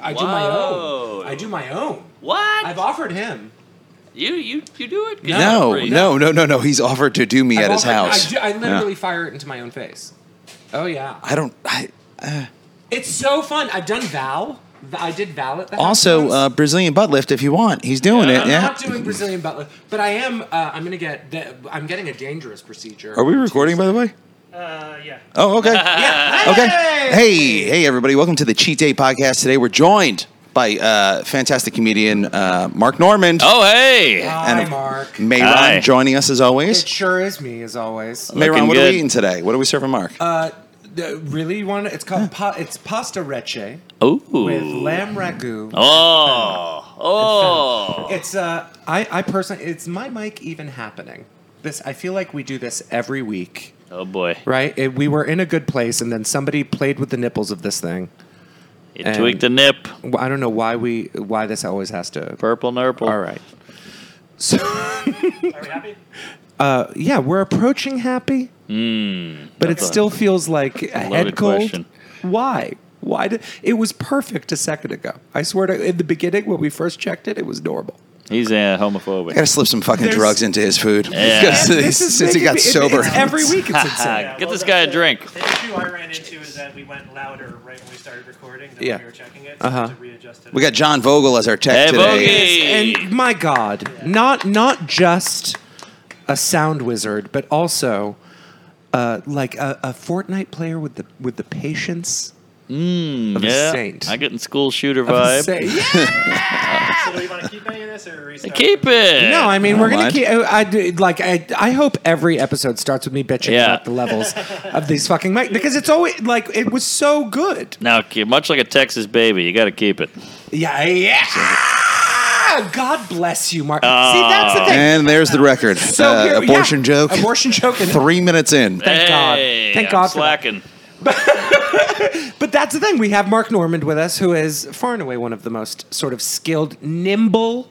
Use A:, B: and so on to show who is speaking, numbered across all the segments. A: I do my
B: Whoa.
A: own. I do my own.
B: What?
A: I've offered him.
B: you you you do it? Good
C: No,
B: for you.
C: no, no, no, no. He's offered to do me
A: I've
C: at his
A: offered-
C: house.
A: I, do- I literally fire it into my own face. Oh yeah,
C: I don't. I,
A: it's so fun. I've done Val. I did Val at the house
C: also,
A: once.
C: uh, Brazilian butt lift if you want. He's doing it.
A: I'm
C: Yeah.
A: not doing Brazilian butt lift, but I am. Uh, I'm gonna get. The, I'm getting a dangerous procedure.
C: Are we recording, by the way?
D: Uh, yeah.
C: Oh, okay.
A: Yeah.
C: Okay.
A: Hey!
C: Hey, hey, everybody. Welcome to the Cheat Day podcast. Today we're joined by uh, fantastic comedian uh, Mark Norman.
B: Oh hey.
A: Hi,
C: And-
A: Mark.
C: Mayron
B: Hi.
C: joining us as always.
A: It sure is me as always.
C: Mayron, what are
B: good.
C: we eating today? What are we serving Mark?
A: Uh, the- really, one. It's called. Pa- it's pasta reche
B: Ooh.
A: with lamb ragu.
B: Oh. Oh.
A: It's uh, I I personally, it's my mic even happening. This I feel like we do this every week,
B: Oh boy.
A: right? It, we were in a good place, and then somebody played with the nipples of this thing.
B: You
A: And-
B: tweaked the nip.
A: Well, I don't know why we why this always has to.
B: Purple nurple.
A: All right. So
D: Are we happy?
A: uh, yeah, we're approaching happy, but it
B: Hmm, that's a
A: still feels like a head
B: loaded
A: cold.
B: question.
A: Why? Why did it was perfect a second ago? I swear to in the beginning when we first checked it, it was normal.
B: He's uh,
C: I gotta
B: homophobic.
C: slip some fucking
A: there's-
C: drugs into his food
B: Yeah.
C: Because
A: And
C: he's-
A: this is
C: since he
A: making
C: got
A: me- it-
C: sober.
A: it's every week it's insane.
B: Get this guy a
D: the-
B: drink.
D: The issue I ran into is that we went louder right when we started recording than
A: Yeah.
D: when we were checking it. So we had
A: Uh-huh.
D: to readjust it.
C: we got John Vogel as our
B: Hey,
C: tech today.
B: Bogey.
A: and my god not not just a sound wizard but also uh, like a, a fortnite player with the with the patience of
B: Mm, yeah.
A: a saint
B: I get in school shooter
A: Of a
B: vibe.
A: saint. Yeah.
D: So do we want to keep any of this or restart?
B: Keep it.
A: no i mean
C: Don't
A: we're gonna
C: mind.
A: keep oh, I, I do- like I, I hope every episode starts with me bitching
B: Yeah.
A: about the levels of these fucking mic because it's always like it was so good
B: Now, ke- much like a Texas baby, you got to keep it.
A: yeah yeah god bless you mark see
B: Oh,
A: that's the thing
C: And there's the record.
A: so
C: Uh,
A: here- yeah.
C: abortion joke.
A: abortion joke and
C: Three minutes in.
A: Thank God.
B: Hey,
A: Thank
B: I'm
A: God for that.
B: Slacking.
A: But that's the thing. We have Mark Normand with us, who is far and away one of the most sort of skilled, nimble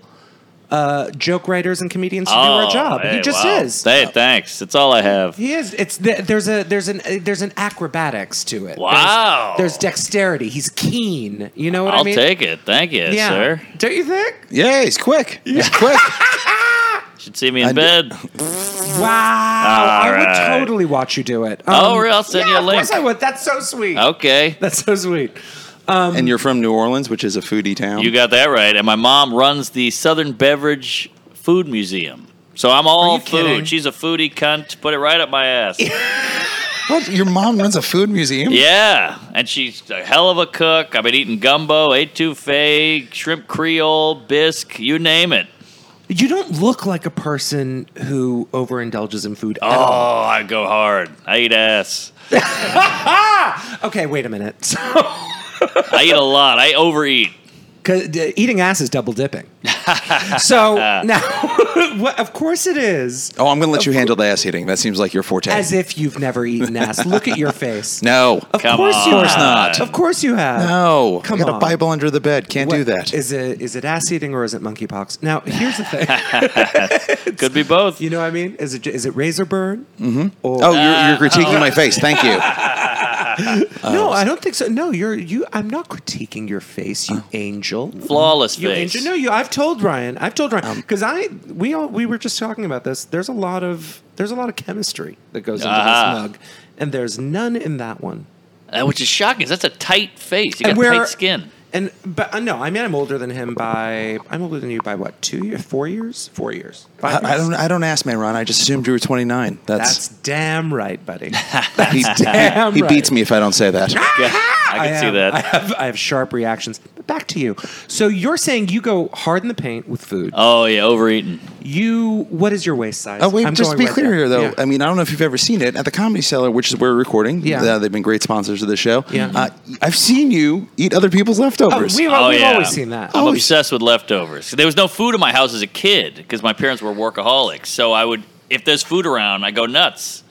A: uh, joke writers and comedians to do our job.
B: Oh, hey,
A: he just
B: wow.
A: is.
B: Hey, thanks. That's all I have.
A: he is. It's th- there's a there's an uh, there's an acrobatics to it.
B: Wow.
A: There's, there's dexterity. He's keen. You know what
B: I'll
A: I mean?
B: take it. Thank you,
A: yeah.
B: sir.
A: Don't you think?
C: Yeah, he's quick. He's quick.
B: Should see me in
C: I d-
B: bed.
A: Wow. I
B: right.
A: would totally watch you do it. Um,
B: Oh, really? I'll send
A: yeah,
B: you a
A: Of course
B: link.
A: I would. That's so sweet.
B: Okay.
A: That's so sweet. Um,
C: and you're from New Orleans, which is a foodie town.
B: You got that right. And my mom runs the Southern Beverage Food Museum. So I'm all
A: you kidding?
B: food. She's a foodie cunt. Put it right up my ass.
C: what? Your mom runs a food museum?
B: yeah. And she's a hell of a cook. I've been eating gumbo, etouffee, shrimp creole, bisque, you name it.
A: You don't look like a person who overindulges in food at all.
B: Oh, I go hard. I eat ass.
A: Okay, wait a minute. So,
B: I eat a lot. I overeat.
A: 'cause, uh, eating ass is double dipping. so now, what, of course it is.
C: Oh, I'm gonna let you handle the ass eating. That seems like your forte.
A: As if you've never eaten ass. Look at your face.
C: no.
A: Of
B: Come
A: course you
B: on.
A: have.
C: not.
A: Of course you have.
C: No.
A: Come
C: I got
A: on.
C: a Bible under the bed. Can't do
A: What-
C: that.
A: Is it is it ass eating or is it monkeypox? Now here's the thing.
B: Could be both.
A: you know what I mean? Is it is it razor burn? Mm-hmm. Or,
C: oh, you're, you're critiquing my face. Thank you. Uh,
A: no, I don't think so. No, you're you. I'm not critiquing your face,
C: Oh.
A: you angel.
B: Flawless
A: You
B: face.
A: angel. No, you. I've told Ryan. I've told
C: Um,
A: Ryan because I we all we were just talking about this. There's a lot of there's a lot of chemistry that goes into
B: Ah.
A: this mug, and there's none in that one.
B: Uh, which is shocking. 'cause That's a tight face. You got
A: and we're-
B: tight skin.
A: And but uh, no, I mean I'm older than him by I'm older than you by what two years, four years, four years.
C: I,
A: Five
C: I
A: years?
C: don't. I don't ask, man, Ron. I just assumed you were 29.
A: That's
C: That's,
A: damn right, buddy.
C: he,
A: damn
C: he
A: right.
C: beats me if I don't say that.
B: Yeah, I can see
A: am-
B: that.
A: I have, I have sharp reactions. But back to you. So you're saying you go hard in the paint with food.
B: oh yeah, overeating.
A: You what is your waist size?
C: Oh wait,
A: I'm
C: just to
A: going
C: be
A: right
C: clear
A: there.
C: here, though.
A: Yeah.
C: I mean, I don't know if you've ever seen it at the Comedy Cellar, which is where we're recording.
A: Yeah.
C: Uh, they've been great sponsors of the show.
A: Yeah.
C: uh, I've seen you eat other people's
A: Oh,
C: leftovers.
A: we,
B: Oh,
A: we've
B: yeah.
A: always seen that.
B: I'm
C: Oh,
B: obsessed with leftovers. There was no food in my house as a kid because my parents were workaholics. So I would, if there's food around, I go nuts.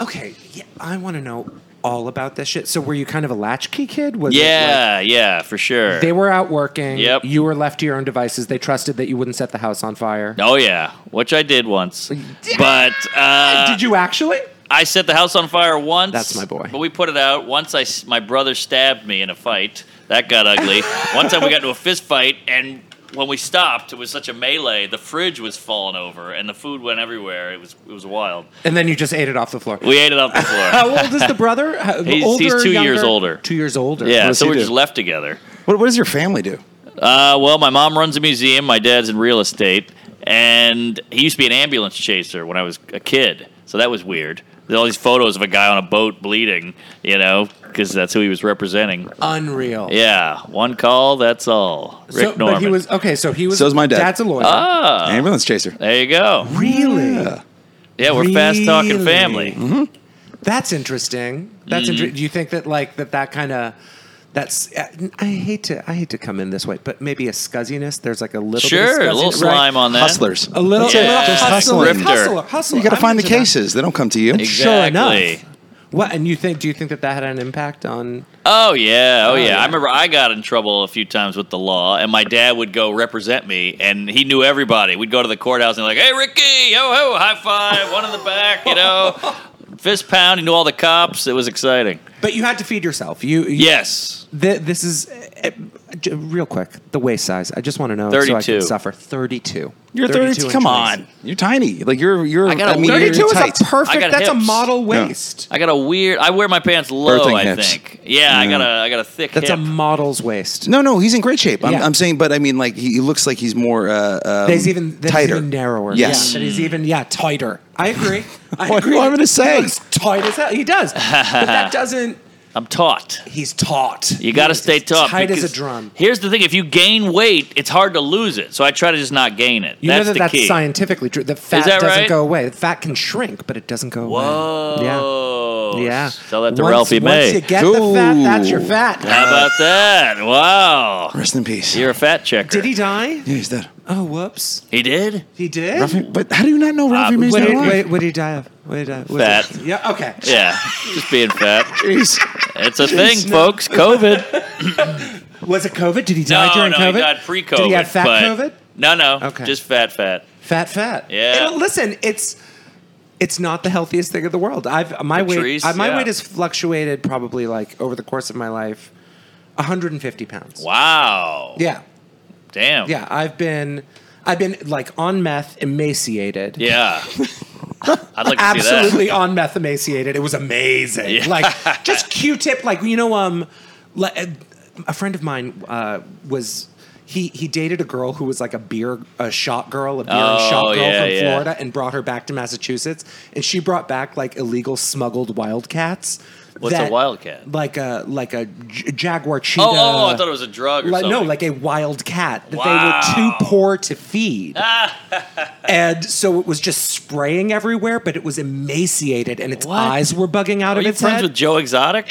A: Okay, yeah, I want to know all about this shit. So were you kind of a latchkey kid? Was it like-
B: Yeah, yeah, for sure.
A: they were out working.
B: Yep.
A: You were left to your own devices. They trusted that you wouldn't set the house on fire.
B: oh yeah, which I did once. But uh,
A: Did you actually?
B: I set the house on fire once.
A: That's my boy.
B: But we put it out once. I s- my brother stabbed me in a fight. That got ugly. One time we got into a fist fight, and when we stopped, it was such a melee. The fridge was falling over, and the food went everywhere. It was it was wild.
A: And then you just ate it off the floor.
B: We ate it off the floor.
A: How old is the brother? How,
B: He's-
A: older,
B: he's two
A: younger?
B: years older.
A: Two years older.
B: yeah,
C: does
B: so
C: he
B: we're
C: do?
B: just left together.
C: What, what does your family do?
B: Uh, well, my mom runs a museum. My dad's in real estate, and he used to be an ambulance chaser when I was a kid. So that was weird. There's all these photos of a guy on a boat bleeding, you know, because that's who he was representing.
A: Unreal.
B: Yeah, one call, that's all. Rick
A: So,
B: Norman.
A: but he was okay. So he was.
C: So is my dad.
A: Dad's a lawyer.
B: ah,
C: Ambulance chaser.
B: there you go.
A: really?
B: Yeah, we're fast talking family.
C: Mm-hmm.
B: Mm-hmm.
A: That's interesting. That's interesting. Do you think that like that that kind of that's uh, I hate to I hate to come in this way, but maybe a scuzziness. There's like a little
B: Sure,
A: bit
B: a
A: of
B: little
A: scuzziness, right?
B: slime on that.
C: Hustlers.
A: A little, a
B: Yeah.
A: little
B: Just
A: hustler,
B: hustling.
A: hustler,
B: Grifter.
A: hustler.
C: You got to
A: I'm
C: find the
A: into that.
C: cases. They don't come to you.
B: Ex-
A: Sure enough.
B: Exactly.
A: What and you think? Do you think that that had an impact on?
B: Oh yeah, oh, yeah.
A: yeah.
B: I remember I got in trouble a few times with the law, and my dad would go represent me, and he knew everybody. We'd go to the courthouse and like, "Hey, Ricky, yo ho, high five, one in the back, you know, fist pound." He knew all the cops. It was exciting.
A: But you had to feed yourself. You, you
B: Yes,
A: Th- this is uh, uh, j- real quick. The waist size. I just want to know so I
B: 32.
A: can suffer. Thirty-two.
C: You're 32.
A: 32
C: Come
A: inches.
C: on. You're tiny. Like you're you're
B: I got a
C: I mean, you're
A: Thirty-two is
C: tight.
A: a perfect.
B: I got
A: that's a
B: hips.
A: model waist.
B: I got a weird. I wear my pants low.
C: Birthing
B: I
C: hips.
B: think. Yeah, I got a. I got a thick.
A: That's
B: hip.
A: a model's waist.
C: No, no, he's in great shape. I'm,
A: Yeah.
C: I'm saying, but I mean, like he, he looks like he's more uh, um,
A: There's even that he's
C: tighter,
A: even narrower.
C: Yes,
A: Yeah, that he's even yeah tighter. I agree. I
C: What do you
A: agree.
C: want me to say?
A: He looks tight as hell. He does, but that doesn't.
B: I'm taut.
A: He's taut.
B: You got to stay taut.
A: Tight as
B: because
A: a drum.
B: Here's the thing: if you gain weight, it's hard to lose it. So I try to just not gain it.
A: You
B: that's
A: know that
B: the
A: that's
B: key.
A: scientifically true. The fat
B: that
A: doesn't
B: right?
A: go away. The fat can shrink, but it doesn't go away.
B: Whoa!
A: Yeah. Yeah.
B: Sell that to
A: once,
B: Ralphie May.
A: Once you get the fat, that's your
C: Ooh.
A: fat.
B: How about that? Wow.
C: Rest in peace.
B: You're a fat checker.
A: Did he die?
C: yeah, he's dead.
A: Oh, whoops.
B: He did?
A: He did?
C: Ralphie- but how do you not know Ralphie
B: Ah,
C: May's
A: What
C: not
A: did,
C: alive?
A: what, what did he die of? What did he die of? What
B: Fat.
A: did- Yeah, okay.
B: Yeah. Just being fat.
C: Jeez.
B: It's a thing, folks. COVID.
A: Was it COVID? Did he die
B: No,
A: during
B: no,
A: COVID?
B: he died pre-COVID.
A: Did he have fat
B: but-
A: COVID?
B: No, no.
A: Okay.
B: Just fat, fat.
A: Fat, fat.
B: Yeah.
A: And listen, it's it's not the healthiest thing in the world. I've my weight
B: Patrice,
A: uh, my
B: yeah.
A: weight has fluctuated probably like over the course of my life, 150 pounds.
B: Wow.
A: Yeah,
B: Damn.
A: yeah. I've been I've been like on meth, emaciated.
B: Yeah. I'd like to see that.
A: absolutely on meth emaciated. It was amazing.
B: Yeah.
A: Like just Q-tip. Like you know, um, li- uh, a friend of mine uh, was. He, he dated a girl who was like a beer a shot girl, a beer
B: Oh,
A: and shot girl
B: yeah,
A: from
B: yeah.
A: Florida, and brought her back to Massachusetts. And she brought back like illegal smuggled wildcats.
B: What's a wildcat?
A: Like a like a j- jaguar cheetah.
B: Oh, oh, I thought it was a drug or
A: Like,
B: something.
A: no, like a wild cat that they were
B: Wow.
A: too poor to feed. and so it was just spraying everywhere, but it was emaciated and its
B: What?
A: eyes were bugging out
B: Are
A: of
B: you
A: its
B: friends
A: head.
B: with Joe Exotic?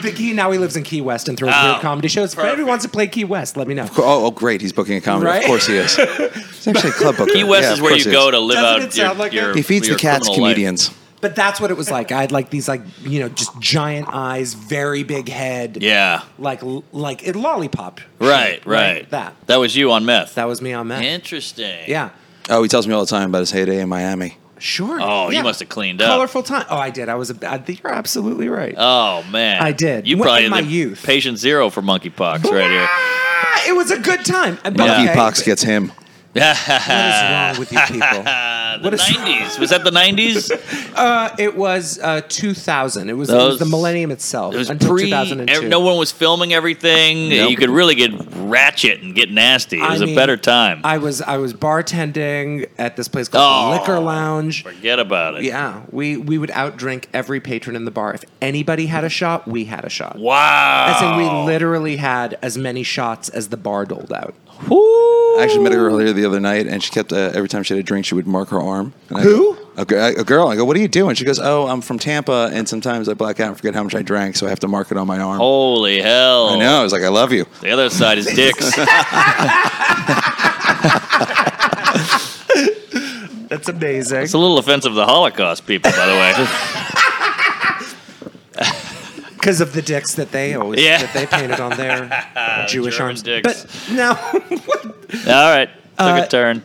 A: the key now he lives in Key West and throws
B: Oh,
A: weird comedy shows. If anybody
B: perfect.
A: wants to play Key West, let me know.
C: Oh, oh, great. He's booking a comedy.
A: Right?
C: Of course he is. He's actually a club booker.
B: Key West
C: Yeah,
B: is
C: of
B: where
C: course
B: you
C: he
B: go
C: is.
B: to live
A: Doesn't
B: out
A: it
B: your,
A: sound like
B: your
A: that?
C: He feeds
B: your
C: the cats
B: criminal life.
C: comedians.
A: But that's what it was like. I had like these like you know just giant eyes, very big head.
B: Yeah.
A: Like like it lollipop.
B: Right, right.
A: shape, That
B: That was you on meth.
A: that was me on that.
B: Interesting.
A: Yeah.
C: Oh, he tells me all the time about his heyday in Miami.
A: Sure.
B: Oh, you
A: yeah.
B: must have cleaned up.
A: Colorful time. Oh, I did. I was. A, I think you're absolutely right.
B: Oh man,
A: I did.
B: You
A: Wh-
B: probably
A: in my
B: the
A: youth.
B: patient zero for monkeypox right here.
A: Ah, It was a good time. But okay.
C: Monkeypox gets him.
A: What
B: Ah.
A: is wrong with you people?
B: Uh, the
A: What is-
B: nineties was that the nineties? It
A: Uh, it was uh, 2000. It was, it was
B: Those-
A: the millennium itself
B: was
A: until
B: pre.
A: 2002.
B: ev- No one was filming everything.
C: Nope.
B: You could really get ratchet and get nasty. It
A: I
B: was a
A: mean,
B: better time.
A: I was I was bartending at this place called the
B: Oh.
A: Liquor Lounge.
B: Forget about it.
A: Yeah, we we would outdrink every patron in the bar. If anybody had a shot, we had a shot.
B: Wow.
A: As in, we literally had as many shots as the bar doled out.
C: I actually met a girl here the other night, and she kept uh, every time she had a drink, she would mark her arm. And I
A: Who?
C: go- A, gir- a girl. I go, "What are you doing?" She goes, "Oh, I'm from Tampa, and sometimes I black out and forget how much I drank, so I have to mark it on my arm."
B: Holy hell!
C: I know. I was like, "I love you."
B: The other side is dicks.
A: That's amazing.
B: it's a little offensive to the Holocaust people, by the way.
A: because of the dicks that they always
B: Yeah.
A: that they painted on their Jewish
B: German
A: arms.
B: dicks.
A: But now,
B: All right, took
A: Uh,
B: a turn.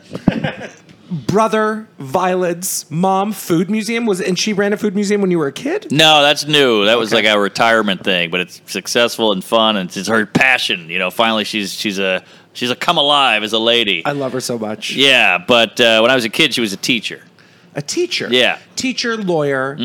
A: brother, Violet's mom food museum was, and she ran a food museum when you were a kid.
B: No, that's new. That was
A: Okay.
B: like our retirement thing, but it's successful and fun, and it's her passion. You know, finally she's she's a she's a come alive as a lady.
A: I love her so much.
B: yeah, but uh, when I was a kid, she was a teacher.
A: A teacher.
B: Yeah. Mm-hmm.
A: Teacher, lawyer,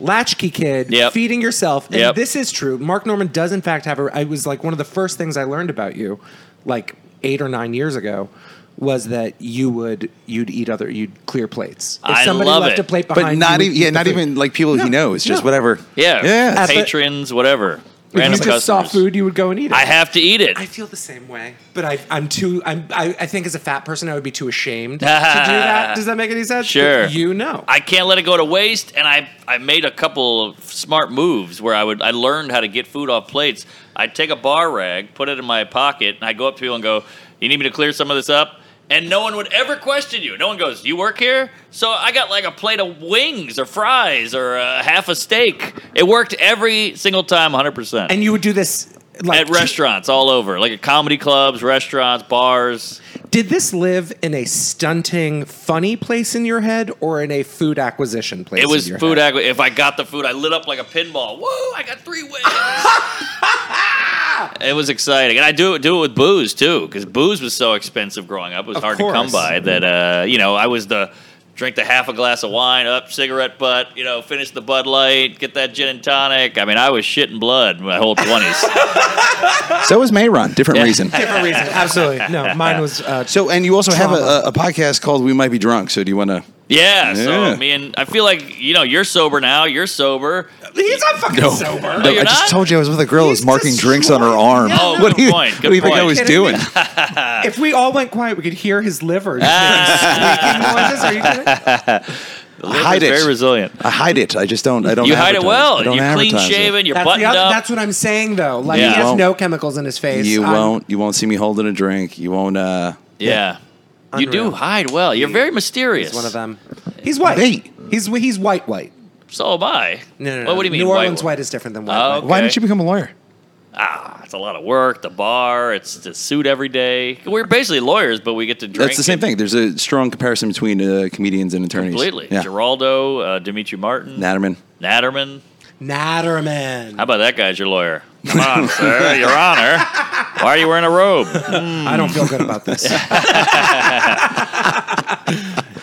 A: latchkey kid,
B: Yep.
A: feeding yourself. And
B: Yep.
A: this is true. Mark Norman does, in fact, have a. I was like one of the first things I learned about you, like eight or nine years ago, was that you would you'd eat other you'd clear plates. If
B: I
A: somebody
B: love
A: left
B: it.
A: a plate behind,
C: But
A: you
C: not
A: would
C: even
A: eat
C: yeah,
A: the
C: not
A: food.
C: even like people
A: No,
C: he knows, just
A: no.
C: whatever.
B: Yeah,
C: Yeah.
A: At the-
B: patrons, whatever.
A: If you
B: Random
A: just saw
B: customers.
A: food, you would go and eat it.
B: I have to eat it.
A: I feel the same way, but I, I'm too. I'm, I, I think as a fat person, I would be too ashamed to do that. Does that make any sense?
B: Sure.
A: But you know.
B: I can't let it go to waste, and I I made a couple of smart moves where I would I learned how to get food off plates. I'd take a bar rag, put it in my pocket, and I go up to people and go, "You need me to clear some of this up?" And no one would ever question you. No one goes, "You work here?" So I got like a plate of wings or fries or uh, half a steak. It worked every single time, 100%.
A: and you would do this like
B: at restaurants all over, like at comedy clubs, restaurants, bars.
A: Did this live in a stunting, funny place in your head, or in a food acquisition place?
B: It was
A: in your
B: food.
A: Head?
B: Aqua- if I got the food, I lit up like a pinball. Whoa! I got three wins. it was exciting, and I do do it with booze too, because booze was so expensive growing up. It was
A: Of
B: hard to come
A: course.
B: by. That uh, you know, I was the drink the half a glass of wine, up cigarette butt, you know, finish the Bud Light, get that gin and tonic. I mean, I was shitting blood my whole twenties.
C: So is Mayron, different
B: Yeah.
C: reason.
A: Different reason, absolutely. No, mine was. Uh,
C: So and you also have
A: Trauma.
C: a- a, a podcast called We Might Be Drunk. So do you want to?
B: yeah,
C: Yeah.
B: so me and I feel like you know, you're sober now. You're sober.
A: he's not fucking
C: No.
A: sober.
B: No, you're
C: I
B: not?
C: just told you I was with a girl
A: Oh, He's
C: who's marking
A: destroyed.
C: drinks on her arm.
A: Yeah,
B: Oh,
A: no.
C: what do you,
B: good point.
C: what do you
B: Good
C: think I
B: point.
C: was
A: Kidding me?
C: doing?
A: If we all went quiet, we could hear his liver. just making noises. Are you kidding?
B: Liver's
C: hide it.
B: Very resilient.
C: I hide it. I just don't. I don't.
B: You hide it
C: advertise.
B: well.
C: I don't
B: You're
C: advertise
B: clean
C: it.
B: shaven. You're
A: That's,
B: buttoned
A: the other,
B: up.
A: that's what I'm saying, though. Like
B: Yeah.
A: he has
C: Won't.
A: no chemicals in his face.
C: You
A: I'm-
C: won't. You won't see me holding a drink. You won't. uh
B: Yeah. You do
A: Unreal.
B: hide well. You're very mysterious.
A: He's one of them. He's white.
C: Hey.
A: He's he's white white.
B: So am I.
A: No, no, no.
B: What, what do you mean?
A: New Orleans
B: white?
A: white, is different than white.
B: Oh,
A: white.
B: okay.
C: Why didn't you become a lawyer?
B: Ah, it's a lot of work. The bar. It's the suit every day. We're basically lawyers, but we get to drink.
C: That's the same
B: and-
C: thing. There's a strong comparison between uh, comedians and attorneys.
B: Completely.
C: Yeah.
B: Geraldo, uh, Dimitri Martin,
C: Natterman.
B: Natterman.
A: Natterman.
B: How about that guy's your lawyer? Come on, sir, Your Honor. Why are you wearing a robe?
A: I don't feel good about this.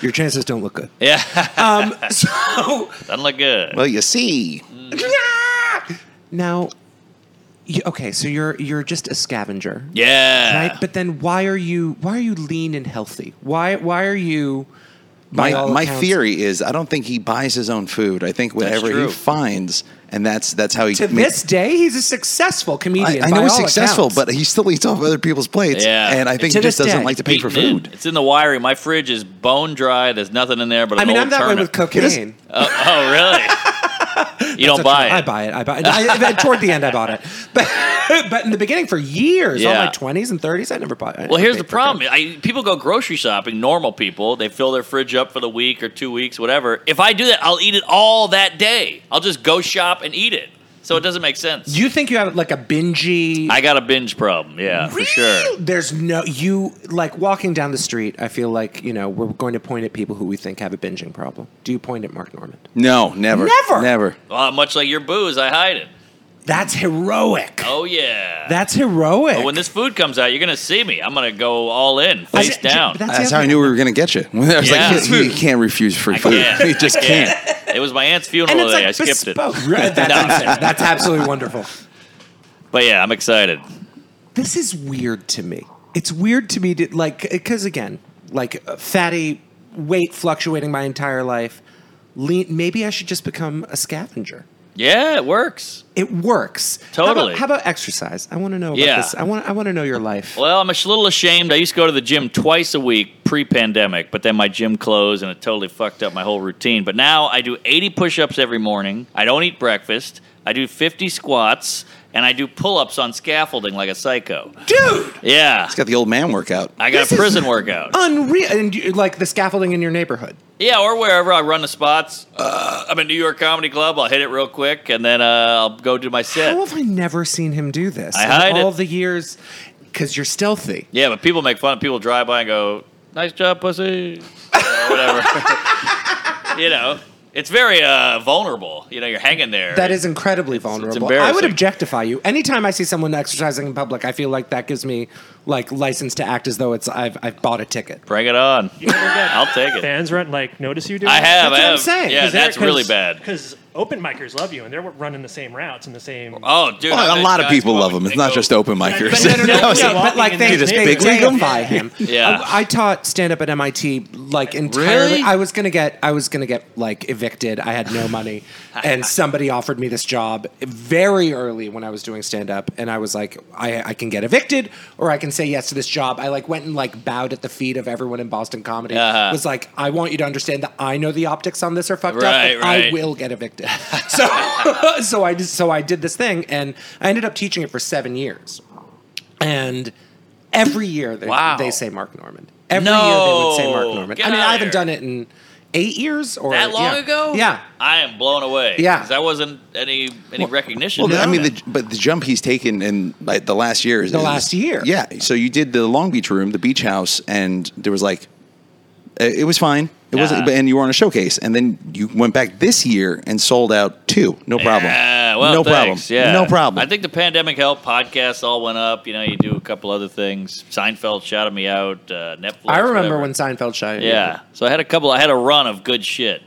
A: Your chances don't look good.
B: Yeah,
A: Um, so
B: doesn't look good.
C: Well, you see.
A: now, you, okay, so you're you're just a scavenger,
B: yeah.
A: right? But then why are you why are you lean and healthy? Why why are you? by
C: My,
A: all
C: my
A: accounts-
C: theory is I don't think he buys his own food. I think whatever he
B: true.
C: finds, and that's that's how he.
A: to
C: makes-
A: this day, he's a successful
C: I,
A: comedian.
C: I
A: by
C: know he's
A: all
C: successful,
A: accounts.
C: but he still eats off other people's plates.
B: Yeah.
C: And I think
A: To
C: he just
A: this
C: doesn't
A: day.
C: like to pay for
B: Beaten in.
C: food.
B: It's in the wiry. My fridge is bone dry. There's nothing in there but an
A: I mean,
B: old
A: I'm that
B: turnip.
A: way with cocaine.
B: Oh, oh, really? you
A: That's
B: don't buy
A: okay.
B: it.
A: I buy it. I buy it. I, I- toward the end, I bought it, but but in the beginning, for years, all
B: Yeah.
A: my twenties and thirties, I never bought. I
B: Well,
A: never
B: here's
A: paid
B: the
A: for cocaine.
B: problem. I, people go grocery shopping, normal people. They fill their fridge up for the week or two weeks, whatever. If I do that, I'll eat it all that day. I'll just go shop and eat it. So it doesn't make sense.
A: You think you have like a bingey?
B: I got a binge problem. Yeah, for sure.
A: There's no you like walking down the street. I feel like you know we're going to point at people who we think have a binging problem. Do you point at Mark Norman?
C: No, never,
A: Never.
C: never.
B: Well, Uh, much like your booze, I hide it.
A: That's heroic.
B: Oh, yeah.
A: That's heroic.
B: but when this food comes out, you're going to see me. I'm going to go all in,
A: I-
B: face down.
A: That's,
C: That's
A: the
C: how I
A: other-
C: knew we were going to get you. I was
B: Yeah.
C: like, you, you can't refuse free food.
B: can't.
C: You just
B: I
C: can't.
B: It was my aunt's
A: And
B: funeral
A: it's like
B: today. Oh, I skipped it.
A: bespoke. Right, that's, awesome. that's absolutely wonderful.
B: But yeah, I'm excited.
A: This is weird to me. It's weird to me to like because again, like uh, fatty weight fluctuating my entire life. Lean. Maybe I should just become a scavenger.
B: Yeah, it works.
A: It works.
B: Totally.
A: How about, how about exercise? I want to know about
B: Yeah.
A: this. I want I want to know your life.
B: Well, I'm a sh- little ashamed. I used to go to the gym twice a week pre-pandemic, but then my gym closed and it totally fucked up my whole routine. But now I do 80 push-ups every morning. I don't eat breakfast. I do 50 squats and I do pull-ups on scaffolding like a psycho.
A: Dude,
B: Yeah.
C: It's got the old man workout.
B: I got
A: This
B: a
A: is-
B: prison workout.
A: unreal. And you, like the scaffolding in your neighborhood.
B: Yeah, or wherever I run the spots. Uh, I'm in New York Comedy Club. I'll hit it real quick and then uh, I'll go do my set.
A: How have I never seen him do this?
B: I hide
A: in all
B: it.
A: the years because you're stealthy.
B: Yeah, but people make fun. People drive by and go, "Nice job, pussy." or whatever. you know, it's very uh, vulnerable. You know, you're hanging there.
A: That is incredibly vulnerable. I would
B: embarrassing.
A: objectify you. Anytime I see someone exercising in public, I feel like that gives me like license to act as though it's I've I've bought a ticket.
B: Bring it on. I'll take it.
D: Fans run like notice you do.
B: I
A: That's
B: have. I
A: what I'm
B: have.
A: saying.
B: Yeah,
A: Is
B: that's really bad.
D: Because open micers love you, and they're running the same routes and the same.
B: Oh, dude. I
C: Well, a
B: bet
C: lot of
B: guys
C: people
B: go
C: love
B: up
C: him.
B: and
C: It's not
B: go-
C: just open micers.
A: But no, no, no,
D: was
A: no,
D: it.
A: but like
D: Did
A: they,
D: you just
A: they
C: big league him?
A: deify him.
B: Yeah.
A: I, I taught stand up at MIT like entirely.
B: Really?
A: I was gonna get I was gonna get like evicted. I had no money, and somebody offered me this job very early when I was doing stand up, and I was like, I, I can get evicted or I can say yes to this job. I like went and like bowed at the feet of everyone in Boston comedy.
B: Uh-huh.
A: Was like, I want you to understand that I know the optics on this are fucked
B: Right,
A: up. but I
B: right.
A: will get evicted. So so I just, so I did this thing, and I ended up teaching it for seven years and every year they,
B: Wow.
A: they say Mark Norman. Every
B: No.
A: year they would say Mark Norman.
B: Get
A: I mean,
B: outta
A: I haven't
B: here.
A: done it in eight years or
B: That long
A: yeah.
B: ago?
A: Yeah,
B: I am blown away.
A: Yeah.
B: 'Cause that wasn't any any recognition.
C: Well, I mean,
B: Yeah.
C: the, but the jump he's taken in like the last year is
A: The last year.
C: Yeah. So you did the Long Beach room, the beach house, and there was like, it it was fine. It wasn't,
B: Yeah.
C: and you were on a showcase, and then you went back this year and sold out two. No problem.
B: Yeah, Uh, well,
C: no
B: thanks.
C: problem.
B: Yeah.
C: No problem.
B: I think the pandemic helped. Podcasts all went up. You know, you do a couple other things. Seinfeld shouted me out. Uh, Netflix.
A: I remember
B: whatever.
A: when Seinfeld shot. you.
B: Yeah. So I had a couple. I had a run of good shit.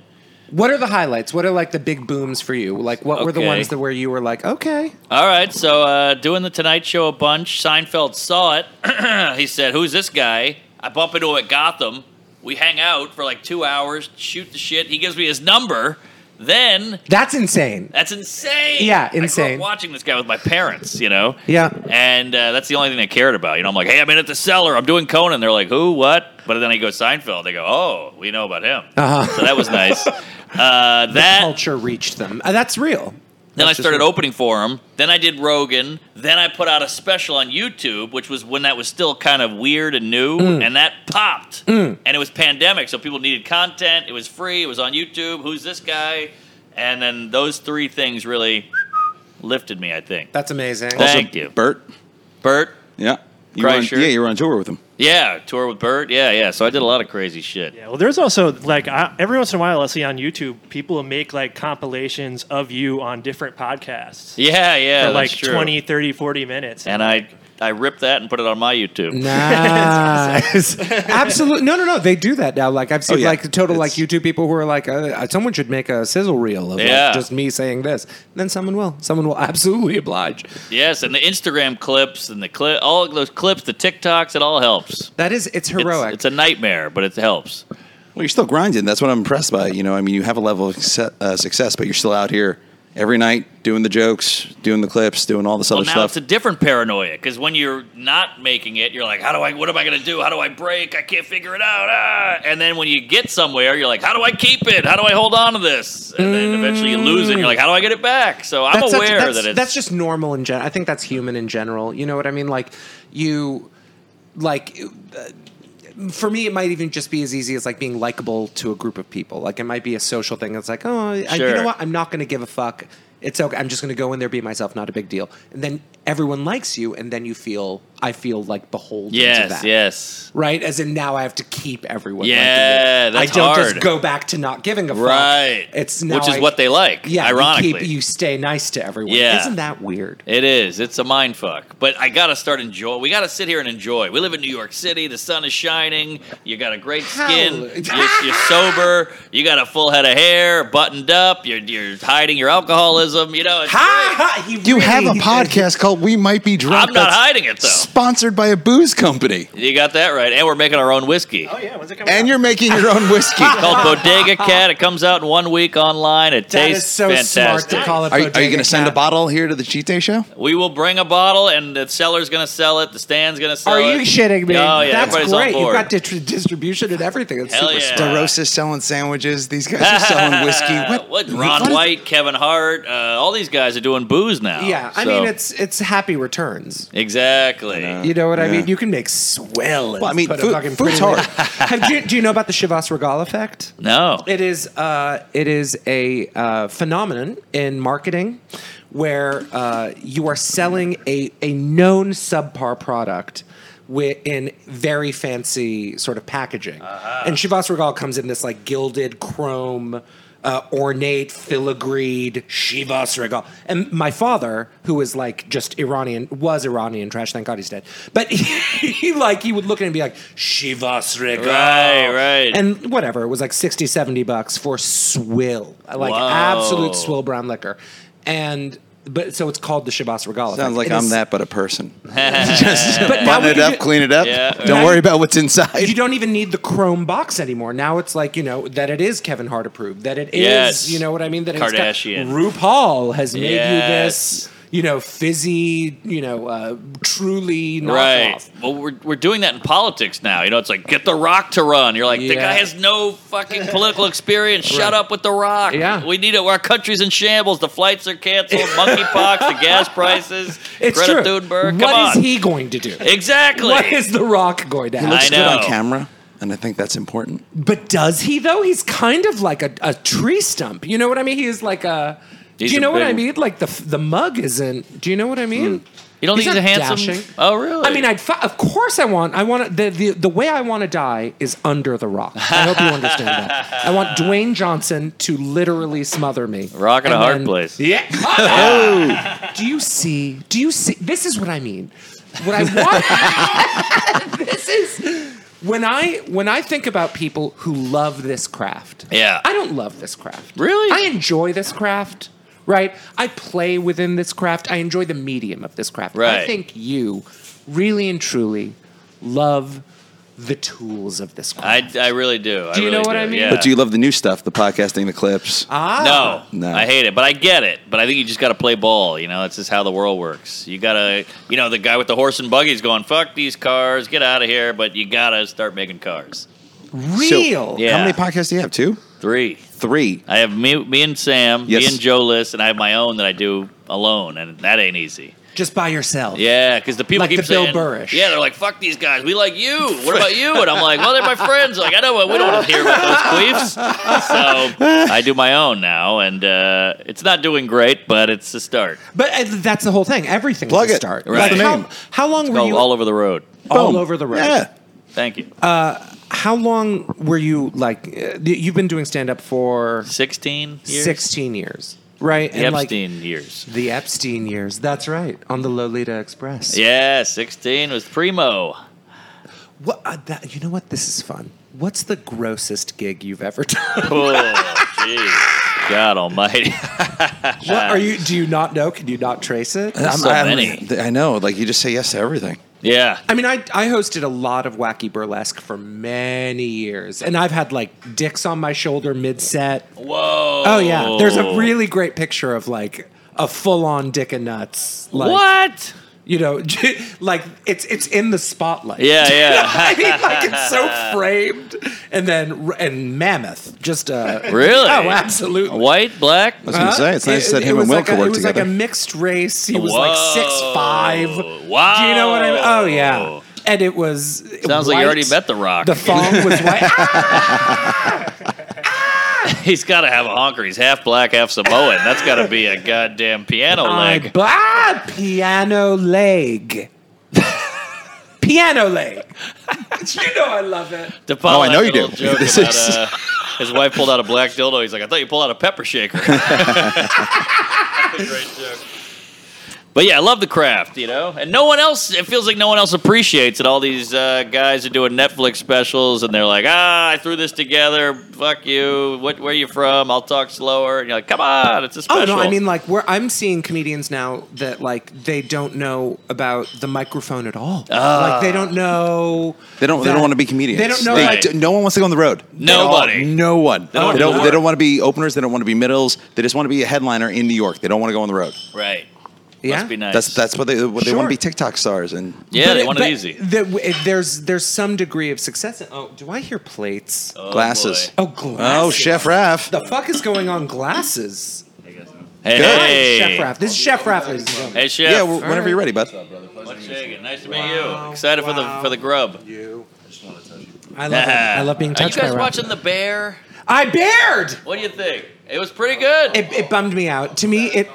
A: What are the highlights? What are like the big booms for you? Like, what were the
B: Okay.
A: ones that where you were like, okay,
B: All right, so uh, doing the Tonight Show a bunch. Seinfeld saw it. he said, "Who's this guy?" I bump into him at Gotham. We hang out for like two hours, shoot the shit. He gives me his number. Then
A: that's insane.
B: that's insane.
A: Yeah,
B: I grew up
A: insane.
B: watching this guy with my parents, you know.
A: Yeah.
B: And uh, that's the only thing they cared about. You know, I'm like, hey, I'm in at the cellar. I'm doing Conan. They're like, who? What? But then I go Seinfeld. They go, oh, we know about him.
A: Uh-huh. Oh,
B: So that was nice. Uh, that
A: Culture reached them. Uh, that's real.
B: then I
A: That's just
B: started
A: real.
B: opening for him. Then I did Rogan. Then I put out a special on YouTube, which was when that was still kind of weird and new, and that popped. And it was pandemic, so people needed content. It was free. It was on YouTube. Who's this guy? And then those three things really lifted me. I think.
A: That's amazing.
B: Thank- you.
C: Bert.
B: Bert.
C: Yeah. You were on,
B: Kreischer.
C: yeah, you were on tour with him.
B: Yeah, tour with Bert. Yeah, yeah. So I did a lot of crazy shit.
D: Yeah, well, there's also like I, every once in a while I see on YouTube people make like compilations of you on different podcasts
B: Yeah, yeah.
D: for like
B: that's true.
D: 20, 30, 40 minutes.
B: And I, I ripped that and put it on my
A: Mm.
B: YouTube.
A: Nice. Absolutely. No, no, no. They do that now. Like I've seen
C: Oh, yeah.
A: like total like
C: It's-
A: YouTube people who are like, uh, someone should make a sizzle reel of like,
B: Yeah.
A: just me saying this. Then someone will. Someone will absolutely oblige.
B: Yes, and the Instagram clips and the clip, all of those clips, the TikToks, it all helps.
A: That is, it's
B: It's-
A: heroic.
B: It's, a nightmare, but it helps.
C: Well, you're still grinding. That's what I'm impressed by. You know, I mean, you have a level of success, uh, success but you're still out here every night doing the jokes, doing the clips, doing all this
B: Well,
C: other
B: now
C: stuff.
B: it's a different paranoia because when you're not making it, you're like, "How do I? What am I going to do? How do I break? I can't figure it out." Ah! And then when you get somewhere, you're like, "How do I keep it? How do I hold on to this?" And then eventually you lose it. And you're like, "How do I get it back?" So I'm
A: that's such-
B: aware
A: that's,
B: that it's
A: that's just normal in general. I think that's human in general. You know what I mean? Like you, like uh, for me, it might even just be as easy as like being likable to a group of people. Like it might be a social thing. It's like, oh, I, you
B: Sure.
A: know what? I'm not going to give a fuck. It's okay. I'm just going to go in there, be myself, not a big deal. And then everyone likes you, and then you feel I feel like beholden to
B: yes,
A: that.
B: yes.
A: Right, as in now I have to keep everyone.
B: Yeah,
A: liking me.
B: that's
A: I don't
B: hard.
A: just go back to not giving a fuck.
B: Right.
A: it's now
B: Which is
A: I-
B: what they like,
A: Yeah, you,
B: ironically.
A: keep, you stay nice to everyone.
B: Yeah.
A: isn't that weird?
B: It is. It's a mind fuck. But I gotta start enjoy. We gotta sit here and enjoy. We live in New York City. The sun is shining. You got a great skin.
A: Hallelujah.
B: You're, you're sober. You got a full head of hair, buttoned up. You're you're hiding your alcoholism. You know. It's
A: Ha!
B: great.
A: ha, he
C: you
A: really-
C: have a
A: he-
C: podcast called We Might Be Drunk.
B: I'm not
C: that's
B: hiding it though.
C: Sponsored by a booze company.
B: You got that right. And we're making our own whiskey.
D: oh yeah, when's it coming?
C: And
D: out?
C: you're making your own whiskey.
B: Called Bodega Cat. It comes out in one week online. It
A: That is
B: tastes
A: so
B: fantastic.
A: smart to call it.
C: Are, you- are you going
A: Bodega
C: to send a
A: Cat.
C: bottle here to the cheat day show?
B: We will bring a bottle, and the seller's gonna sell it. The stand's gonna sell
A: Are
B: it.
A: you shitting me?
B: Oh yeah,
A: that's
B: everybody's
A: great.
B: on
A: You've
B: board.
A: got distri- distribution and everything. That's
B: Hell
A: super
B: yeah.
A: smart.
C: DeRosa's selling sandwiches. These guys are selling whiskey. What?
B: What, Ron
C: what is-
B: White, Kevin Hart, uh, all these guys are doing booze now.
A: Yeah, I
B: So-
A: mean it's it's happy returns.
B: exactly.
A: You know what I
C: Yeah.
A: mean? You can make swell.
C: Well, I mean,
A: put a
C: food-
A: fucking
C: food's
A: pretty-
C: hard.
A: Have- do, you- do you know about the Shivas Regal effect?
B: no,
A: It is uh, it is a uh, phenomenon in marketing where uh, you are selling a, a known subpar product wi- in very fancy sort of packaging. And Chivas Regal comes in this like gilded chrome, uh, ornate, filigreed Chivas Regal. And my father, who is like just Iranian, was Iranian trash, thank God he's dead. But he, like, he would look at it and be like, Chivas Regal.
B: Right, right.
A: And whatever, it was like 60, 70 bucks for swill. Like
B: Whoa.
A: absolute swill brown liquor. And, but so it's called the Chivas Regal.
C: Sounds
A: effect.
C: like
A: It
C: I'm
A: is-
C: that, but a person. Just
A: now
C: button
A: we
C: it
A: can
C: up,
A: ju-
C: clean it up.
B: Yeah.
C: Don't worry about what's inside.
A: you don't even need the chrome box anymore. Now it's like you know that it is Kevin Hart approved. That it is
B: Yes.
A: you know what I mean. That it's got-
B: Kardashian.
A: RuPaul has made
B: Yes.
A: you this you know fizzy you know uh, truly knockoff.
B: Right. Well, we're, we're doing that in politics now. You know, it's like get the Rock to run. You're like the
A: Yeah.
B: guy has no fucking political experience. Shut up with the Rock.
A: Yeah.
B: We need it. Our country's in shambles. The flights are canceled. Monkeypox. the gas prices.
A: It's true.
B: Greta Thunberg.
A: What
B: Come on.
A: is he going to do?
B: Exactly.
A: What is The Rock going to?
B: looks
A: Have?
C: It's good on
B: know.
C: camera, and I think that's important.
A: But does he though? He's kind of like a, a tree stump. You know what I mean? He is like a.
B: He's
A: do you
B: a
A: know what
B: big- Hmm.
A: I mean? Like the the mug isn't. Do you know what I mean?
B: you don't think
A: not
B: he's a handsome?
A: dashing.
B: Oh, really?
A: I mean, I'd fi- of course I want. I want the, the the way I want to die is under the rock. I hope you understand that. I want Dwayne Johnson to literally smother me.
B: Rock in a
A: And
B: hard
A: then-
B: place.
A: Yeah. Oh. do you see? Do you see? This is what I mean. What I want. this is when I when I think about people who love this craft.
B: Yeah.
A: I don't love this craft.
B: Really?
A: I enjoy this craft. Right? I play within this craft. I enjoy the medium of this craft.
B: Right.
A: I think you really and truly love the tools of this craft.
B: I, I really do. I
A: Do you
B: really
A: know what I mean?
B: Yeah.
C: But do you love the new stuff, the podcasting, the clips?
A: ah,
B: No,
C: No.
B: I hate it, but I get it. But I think you just got to play ball. You know, that's just how the world works. You gotta, you know, the guy with the horse and buggy's going, "Fuck these cars, get out of here!" But you gotta start making cars.
C: So,
A: real.
B: Yeah.
C: How many podcasts do you have? Two,
B: Three.
C: three.
B: I have me, me and Sam, me
C: Yes.
B: and Joe List, and I have my own that I do alone, and that ain't easy.
A: Just by yourself.
B: Yeah, because the people
A: Like
B: keep
A: the Bill
B: saying,
A: Burrish.
B: "Yeah, they're like, fuck these guys. We like you. What about you?" And I'm like, "Well, they're my friends. Like, I don't. We don't want to hear about those queefs." So I do my own now, and uh, it's not doing great, but it's a start.
A: But uh, that's the whole thing. Everything
C: Plug
A: is a
C: it.
A: start.
B: Right.
A: Like,
B: That's the
A: how,
C: name.
A: how long were
B: Go
A: you Uh,
B: all over the road.
A: all
C: Boom.
A: over the road?
C: Yeah.
B: Thank you.
A: How long were you like? Uh, you've been doing stand up for
B: 16 years?
A: 16 years, right?
B: The Epstein years.
A: the Epstein years. That's right. On the Lolita Express.
B: Yeah, 16 was primo.
A: What, uh, that, you know what? This is fun. What's the grossest gig you've ever done?
B: Oh, jeez. God almighty.
A: what, are you? Do you not know? Can you not trace it?
C: I'm-
B: so
C: I'm-
B: many.
C: I know. Like you just say yes to everything.
B: Yeah.
A: I mean, I, I hosted a lot of wacky burlesque for many years, and I've had like dicks on my shoulder mid set.
B: Whoa.
A: Oh yeah, there's a really great picture of like a full on dick and nuts. Like,
B: What?
A: you know, like it's it's in the spotlight.
B: Yeah, yeah.
A: I mean, like it's so framed, and then and mammoth, just uh,
B: Really?
A: oh, absolutely.
B: White, black?
C: I was going to say it's nice that him and
A: was
C: Will
A: like
C: could
A: a,
C: work
A: It was
C: together.
A: like a mixed race. He was like
B: Whoa.
A: six five.
B: Wow.
A: Do you know what I mean? Oh yeah. And it was
B: Sounds like you
A: white.
B: already met The Rock.
A: The thong was white. Ah!
B: He's got to have a honker. He's half black, half Samoan. That's got to be a goddamn piano
A: My
B: leg.
A: bad Ah, piano leg. piano leg. you know I love it.
B: To follow
C: Oh, I
B: that
C: know you
B: little
C: do.
B: Joke
C: This
B: about,
C: is-
B: uh, his wife pulled out a black dildo. He's like, I thought you pulled out a pepper shaker. Great joke. But yeah, I love the craft, you know, and no one else. It feels like no one else appreciates it. All these uh, guys are doing Netflix specials, and they're like, "Ah, I threw this together. Fuck you. What? Where you from? I'll talk slower." And you're like, "Come on, it's a
A: Oh
B: special."
A: no! I mean, like, we're, I'm seeing comedians now that like they don't know about the microphone at all.
B: Ah.
A: like, they don't know.
C: They don't. they
A: that-
C: don't want to be comedians.
A: They don't know.
C: They
A: like,
C: d- no one wants to go on the road.
B: Nobody.
C: At all. No one.
B: don't wanna
C: They don't. They
B: go on
C: don't,
B: the road.
C: want to be openers. They don't want to be middles. They just want to be a headliner in New York. They don't want to go on the road.
B: right?
A: yeah.
B: Must be nice.
C: That's that's what they what they
A: Sure.
C: want to be TikTok stars and
B: Yeah,
A: But
B: they
A: it-
B: want
A: but
B: it easy.
A: the- w- it- there's there's some degree of success. In, oh, do I hear plates? Oh,
B: Oh,
C: glasses.
B: boy.
A: glasses.
C: Oh, Chef Raff.
A: The fuck is going on glasses?
B: Hey,
A: Chef Raff. This is Chef Raff, ladies and gentlemen.
B: Hey, chef.
C: Yeah, wh- whenever you're ready, bud.
B: What's shaking? Nice to meet
A: Wow,
B: you. Excited for the
A: wow.
B: for the grub.
A: I love it. I love being touched
B: Uh, Are you guys
A: by Raff.
B: watching The Bear?
A: I bared.
B: What do you think? It was pretty good.
A: It, it bummed me out. To me, it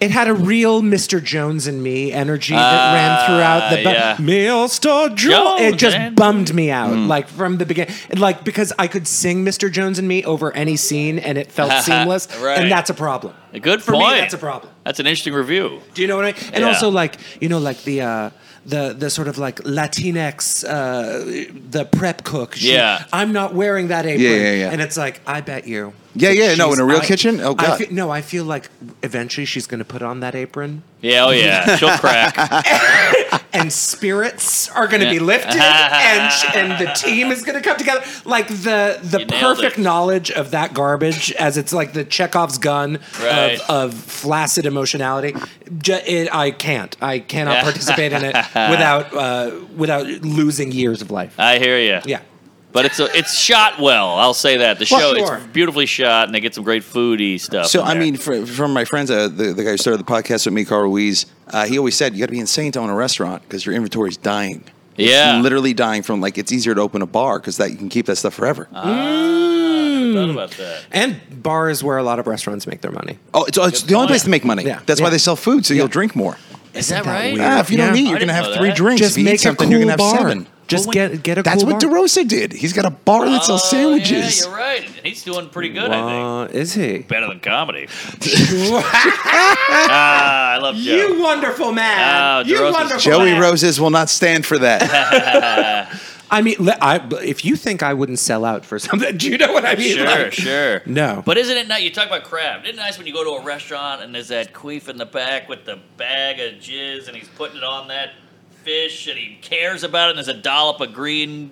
A: It had a real Mr. Jones and Me energy that ran throughout the bu-
B: Ah, yeah.
A: Mr. Jones.
B: Jones
A: It just
B: and-
A: bummed me out, like from the beginning, like because I could sing Mr. Jones and Me over any scene and it felt seamless,
B: Right.
A: and that's a problem.
B: Good
A: For
B: point.
A: me, that's a problem.
B: That's an interesting review.
A: Do you know what I mean? And
B: Yeah.
A: also like you know like the uh, the the sort of like Latinx uh, the prep cook. She-
B: Yeah.
A: I'm not wearing that apron.
C: Yeah, yeah, yeah.
A: And it's like I bet you.
C: Yeah,
A: that
C: yeah, no,
A: she's-
C: in a real
A: I-
C: kitchen? Oh,
A: I
C: God.
A: feel- no, I feel like eventually she's going to put on that apron,
B: Yeah, oh yeah, she'll crack.
A: and spirits are going to be lifted, and sh- and the team is going to come together. Like the the
B: You nailed
A: perfect
B: it.
A: knowledge of that garbage, as it's like the Chekhov's gun
B: Right.
A: of, of flaccid emotionality. Ju- it, I can't. I cannot participate in it without uh, without losing years of life.
B: I hear you.
A: Yeah.
B: but it's a, it's shot well. I'll say that the show
A: Well, sure.
B: it's beautifully shot, and they get some great foodie stuff.
C: So
B: in
C: I
B: there.
C: mean, for, from my friends, uh, the, the guy who started the podcast with me, Carl Ruiz, uh, he always said you got to be insane to own a restaurant because your inventory's dying. It's
B: Yeah.
C: literally dying from like it's easier to open a bar because that you can keep that stuff forever.
B: Uh-huh. I
A: mm.
B: thought about that.
A: And bars where a lot of restaurants make their money.
C: oh, it's, it's the only
B: point.
C: place to make money.
A: Yeah.
C: That's why
A: Yeah.
C: they sell food, so you'll drink more.
B: Is that right?
A: weird?
C: Ah, if you don't
A: Yeah.
C: eat,
A: I
C: you're gonna
B: didn't
C: have
B: know
C: three
B: that.
C: drinks.
A: Just
C: if you
A: make
C: eat
A: a
C: something,
A: cool
C: you're gonna have
A: bar.
C: seven.
A: Just
B: Well,
A: get get a
C: That's
A: cool
C: what
A: bar.
C: DeRosa did. He's got a bar that sells sandwiches.
B: Oh, Yeah, you're right. And He's doing pretty good, I think.
A: Uh, is he?
B: Better than comedy. Ah, I love Joe.
A: You wonderful man.
B: Oh,
A: you
B: DeRosa's-
A: wonderful
C: Joey
A: man.
C: Roses will not stand for that.
A: I mean, le- I, but if you think I wouldn't sell out for something, do you know what I mean?
B: Sure,
A: Like-
B: sure.
A: No.
B: But isn't it nice? You talk about crab. Isn't it nice when you go to a restaurant and there's that queef in the back with the bag of jizz and he's putting it on that fish and he cares about it and there's a dollop of green,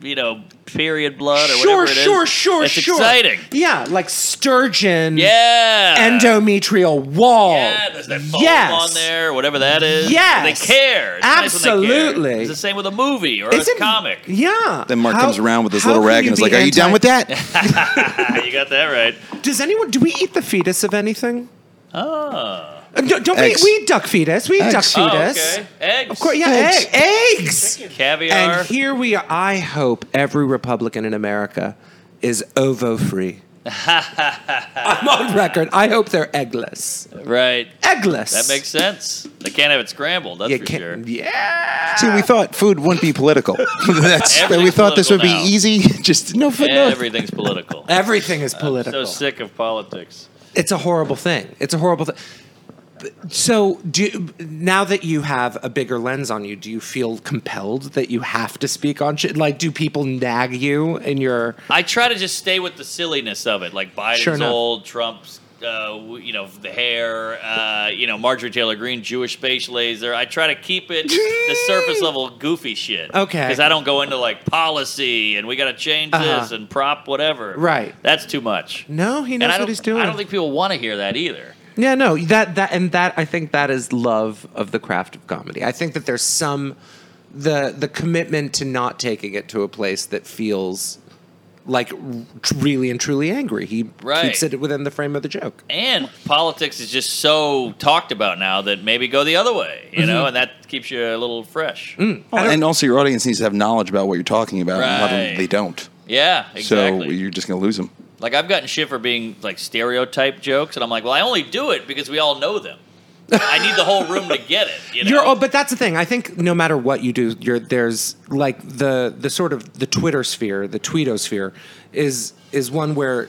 B: you know, period blood or
A: sure,
B: whatever it is.
A: sure, sure,
B: it's
A: sure.
B: exciting.
A: Yeah, like sturgeon.
B: Yeah.
A: Endometrial wall.
B: Yeah, there's that foam
A: yes.
B: on there, whatever that is.
A: Yes.
B: They care. It's nice when they care.
A: Absolutely.
B: It's the same with a movie or
A: Isn't-
B: a comic.
A: Yeah.
C: then Mark
A: How-
C: comes around with his
A: how
C: little
A: can
C: rag and is
A: be
C: like, "Are you
A: anti-
C: done with that?"
B: Ah, you got that right.
A: Does anyone? Do we eat the fetus of anything?
B: Oh.
A: Uh, do- don't we?
C: Eggs.
A: We eat duck fetus. We eat duck
C: Eggs.
B: Oh,
A: fetus.
B: okay. Eggs.
A: Of course, yeah,
C: Eggs.
A: egg- eggs.
B: Caviar.
A: And here we are. I hope every Republican in America is ovo free. I'm on record. I hope they're eggless.
B: Right.
A: Eggless.
B: That makes sense. They can't have it scrambled, that's
A: you
B: for
A: can't-
B: sure.
A: Yeah.
C: See, we thought food wouldn't be political. That's, we
B: Everything's
C: thought this would be
B: political now.
C: easy. Just no foot. no-
B: Everything's political.
A: Everything is
B: so
A: political.
B: sick of politics.
A: it's a horrible thing. It's a horrible thing. So, do you, now that you have a bigger lens on you, do you feel compelled that you have to speak on shit? Like, do people nag you in your?
B: I try to just stay with the silliness of it, like Biden's
A: Sure enough.
B: old, Trump's, uh, w- you know, the hair, uh, you know, Marjorie Taylor Greene, Jewish space laser. I try to keep it the surface level goofy shit.
A: Okay.
B: Because I don't go into like policy and we got to change this
A: Uh-huh.
B: and prop whatever.
A: Right.
B: That's too much.
A: No, he
B: and I
A: knows
B: don't,
A: what he's doing.
B: I don't think people want to hear that either.
A: Yeah, no, that that and that I think that is love of the craft of comedy. I think that there's some the the commitment to not taking it to a place that feels like r- really and truly angry. He
B: Right.
A: keeps it within the frame of the joke.
B: And politics is just so talked about now that maybe go the other way, you
C: Mm-hmm.
B: know, and that keeps you a little fresh.
C: Mm. and also, your audience needs to have knowledge about what you're talking about. And a lot of them,
B: Right.
C: they don't.
B: Yeah, exactly.
C: So you're just going to lose them.
B: Like I've gotten shit for being like stereotype jokes, and I'm like, well, I only do it because we all know them. I need the whole room to get it. You know?
A: You're, oh, but that's the thing. I think no matter what you do, you're there's like the the sort of the Twitter sphere, the Tweeto sphere, is is one where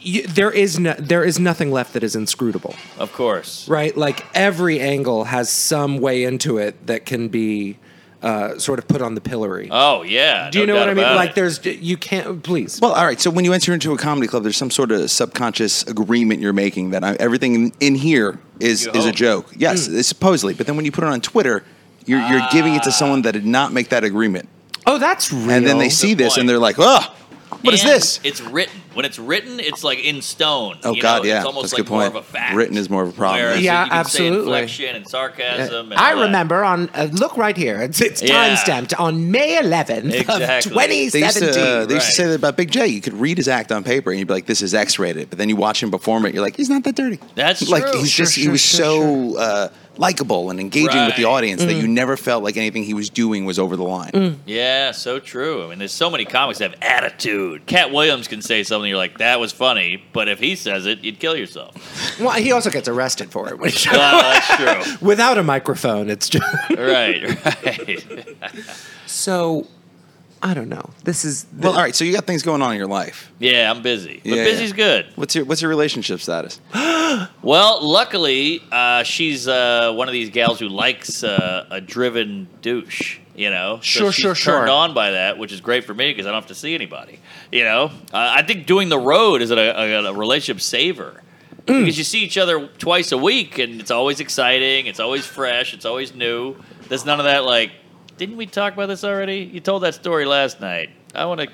A: you, there is no, there is nothing left that is inscrutable.
B: of course.
A: right? Like every angle has some way into it that can be uh, sort of put on the pillory.
B: Oh yeah.
A: Do you
B: no
A: know what
B: doubt
A: I mean?
B: about
A: Like
B: it.
A: there's you can't please.
C: Well, all right. So when you enter into a comedy club, there's some sort of subconscious agreement you're making that I, everything in, in here is
B: You
C: is a
B: hope. Mm.
C: joke. Yes, supposedly. But then when you put it on Twitter, you're, you're giving
B: Ah.
C: it to someone that did not make that agreement,
A: oh, that's real.
C: and then they see
B: Good
C: this
B: point.
C: and they're like, "Oh, what is
B: And
C: this?"
B: It's written. When it's written, it's like in stone.
C: Oh,
B: you
C: God,
B: know?
C: yeah.
B: It's almost
C: That's a
B: like
C: good
B: more of
C: point.
B: a fact.
C: Written is more of a problem.
B: Whereas
A: Yeah,
B: you can
A: absolutely.
B: Say inflection and sarcasm. And
A: I
B: all that.
A: remember on uh, look right here. It's, it's
B: Yeah.
A: time stamped on May 11th
B: Exactly.
A: of 2017.
C: They used, to, uh, they used to
B: right.
C: say that about Big J. You could read his act on paper and you'd be like, this is X rated. But then you watch him perform it, you're like, he's not that dirty.
B: That's
C: like,
B: true.
C: he's
B: Sure,
C: just, he
A: sure,
C: was
A: sure, Mm-hmm.
C: so uh, likable and engaging with the
B: Right.
C: audience that you never felt like anything he was doing was over the line.
A: Mm.
B: Yeah, so true. I mean, there's so many comics that have attitude. Cat Williams can say something you're like, "That was funny," but if he says it, you'd kill yourself.
A: Well, he also gets arrested for it. Which,
B: that's true.
A: without a microphone, it's just
B: right, right.
A: so. I don't know. This is
C: Well, all right. So you got things going on in your life.
B: Yeah, I'm busy. But
C: Yeah,
B: busy's
C: yeah.
B: good.
C: What's your What's your relationship status?
B: Well, luckily, uh, she's uh, one of these gals who likes uh, a driven douche. You know, So
A: Sure,
B: she's
A: sure, sure.
B: Turned on by that, which is great for me because I don't have to see anybody. You know, uh, I think doing the road is a, a, a relationship saver because you see each other twice a week, and it's always exciting, it's always fresh, it's always new. There's none of that like, didn't we talk about this already? You told that story last night. I want to.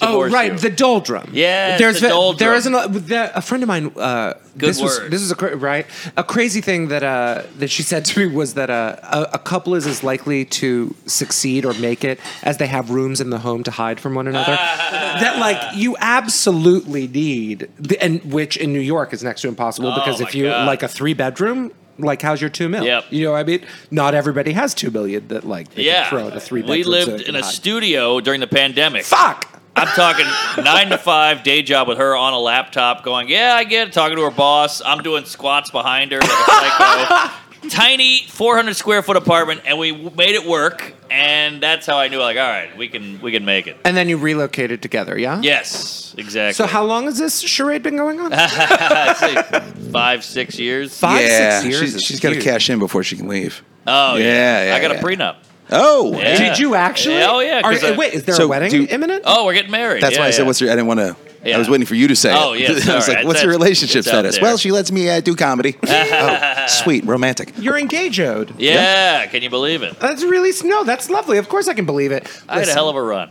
A: Oh right, the doldrum.
B: Yes, the
A: ve-
B: doldrum.
A: There is an, the, a friend of mine. Uh,
B: Good
A: this
B: word.
A: Was, this is a cra- right a crazy thing that uh, that she said to me was that uh, a, a couple is as likely to succeed or make it as they have rooms in the home to hide from one another. that like you absolutely need, the, and which in New York is next to impossible
B: Oh,
A: because
B: my
A: if you
B: God.
A: like a three bedroom. Like how's your two mil?
B: Yep.
A: You know what I mean? Not everybody has two million that like they
B: yeah,
A: can throw at a three bedroom.
B: we lived in a studio during the pandemic.
A: fuck.
B: I'm talking nine to five day job with her on a laptop, going, yeah, I get it. Talking to her boss, I'm doing squats behind her. Like a psycho. Tiny 400 square foot apartment, and we w- made it work. And that's how I knew, like, all right, we can we can make it.
A: And then you relocated together, yeah?
B: Yes, exactly.
A: So how long has this charade been going on?
B: I'd say five six years.
A: Five,
C: yeah,
A: six years.
C: she's,
A: is
C: she's got to
A: huge.
C: cash in before she can leave.
B: Oh yeah,
C: Yeah, yeah,
B: I got
C: yeah.
B: a prenup.
C: Oh,
B: Yeah.
C: hey.
A: Did you actually?
B: Yeah, oh, yeah,
A: Are-
B: 'cause I-
A: wait, is there
C: So
A: a wedding
C: do-
A: imminent?
B: Oh, we're getting married.
C: that's
B: yeah,
C: why I said,
B: yeah.
C: "What's your?" I didn't want to.
B: Yeah.
C: I was waiting for you to say.
B: Oh,
C: it.
B: yes,
C: I was
B: all
C: like,
B: right.
C: "What's your
B: That's-
C: relationship
B: it's out
C: status?"
B: there.
C: Well, she lets me uh, do comedy. oh, sweet, romantic.
A: You're engaged. Ode.
B: Yeah, can you believe it?
A: That's really s- no. That's lovely. Of course, I can believe it.
B: I had a
A: Listen,
B: hell of a run.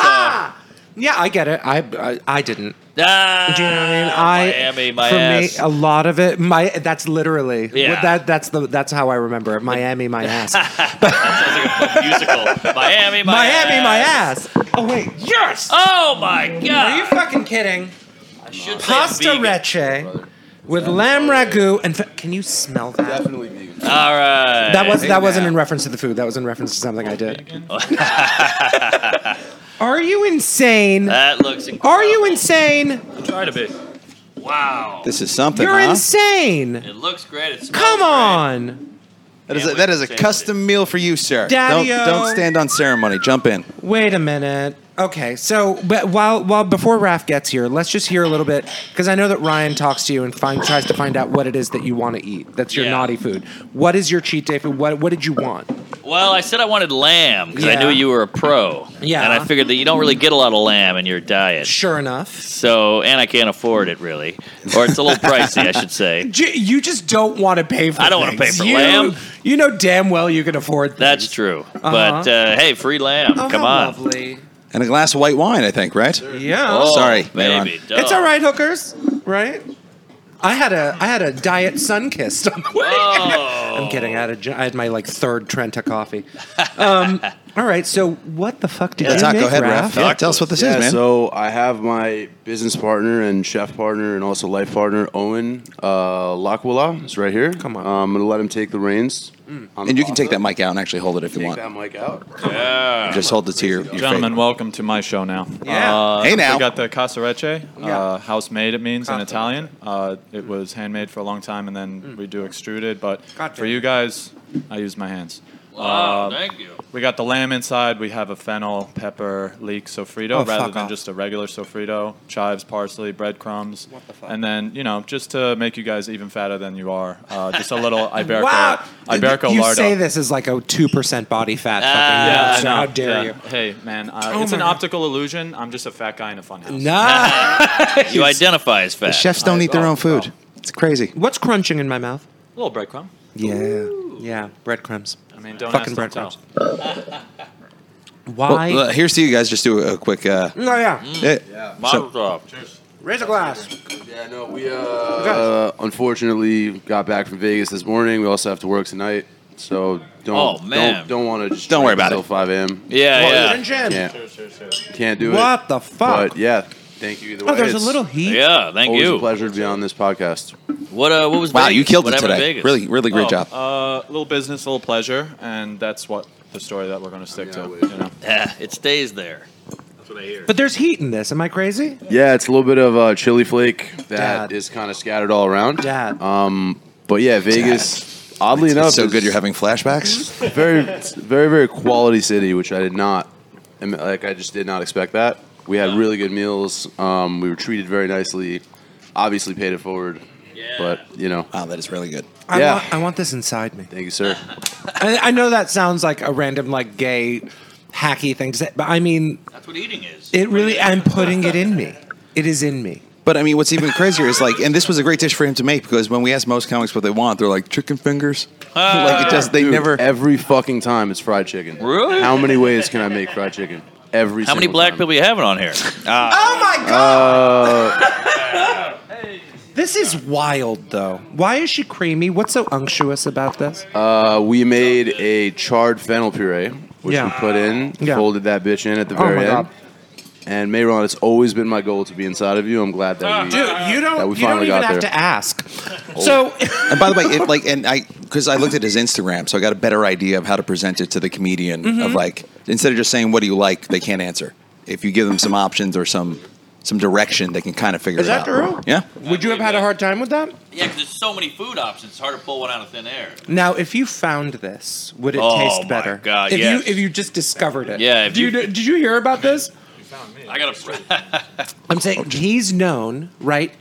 B: So-
A: yeah, I get it. I I, I didn't.
B: Ah,
A: Do you know what I mean? I
B: Miami, my
A: for
B: ass.
A: me, a lot of it. My that's literally.
B: Yeah.
A: That that's the that's how I remember it. Miami, my ass.
B: Sounds like a musical. Miami, my
A: Miami, my
B: ass.
A: ass. Oh wait, yes.
B: Oh my god!
A: Are you fucking kidding?
B: I should say
A: Pasta
B: vegan.
A: reche with lamb ragu and fa- can you smell that?
E: Definitely vegan.
B: All right.
A: That was that
C: Amen.
A: wasn't in reference to the food. That was in reference to something I did. Are you insane?
B: That looks incredible.
A: Are you insane?
B: Try to be. Wow.
C: This is something.
A: You're
C: huh?
A: insane.
B: It looks great. It smells
A: Come
B: great.
A: on.
C: That is a, that is a
B: Changed it.
C: custom meal for you, sir. Don't,
A: Daddy-o.
C: don't stand on ceremony. Jump in.
A: Wait a minute. Okay, so but while while before Raph gets here, let's just hear a little bit because I know that Ryan talks to you and find, tries to find out what it is that you want to eat. That's your
B: Yeah.
A: naughty food. What is your cheat day food? What what did you want?
B: Well, I said I wanted lamb because I
A: Yeah.
B: knew you were a pro.
A: Yeah.
B: And I figured that you don't really get a lot of lamb in your diet.
A: Sure enough,
B: So, and I can't afford it really, or it's a little pricey, I should say.
A: J- you just don't want to pay for.
B: I don't wanna
A: things.
B: pay for
A: you,
B: lamb.
A: You know damn well you can afford. That.
B: That's true. But uh, hey, free lamb.
A: Uh-huh. Oh,
B: Come
A: how
B: on.
A: Lovely.
C: And a glass of white wine, I think, right?
A: Yeah.
B: Oh,
C: Sorry,
B: maybe.
C: Mayron.
B: Duh.
A: It's all right, hookers. Right? I had a I had a diet sun kissed on the way.
B: Oh.
A: I'm kidding. I had a gi- I had my like third Trenta coffee. Um, all right. So what the fuck did
C: Yeah,
A: you
C: Taco,
A: make,
C: go ahead,
A: Raph?
C: Raph. Yeah, tell us what this is, man.
E: So I have my business partner and chef partner and also life partner Owen uh, Lakwala is right here. Um,
A: Come on.
E: I'm gonna let him take the reins. on
C: and
E: the
C: you can take
E: pasta.
C: that mic out and actually hold it if you
E: Take
C: want.
E: that mic out.
C: Just hold it to your, your face.
F: Gentlemen, welcome to my show now.
A: Yeah.
F: Uh,
C: Hey, now.
F: We got the Casa Reche,
A: Yeah.
F: uh, house made, it means
A: Casa Mm.
F: in Italian. Uh, it was handmade for a long time, and then we do extruded. But
A: Gotcha.
F: for you guys, I use my hands.
B: Wow,
F: Uh,
B: thank you.
F: we got the lamb inside. We have a fennel, pepper, leek sofrito
A: Oh,
F: rather
A: fuck
F: than
A: off.
F: just a regular sofrito, chives, parsley, breadcrumbs. And then, you know, just to make you guys even fatter than you are, uh, just a little Iberico, Uh,
A: Wow.
F: Iberico
A: you
F: lardo.
A: say this is like a two percent body fat.
B: Ah,
A: fucking
F: Yeah,
A: nuts.
F: I know.
A: How dare
F: Yeah.
A: you?
F: Hey, man, uh,
A: Oh
F: it's
A: my
F: an
A: God.
F: optical illusion. I'm just a fat guy in a funhouse.
A: Nah.
B: You identify as fat.
C: Chefs don't eat their
F: oh,
C: own food. It's crazy.
A: What's crunching in my mouth?
F: A little breadcrumb.
A: Yeah. Yeah. Breadcrumbs.
F: I mean, don't
A: Fucking
F: ask, don't tell.
A: breadcrumbs. Why?
C: Well, uh, here's to you guys. Just do a, a quick. Uh,
A: oh yeah.
C: eh,
B: Mazel
C: so-
B: tov.
A: Raise a glass.
E: Yeah, no, we uh, uh, unfortunately got back from Vegas this morning. We also have to work tonight, so don't
B: Oh, man.
E: don't, don't want to just
C: Don't worry
E: drink
C: about
E: until
C: it.
E: 5 a.m.
B: Yeah,
A: Well,
B: yeah.
A: gin.
E: Can't, can't do it.
A: What the fuck?
E: But yeah, thank you either way.
A: oh, there's a
E: It's
A: little heat.
B: Yeah, thank
E: Always
B: you.
E: a pleasure to be on this podcast.
B: What uh, what was
C: wow,
B: Vegas?
C: you killed
B: What
C: it
B: happened in
C: today.
B: Vegas?
C: Really, really great
F: Oh,
C: job.
F: Uh, little business, little pleasure, and that's what the story that we're going to stick
E: Yeah,
F: to.
E: we-
F: You know?
B: Yeah, it stays there.
G: That's what I hear.
A: But there's heat in this. Am I crazy?
E: Yeah, it's a little bit of uh, chili flake that
A: Dad.
E: is kind of scattered all around.
A: Dad.
E: Um, but yeah, Vegas. Oddly enough,
C: so
E: is
C: good you're having
A: Mm-hmm.
C: flashbacks.
E: very, it's a very, very quality city, which I did not, I mean, like I just did not expect that. We had really good meals. Um, we were treated very nicely. Obviously, paid it forward. But you know,
C: wow, that is really good.
A: I,
E: Yeah.
A: want, I want this inside me.
E: thank you, sir.
A: I, I know that sounds like a random, like gay, hacky thing, to say, but I mean,
B: That's what eating is.
A: it really. I'm putting it in me. It is in me.
C: But I mean, what's even crazier is like, and this was a great dish for him to make because when we ask most comics what they want, they're like chicken fingers.
A: Ah,
C: like it just they
E: Dude,
C: never.
E: every fucking time it's fried chicken.
B: Really?
E: How many ways can I make fried chicken? Every.
B: How many
E: single
B: black
E: time.
B: people you having on here?
A: Oh my god! this is wild, though. Why is she creamy? What's so unctuous about this?
E: Uh, we made a charred fennel puree, which
A: Yeah.
E: we put in,
A: Yeah.
E: folded that bitch in at the
A: Oh
E: very
A: my
E: end.
A: God.
E: And Mayron, it's always been my goal to be inside of you. I'm glad
B: Ah,
E: that we.
A: Dude, you
E: That we
A: don't. You don't
E: finally
A: even
E: got
A: have
E: there. Oh.
A: to ask. So,
C: And by the way, it, like, and I because I looked at his Instagram, so I got a better idea of how to present it to the comedian.
A: Mm-hmm.
C: Of like, instead of just saying what do you like, they can't answer. If you give them some options or some some direction, they can kind of figure
A: Is
C: it
A: that
C: out.
A: true?
C: Yeah.
A: would you have had a hard time with that?
B: yeah, because there's so many food options. It's hard to pull one out of thin air.
A: Now, if you found this, would it
B: Oh
A: taste
B: my
A: better?
B: God,
A: if
B: yes.
A: you if you just discovered it.
B: Yeah, if
A: Do you,
B: you-
A: did you hear about this?
B: I got a.
A: I'm saying he's known, right?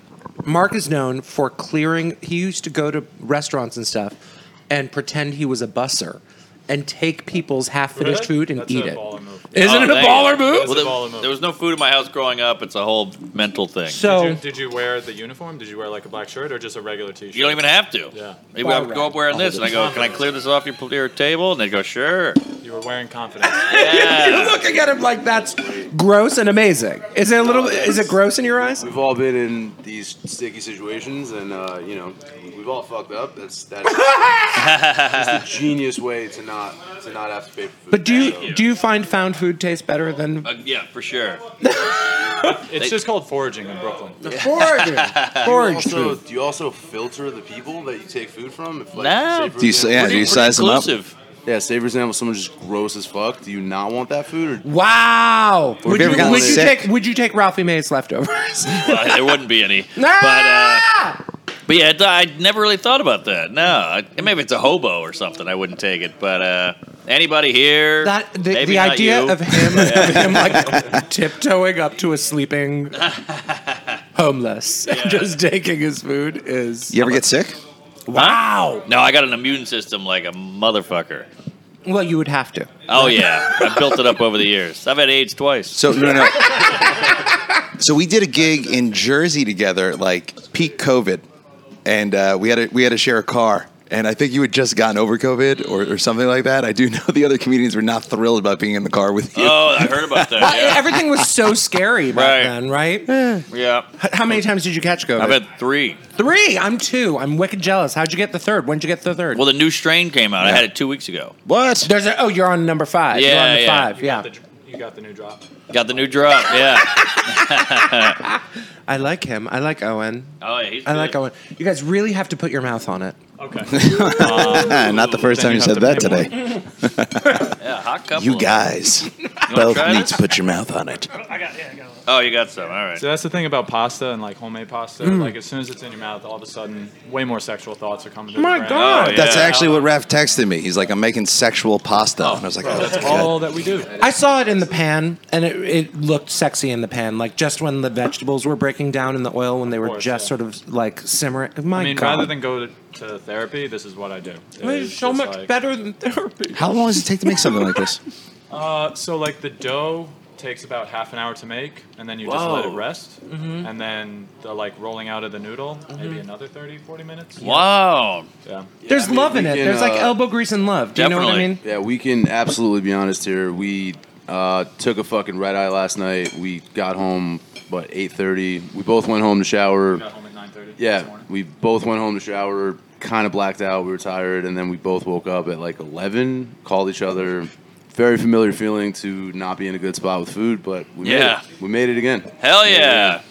A: Mark is known for clearing. He used to go to restaurants and stuff and pretend he was a busser and take people's half finished food and
F: That's
A: eat
F: a
A: it.
F: baller move.
B: Oh,
A: Isn't it a baller move?
F: That's a
B: there,
F: baller move.
B: there was no food in my house growing up. It's a whole mental thing.
A: So
F: Did you, did you wear the uniform? Did you wear like a black shirt or just a regular t-shirt?
B: you don't even have to.
F: Yeah.
B: Maybe I would go up wearing this, and I go, "Can I clear this off your, your table?" And they go, "Sure."
F: You were wearing confidence.
A: you're looking at him like that's gross and amazing. Is it a little? Is it gross in your eyes?
E: We've all been in these sticky situations, and uh, you know, we've all fucked up. That's that's just a genius way to not to not have to pay for food.
A: But do
E: So,
A: you do you find found food tastes better than
B: Uh, yeah, for sure.
F: It's just called foraging in Brooklyn.
A: foraging? Foraged
E: also,
A: food.
E: do you also filter the people that you take food from? If, like,
B: Nah.
E: say, for
C: Do you-
E: example-
C: yeah,
B: Pretty-
C: do you
B: pretty
C: size them up?
B: inclusive.
E: yeah. Say for example, someone just gross as fuck. Do you not want that food? Or
A: Wow. Would
C: ever
A: you,
C: gotten
A: would you
C: sick?
A: take would you take Ralphie May's leftovers?
B: Well, Uh, there wouldn't be any.
A: Ah!
B: But uh, but yeah, I I never really thought about that. No, I, maybe it's a hobo or something. I wouldn't take it. But uh, anybody here?
A: That the,
B: Maybe
A: the
B: not
A: idea
B: you.
A: of him of him like tiptoeing up to a sleeping homeless and just taking his food is
C: You ever get sick?
A: wow.
B: No, I got an immune system like a motherfucker.
A: Well, you would have to.
B: Oh yeah, I built it up over the years. I've had AIDS twice.
C: So no, no. no. so we did a gig in Jersey together, like peak COVID, and uh, we had a, we had to share a car. And I think you had just gotten over COVID or, or something like that. I do know the other comedians were not thrilled about being in the car with you.
B: Oh, I heard about that.
A: Everything was so scary back
B: Right.
A: then, right? Eh.
B: Yeah, yeah.
A: H- How many times did you catch COVID?
B: I've had three.
A: Three. I'm two. I'm wicked jealous. How'd you get the third? When'd you get the third?
B: Well, the new strain came out. I had it two weeks ago.
C: What?
A: There's a, oh, you're on number five. you're
B: Yeah,
A: on the
B: yeah.
A: five.
F: You
A: Yeah.
F: got the dr- you got the new drop.
B: Got the new drop. Yeah.
A: I like him. I like Owen.
B: Oh yeah, he's
A: I like
B: good.
A: Owen. You guys really have to put your mouth on it.
F: Okay.
C: not the first
F: Then
C: time you
F: you
C: said that
F: have to pay
C: today.
B: Yeah, hot couple.
C: You guys
B: You wanna
C: both
B: try
C: need
B: this?
C: to put your mouth on it.
D: I got, yeah, I got one.
B: Oh, you got some. All right.
F: So that's the thing about pasta and like homemade pasta.
A: Mm.
F: Like as soon as it's in your mouth, all of a sudden, way more sexual thoughts are coming. To
A: My
F: the brain.
A: God.
B: yeah.
C: That's actually what Raph texted me. He's like, I'm making sexual pasta. and I was like, oh,
F: That's
C: God.
F: all that we do.
A: I saw it in the pan, and it, it looked sexy in the pan. Like just when the vegetables were breaking down in the oil, when they were
F: course,
A: just
F: yeah.
A: sort of like simmering. My
F: I mean,
A: God,
F: rather than go to, to therapy, this is what I do. It
A: it's
F: is
A: so
F: just,
A: much
F: like-
A: better than therapy.
C: How long does it take to make something like this?
F: Uh, so like the dough takes about half an hour to make, and then you just let it
B: Whoa.
F: rest,
A: Mm-hmm.
F: and then the like rolling out of the noodle, maybe another 30, 40 minutes.
B: Wow.
F: Yeah.
A: There's
E: I mean,
A: love in
E: we
A: it.
E: can,
A: There's like
E: uh,
A: elbow grease and love. Do you know what I
B: Definitely.
A: mean?
E: Yeah, we can absolutely be honest here. We uh, took a fucking red eye last night. We got home what eight thirty. We both went home to shower.
F: Got home at nine thirty.
E: Yeah, we both went home to shower. Kind of blacked out. We were tired, and then we both woke up at like eleven. Called each other. Very familiar feeling to not be in a good spot with food, but we
B: Yeah.
E: made it. we made it again.
B: Hell yeah.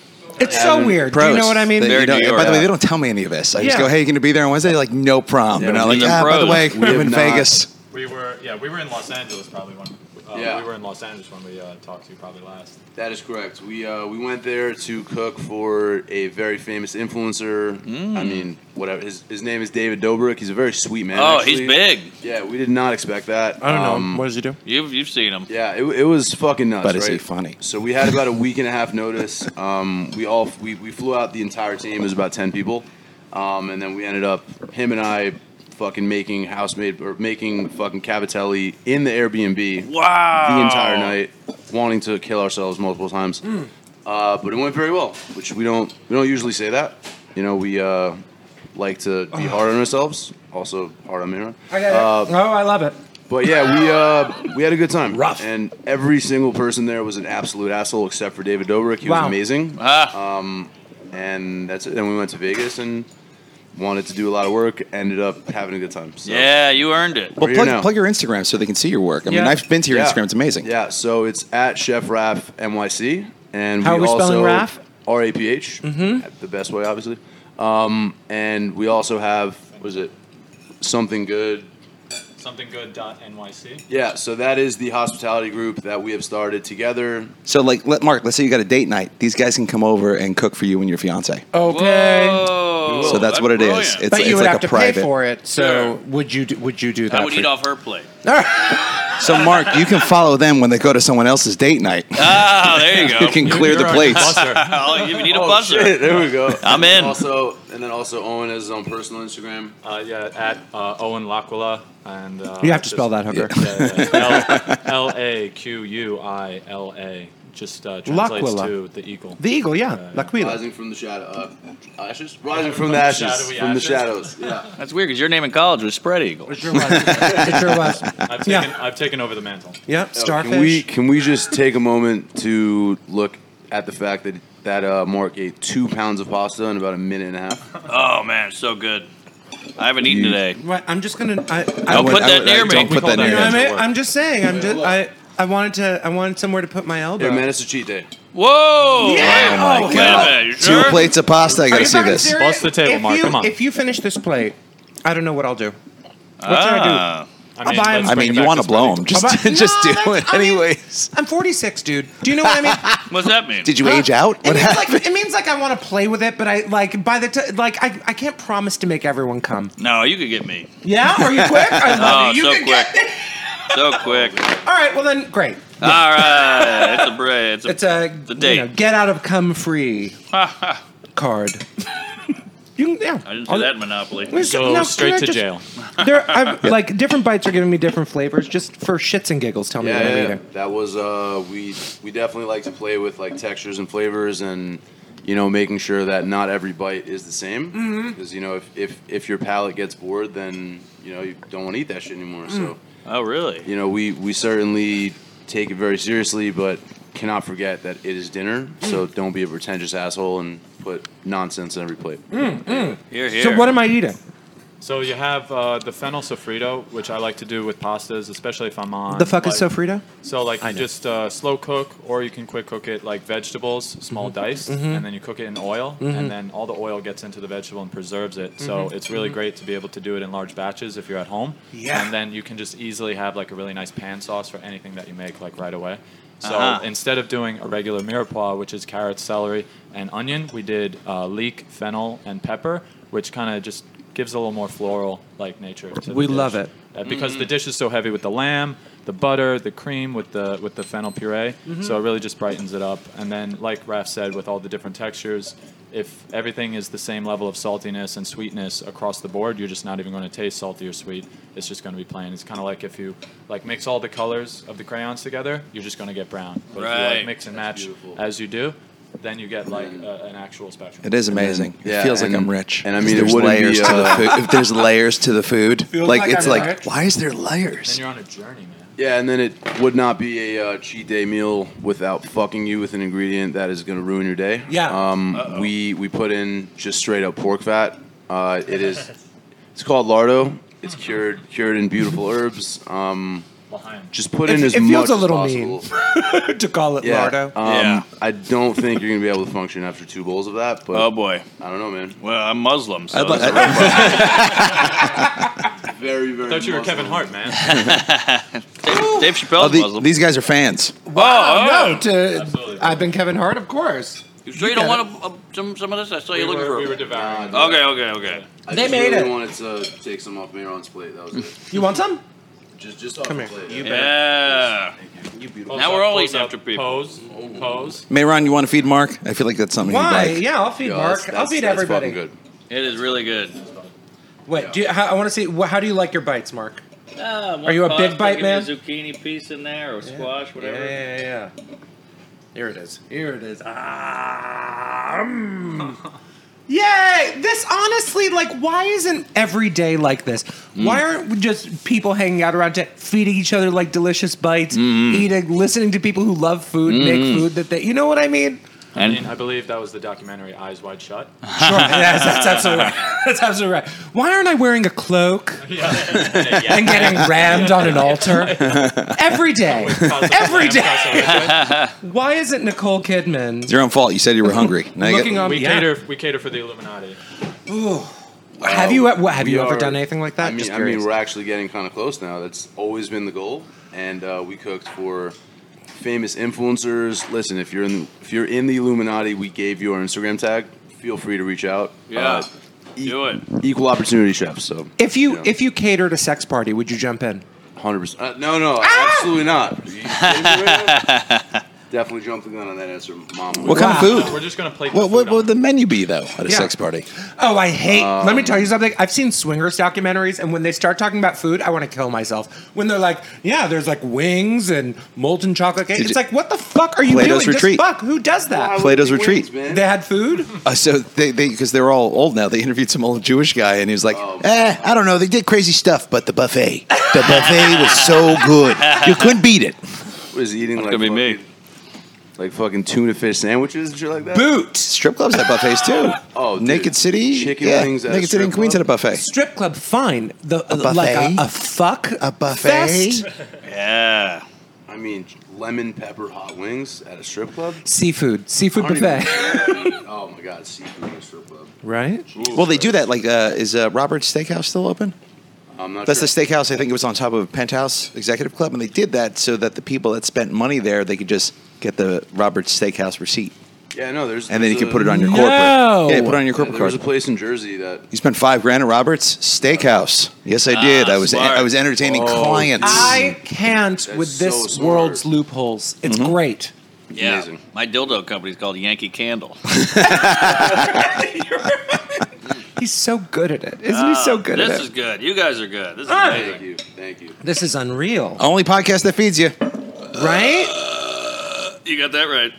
A: It's so weird. Do you know
C: Pros.
A: what I mean?
C: They-
B: Very
C: you don't-
B: New York.
C: by the way, they don't tell me any of this. I just
A: Yeah.
C: go, "Hey, you going to be there on Wednesday?" They're like, no problem.
E: Yeah,
C: and
E: we
C: I'm like,
B: need
C: yeah,
B: them
C: by the
B: pros.
C: way,
E: We
C: I'm
E: have
C: in
E: not-
C: Vegas.
F: We were yeah we were in Los Angeles probably when uh, Uh,
E: Yeah.
F: We were in Los Angeles when we uh, talked to you probably last.
E: That is correct. We uh, we went there to cook for a very famous influencer.
B: Mm.
E: I mean, whatever. His, his name is David Dobrik. He's a very sweet man.
B: Oh, he's
E: actually.
B: big.
E: Yeah, we did not expect that.
G: I don't
E: Um,
G: know. What does he do?
B: You've you've seen him.
E: Yeah, it, it was fucking nuts.
C: But
E: right?
C: is he funny?
E: So we had about a week and a half notice. Um, we all we, we flew out the entire team. It was about ten people, um, and then we ended up him and I fucking making housemaid or making fucking cavatelli in the Airbnb
B: Wow.
E: the entire night, wanting to kill ourselves multiple times.
A: Hmm.
E: Uh, but it went very well, which we don't we don't usually say that. You know, we uh, like to be hard on ourselves, also hard on Uh, me.
A: I got it. oh, I love it.
E: But yeah, we uh, we had a good time.
A: Rough.
E: And every single person there was an absolute asshole, except for David Dobrik. He
A: Wow.
E: was amazing.
B: Ah,
E: And that's it. Then we went to Vegas and wanted to do a lot of work. Ended up having a good time. So.
B: yeah, you earned it.
E: We're
C: Well,
E: here now.
C: plug, plug your Instagram so they can see your work. I mean,
A: Yeah.
C: I've been to your
E: Yeah.
C: Instagram; it's amazing.
E: Yeah. So it's at Chef Raff NYC, and
A: How
E: we
A: are we
E: also,
A: spelling Mm-hmm. Raff?
E: R A P H, Uh, the best way, obviously. Um, and we also have was it something good
F: Something good. NYC.
E: yeah so that is the hospitality group that we have started together
C: So, like, let Mark. Let's say you got a date night. These guys can come over and cook for you and your fiance.
A: Okay.
B: Whoa,
C: so that's, what it is.
B: brilliant.
C: It's,
A: But
C: it's
A: you would
C: like
A: have
C: a
A: to
C: private.
A: pay for it. So
B: Sure.
A: would you do, would you do that?
B: I would
A: for-
B: eat off her plate.
C: So, Mark, you can follow them when they go to someone else's date night.
B: Ah, there you go.
C: you can clear the plates.
B: I'll- you need a buzzer.
E: shit, there we go
B: I'm in.
E: also and then also owen has his own personal instagram
F: Uh, yeah, at uh, Owen Laquila. And, uh,
A: You have to
F: just-
A: spell that, hooker.
F: Yeah, yeah. L A Q U I L A. Just uh, translates
A: Laquila.
F: to the eagle.
A: The eagle, yeah, Laquila.
E: rising from the shadow uh, ashes rising from the ashes
F: shadowy
E: from the
F: ashes.
E: shadows yeah
B: That's weird because your name in college was Spread Eagle.
A: It's your was. It's your was.
F: I've
A: Yeah.
F: taken, I've taken over the mantle.
A: Yeah, starfish.
E: Can we can we just take a moment to look at the fact that that uh, Mark ate two pounds of pasta in about a minute and a half?
B: Oh man, it's so good. I haven't eaten
C: You-
B: today.
A: Right, I'm just gonna. I, I,
C: I
B: Don't
C: would-
B: put
C: I
B: that
C: would-
B: near
C: I
B: me.
C: Don't
B: We
C: put that
A: you know,
C: near
A: what I
C: me.
A: mean? I'm just saying. I'm just. I. I wanted to. I wanted somewhere to put my elbow.
E: Hey, man, it's a cheat day.
B: Whoa!
A: Yeah!
C: Oh my
A: Oh,
B: Wait a
C: god!
B: minute, you
C: Two
B: sure?
C: plates of pasta. I
A: Are
C: gotta
A: you
C: see
A: fucking
C: this.
A: serious?
F: Bust the table,
A: if
F: Mark,
A: you,
F: come on.
A: If you finish this plate, I don't know what I'll do. What should I do?
B: Ah,
F: I
A: buy him.
F: let's
C: I mean,
F: bring it
C: you
F: back
C: want to
F: this
C: blow
F: morning.
C: them? Just,
A: How about-
C: just
A: No,
C: do
A: that's-
C: it
A: I mean-
C: anyways.
A: I'm 46, dude. Do you know what I mean?
B: What's that mean?
C: Did you age out?
A: It
C: What
A: means,
C: happened?
A: like, it means like I want to play with it, but I like by the time like I, I can't promise to make everyone come.
B: No, you could get me
A: Yeah, are you quick? I love
B: Oh,
A: you. You
B: so
A: can get
B: quick. so quick.
A: All right, well then, great.
B: All right, it's a bread. It's a,
A: It's a,
B: It's a date.
A: You know, get out of come free card. you can, yeah.
B: I didn't see that in Monopoly.
A: Wait,
F: Go
A: no,
F: straight
A: can I
F: to
A: just-
F: jail.
A: There, I've, like different bites are giving me different flavors. Just for shits and giggles, tell me
E: Yeah,
A: what I'm
E: yeah, yeah.
A: eating.
E: that was uh, we we definitely like to play with like textures and flavors and you know making sure that not every bite is the same because you know if, if if your palate gets bored then you know you don't want to eat that shit anymore. So
B: Oh, really?
E: you know, we, we certainly take it very seriously, but cannot forget that it is dinner. So don't be a pretentious asshole and put nonsense in every plate.
B: Here, here.
A: So what am I eating?
F: So you have uh, the fennel sofrito, which I like to do with pastas, especially if I'm on.
A: The fuck is
F: like-
A: sofrito?
F: So like you just uh, slow cook, or you can quick cook it like vegetables, small
A: Mm-hmm.
F: diced, and then you cook it in oil, and then all the oil gets into the vegetable and preserves it. So
A: Mm-hmm.
F: it's really great to be able to do it in large batches if you're at home.
A: Yeah.
F: And then you can just easily have like a really nice pan sauce for anything that you make like right away. So
B: Uh-huh.
F: instead of doing a regular mirepoix, which is carrot, celery, and onion, we did uh, leek, fennel, and pepper, which kind of just gives a little more floral like nature. To the
A: We love
F: dish.
A: it.
F: Uh, because
B: Mm-hmm.
F: the dish is so heavy with the lamb, the butter, the cream with the with the fennel puree.
B: Mm-hmm.
F: So it really just brightens it up. And then, like Raf said, with all the different textures, if everything is the same level of saltiness and sweetness across the board, you're just not even going to taste salty or sweet. It's just going to be plain. It's kind of like if you like mix all the colors of the crayons together, you're just going to get brown. But if you
B: Right. Mm-hmm.
F: like mix and match
E: beautiful.
F: as you do, then you get like a, an actual spectrum.
C: It is amazing.
E: Yeah,
C: it feels
E: and-
C: like I'm rich.
E: and I
C: 'Cause
E: mean, it
C: there's
E: wouldn't be,
C: layers to the
E: uh,
C: food. If there's layers to the food, like,
A: like
C: it's
A: I'm
C: like,
A: rich.
C: why is there
F: Then
C: layers?
F: you're on a journey, man.
E: Yeah, and then it would not be a uh, cheat day meal without fucking you with an ingredient that is going to ruin your day.
A: Yeah.
E: Um, we we put in just straight up pork fat. Uh, it is, it's called lardo. It's cured cured in beautiful herbs. Um,
F: Behind.
E: just put in
A: It-
E: as
A: it feels
E: much
A: a little
E: as
A: mean.
E: possible.
A: to call it
E: Yeah.
A: lardo.
E: Um,
B: Yeah.
E: I don't think you're going to be able to function after two bowls of that, but
B: Oh boy.
E: I don't know, man.
B: Well, I'm Muslim, so
C: I'd like-
B: that's a-
E: Very, very.
F: I thought you were Kevin Hart, man.
A: you?
B: Dave
C: Oh,
B: Chappelle's
C: the-
B: Muslim.
C: these guys are fans.
B: Oh!
A: Wow, no, to-
F: Absolutely.
A: I've been Kevin Hart, of course.
B: you sure you don't want a, a, some some of this? I saw you
F: we,
B: looking
F: were,
B: for.
F: we were
B: it.
F: devouring.
B: okay, okay, okay.
E: I
A: They
E: just
A: made
E: really
A: it.
E: wanted to take some off Mayron's plate. That was it.
A: You want some?
E: just, just off
D: Come
E: the
D: here.
E: plate.
D: You
E: yeah.
B: Yeah.
E: You beautiful.
F: Close
B: Now we're
F: up,
B: all
F: close
B: eating
F: up.
B: after people.
F: Pose, pose.
C: Mayron, you want to feed Mark? I feel like that's something
A: Why?
C: he'd like.
A: Yeah, I'll feed
E: Yeah,
A: Mark.
E: that's-
A: I'll
E: that's-
A: feed
E: that's
A: everybody.
E: fucking good.
B: It is really good.
A: Wait, do you, how, I want to see. wh- How do you like your bites, Mark? Are you a big pasta, bite give me a man?
B: zucchini piece in there or squash, whatever.
A: Yeah, yeah, yeah. Here it is. Here it is. Ah, mm. Yay! This honestly, like, why isn't every day like this?
B: Mm.
A: Why aren't we just people hanging out around, to feeding each other like delicious bites,
B: Mm.
A: eating, listening to people who love food make food that they, you know what I mean?
F: I mean, I believe that was the documentary Eyes Wide Shut.
A: Sure, yes, that's absolutely right. That's absolutely right. Why aren't I wearing a cloak and getting rammed on an altar every day? Every day. Why isn't Nicole Kidman
C: It's your own fault. You said you were hungry. Now you
A: looking
C: get,
A: on?
F: we
A: yeah.
F: cater we cater for the Illuminati.
A: Have you e-, what, have
E: We
A: you ever
E: are-
A: done anything like that?
E: I mean,
A: Just
E: I mean,
A: curious.
E: we're actually getting kind of close now. That's always been the goal, and uh, we cooked for famous influencers. Listen, if you're in if you're in the Illuminati, we gave you our Instagram tag. Feel free to reach out.
B: Yeah.
E: Uh,
B: Do it.
E: Equal opportunity chefs. So
A: if you
E: Yeah.
A: if you catered a sex party, would you jump in?
E: hundred percent. Uh, no, no,
B: Ah!
E: absolutely not. Are you kidding me right now? Definitely jumped the gun on that answer, Mom.
C: what kind of
F: We're
C: food?
F: just gonna plate. the
C: What, what
F: food
C: what would
F: on.
C: the menu be though at a
A: Yeah.
C: sex party?
A: Oh, I hate.
E: Uh,
A: let me tell you something. I've seen swingers documentaries, and when they start talking about food, I want to kill myself. When they're like, "Yeah, there's like wings and molten chocolate cake,"
C: Did
A: it's
C: you-
A: like, "What the fuck are you
C: Plato's
A: doing?
C: Retreat.
A: Just fuck. Who does
E: Ah,
A: that?"
C: Plato's retreat.
E: man.
A: They had food.
C: Uh, so they they because they're all old now. They interviewed some old Jewish guy and he was like,
E: Oh.
C: eh, I don't know. They did crazy stuff, but the buffet, the buffet was so good, you couldn't beat it.
E: was he eating like
B: gonna be me.
E: fucking- Like fucking tuna fish sandwiches and shit like that.
A: Boot.
C: Strip clubs had buffets too.
E: Oh, dude.
C: Naked City,
E: Chicken
C: yeah,
E: wings at a
C: Naked City in
E: strip
C: Queens had
E: club?
C: a buffet.
A: Strip club, fine. The
C: A
A: like a,
C: buffet?
A: a fuck
C: A buffet.
A: fest.
B: Yeah.
E: I mean, lemon pepper hot wings at a strip club.
A: Seafood, seafood
E: I don't even-
A: buffet.
E: oh my god, seafood at a strip club.
A: Right.
C: Well, they do that. Like, uh, is uh, Robert's Steakhouse still open?
E: I'm not
C: That's
E: sure.
C: the steakhouse. I think it was on top of Penthouse Executive Club, and they did that so that the people that spent money there they could just get the Robert's Steakhouse receipt,
E: Yeah, no, there's.
C: and then you
E: there's
C: can
E: a-
C: put it on your
A: No.
C: corporate. Yeah, put it on your
E: Yeah,
C: corporate
E: there
C: card.
E: was a place in Jersey that.
C: you spent five grand at Robert's Steakhouse. Yes, I did. I was
B: smart.
C: I was entertaining
E: Ah, Oh,
C: clients.
A: I can't with
E: so
A: this
E: smart.
A: world's loopholes. It's great.
B: Yeah.
E: Amazing.
B: My dildo company's called Yankee Candle.
A: He's so good at it. Isn't he so good at
B: this
A: it?
B: is good. You guys are good. This is
E: Thank
B: amazing.
E: you, thank you.
A: this is unreal,
C: Only podcast that feeds you.
A: right?
B: You got that right.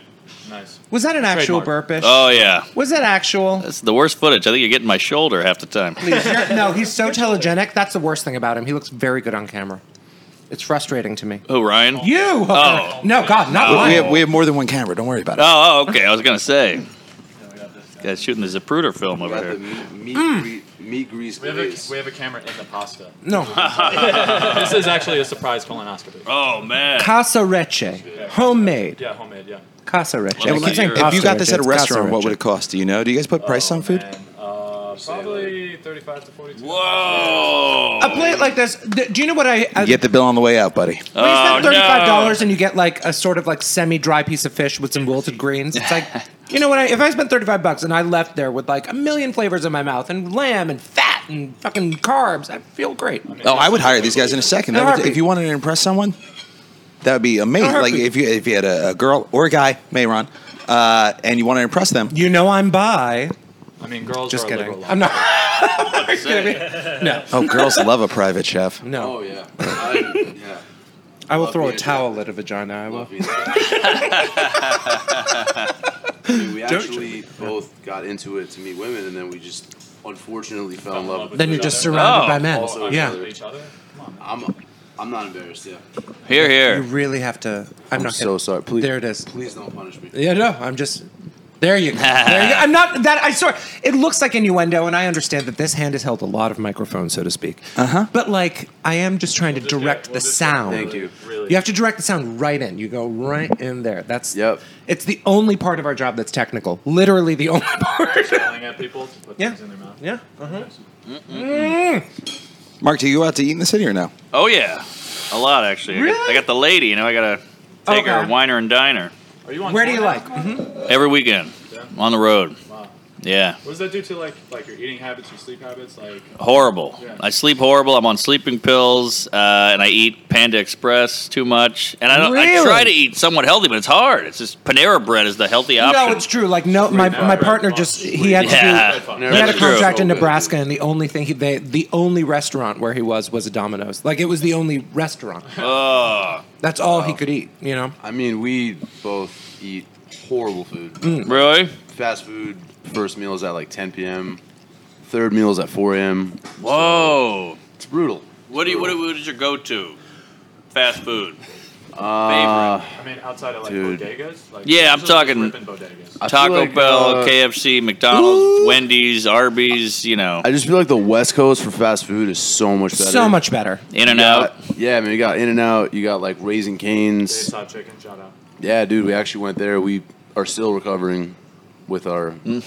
F: Nice.
A: Was that an actual
F: Trademark.
A: burpish?
B: Oh yeah.
A: Was that actual?
B: That's the worst footage. I think you're getting my shoulder half the time.
A: Please, you're- no, he's so telegenic. That's the worst thing about him. He looks very good on camera. It's frustrating to me.
B: Oh, Ryan.
A: You?
B: Oh.
A: No, God, not
C: We
A: mine.
C: have we have more than one camera. Don't worry about it.
B: Oh, oh, okay. I was gonna say. Guys shooting the Zapruder film
E: We
B: over
E: got the
B: here.
E: meat, meat,
A: Mm.
E: gre- meat grease
F: We have, a,
E: glaze.
F: we have a camera in the pasta.
A: No. Uh,
F: this is actually a surprise colonoscopy.
B: Oh man.
A: Casa Reche. Homemade.
F: Yeah, homemade. Yeah.
A: Casa Reche.
B: Well,
A: I keep saying
B: if
C: If
A: pasta
C: you got this
A: Reche,
C: at a
A: it's Casa
C: restaurant, what
A: Reche.
C: would it cost? Do you know? Do you guys put price on food?
F: And, uh, probably thirty-five to forty.
B: Whoa.
A: A plate like this. th- Do you know what I. I
C: You get the bill on the way out, buddy.
A: we spend
B: Oh, no.
A: thirty-five dollars and you get like a sort of like semi-dry piece of fish with some wilted greens. It's like, you know what? I, if I spent thirty-five bucks and I left there with like a million flavors in my mouth and lamb and fat and fucking carbs, I feel great.
C: Oh, I would hire these guys in a second.
A: In a
C: That would-
A: heartbeat.
C: if you wanted to impress someone, that would be
A: In
C: amazing.
A: a
C: Like
A: heartbeat.
C: if you if you had a, a girl or a guy, Mayron, uh, and you want to impress them,
A: You know I'm bi.
F: I mean, girls
A: Just
F: are a
A: kidding.
F: liberal.
A: I'm not.
C: oh, girls love a private chef.
A: No,
E: Oh yeah, I, yeah.
A: I will
E: Love
A: throw a
E: being a
A: towel at a vagina. I will.
E: Love being there. Dude, we actually both got into it to meet women, and then we just unfortunately fell in love. With
A: Then
E: each
A: you're just
E: other.
A: surrounded
B: Oh.
A: by men.
F: Also,
A: yeah,
F: each other. Come on. man.
E: I'm, I'm not embarrassed. Yeah,
B: Here,
A: you
B: here.
A: really have to. I'm,
E: I'm
A: not
E: so
A: kidding.
E: sorry. Please,
A: There it is.
E: please don't punish me.
A: Yeah, no, I'm just. There you go. There you go. I'm not that. I sort. It looks like innuendo, and I understand that this hand has held a lot of microphones, so to speak. Uh huh. But like, I am just trying to
F: just
A: direct
F: get-
A: the
F: we'll just get
A: sound.
E: Thank you.
F: Really.
A: You have to direct the sound right in. You go right in there. That's
E: Yep.
A: It's the only part of our job that's technical. Literally the only part.
F: Yelling at people. to Put
A: Yeah. Mm-hmm.
F: things in their mouth.
A: yeah. Uh-huh.
C: Mark, do you go out to eat in the city or no?
B: Oh yeah. A lot, actually. I got- I, got,
A: Really?
B: the lady, you know, I got to take her
A: Okay.
B: winer and diner
F: Are you on
A: Where do you
F: tour now?
A: like? Mhm.
B: every weekend on the road.
F: Wow.
B: Yeah.
F: What does that do to like like your eating habits, your sleep habits? Like
B: horrible.
F: Yeah.
B: I sleep horrible. I'm on sleeping pills, uh, and I eat Panda Express too much. And I don't. I
A: Really?
B: try to eat somewhat healthy, but it's hard. It's just Panera bread is the healthy option.
A: No, it's true. Like no, my,
F: now,
A: my
F: right?
A: partner just he had to
B: yeah,
A: do.
E: Yeah,
A: He had a
B: that's true.
A: contract in
E: So good.
A: Nebraska, and the only thing he, they, the only restaurant where he was was a Domino's. Like it was the only restaurant.
B: Oh,
A: That's all he could eat. You know.
E: I mean, we both eat horrible food.
A: Mm.
B: really?
E: Fast food. First meal is at like 10 p.m. Third meal is at 4 a.m.
B: Whoa.
E: It's brutal.
B: What do you? What, what is your go-to? Fast food.
E: Uh,
F: I mean, outside of like
E: Dude.
F: bodegas. Like,
B: Yeah, I'm
F: those are
B: talking-
F: ripping bodegas.
E: I feel
B: Taco
E: like,
B: Bell,
E: uh,
B: KFC, McDonald's, Wendy's, Arby's. You know,
E: I just feel like the West Coast for fast food is so much better.
A: So much better.
B: In and
E: Uh,
B: Out.
E: yeah, I mean, you got In and Out. You got like Raising Canes.
F: Dave's hot chicken. Shout out.
E: Yeah, dude, we actually went there. We are still recovering with our uh,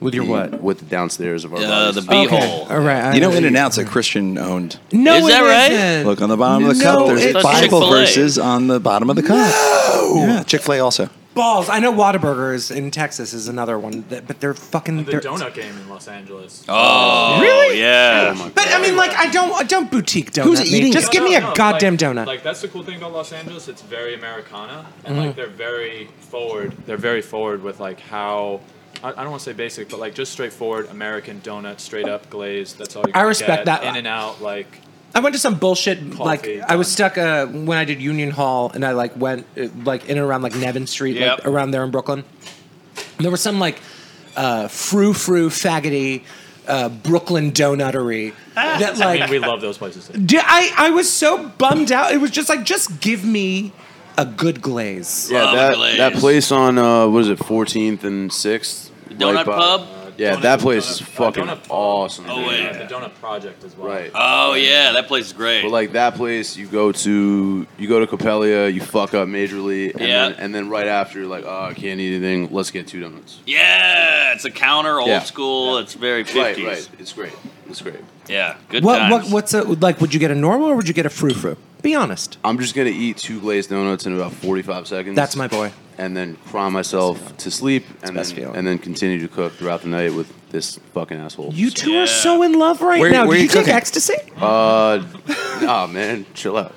A: With your what?
E: with the downstairs of our
B: Uh, Mm. the
E: bodies.
B: beehole.
A: All right. I-
C: You know, In and Out's a Christian owned.
A: No,
B: Is
A: it
B: that right?
A: isn't.
C: Look on the bottom of the
A: No,
C: cup. There's
A: it's-
C: Bible
B: Chick-fil-A.
C: verses on the bottom of the cup. No! Yeah, Chick Fil A also.
A: balls. I know Whataburger is in Texas is another one, that, but they're fucking.
F: The
A: they're-
F: donut game in Los Angeles.
B: Oh,
A: Really?
B: Yeah.
A: But I mean, like, I don't I don't boutique donut.
C: Who's
A: me.
C: eating
A: Just
C: it?
A: give
F: No,
A: me a
F: no, no,
A: goddamn
F: like-
A: donut. Mm-hmm.
F: Like that's the cool thing about Los Angeles. It's very Americana, and like they're very forward. They're very forward with like how. I I don't want to say basic, but like just straightforward American donut, straight up glazed. That's all you.
A: I
F: can
A: respect
F: get.
A: that.
F: In and out, like
A: I went to some bullshit.
F: Coffee,
A: like I was
F: done.
A: stuck uh, when I did Union Hall, and I like went uh, like in and around like Nevin Street,
B: Yep.
A: like around there in Brooklyn. And there was some like uh, frou frou faggoty uh, Brooklyn donutery that like
F: I mean, we love those places.
A: Di- I I was so bummed out. It was just like just give me a good glaze.
E: yeah,
B: Lava
E: that,
B: glaze.
E: that place on uh, what is it, 14th and 6th?
B: Donut
E: Right by-
B: Pub?
E: Yeah,
F: Donut-
E: that place is
F: donut-
E: fucking
F: donut pub.
E: awesome.
B: Oh,
E: dude.
B: wait.
F: The donut project as well.
E: Right.
B: Oh yeah, that place is great.
E: But like that place, you go to you go to Capella, you fuck up majorly, and,
B: Yeah.
E: then, and then right after, you're like, oh, I can't eat anything. Let's get two donuts.
B: Yeah, it's a counter, old
E: Yeah.
B: school. It's very
E: Right,
B: fifties.
E: right. It's great. It's great.
B: Yeah, good
A: What
B: times.
A: what what's a, like? Would you get a normal or would you get a frou frou? Be honest.
E: I'm just gonna eat two glazed donuts in about 45 seconds.
A: That's my boy.
E: and then cry myself to sleep and
A: best
E: then,
A: feeling.
E: and then continue to cook throughout the night with this fucking asshole.
A: You two
B: Yeah.
A: are so in love right
C: Where-
A: now.
C: where
A: Did you
C: you
A: take
C: cooking?
A: ecstasy?
E: uh nah man, chill out.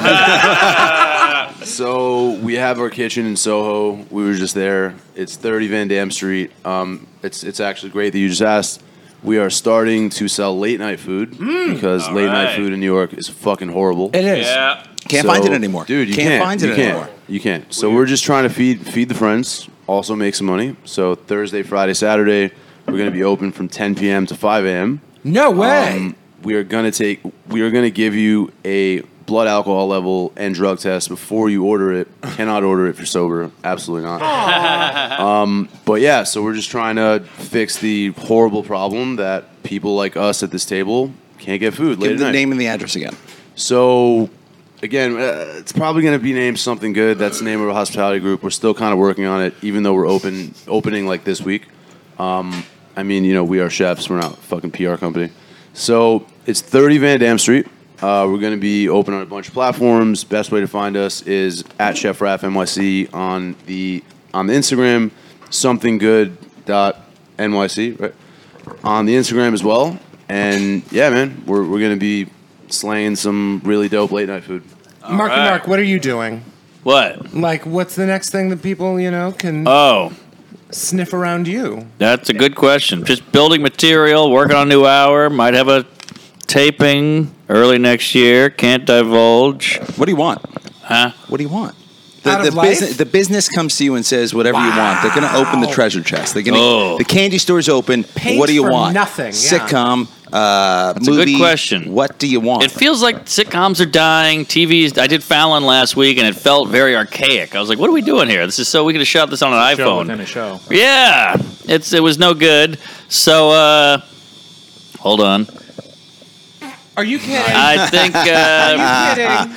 E: Um, so we have our kitchen in Soho. We were just there. It's 30 Van Dam Street. Um, it's it's actually great that you just asked. We are starting to sell late night food because
B: Hmm. All
E: late night
B: right.
E: food in New York is fucking horrible.
A: It is.
B: Yeah,
C: Can't
E: So-
C: find it anymore.
E: dude. You
C: can't,
E: can't,
C: find it
E: you can't.
C: anymore.
E: You can't. So we're just trying to feed feed the friends, also make some money. So Thursday, Friday, Saturday, we're gonna be open from 10 p.m. to 5 a.m.
A: No way.
E: Um, we are gonna take. We are gonna give you a blood alcohol level and drug test before you order it. Cannot order it if you're sober. Absolutely not. um, but yeah, so we're just trying to fix the horrible problem that people like us at this table can't get food. late
C: Give
E: at
C: the
E: night.
C: name and the address again.
E: So, again, uh, it's probably going to be named something good. That's the name of a hospitality group. We're still kind of working on it, even though we're open opening like this week. Um, I mean, you know, we are chefs. We're not a fucking PR company. So it's 30 Van Dam Street. Uh, we're going to be open on a bunch of platforms. Best way to find us is at Chef Raff NYC on the on the Instagram, something good dot NYC, right? on the Instagram as well. And yeah, man, we're, we're going to be slaying some really dope late night food.
A: Mark
B: right.
A: and Mark, what are you doing?
B: what?
A: Like, what's the next thing that people you know can
B: Oh,
A: sniff around you?
B: that's a good question. Just building material, working on a new hour. Might have a taping early next year. Can't divulge.
C: What do you want?
B: Huh?
C: What do you want? The,
A: Out of
C: the,
A: life?
C: Business, the business comes to you and says whatever you want. They're going to open the treasure chest. They're going to
B: Oh.
C: the candy store's open.
A: Paint
C: what do you
A: for
C: want?
A: nothing, yeah.
C: Sitcom. Uh,
B: a good
C: movie.
B: question.
C: What do you want?
B: It feels like sitcoms are dying. TVs. I did Fallon last week, and it felt very archaic. I was like, "What are we doing here? This is so we could have shot this on an
F: Show
B: iPhone."
F: within a show.
B: Yeah, it's it was no good. So uh hold on.
A: Are you kidding?
B: I think uh,
A: Are you kidding?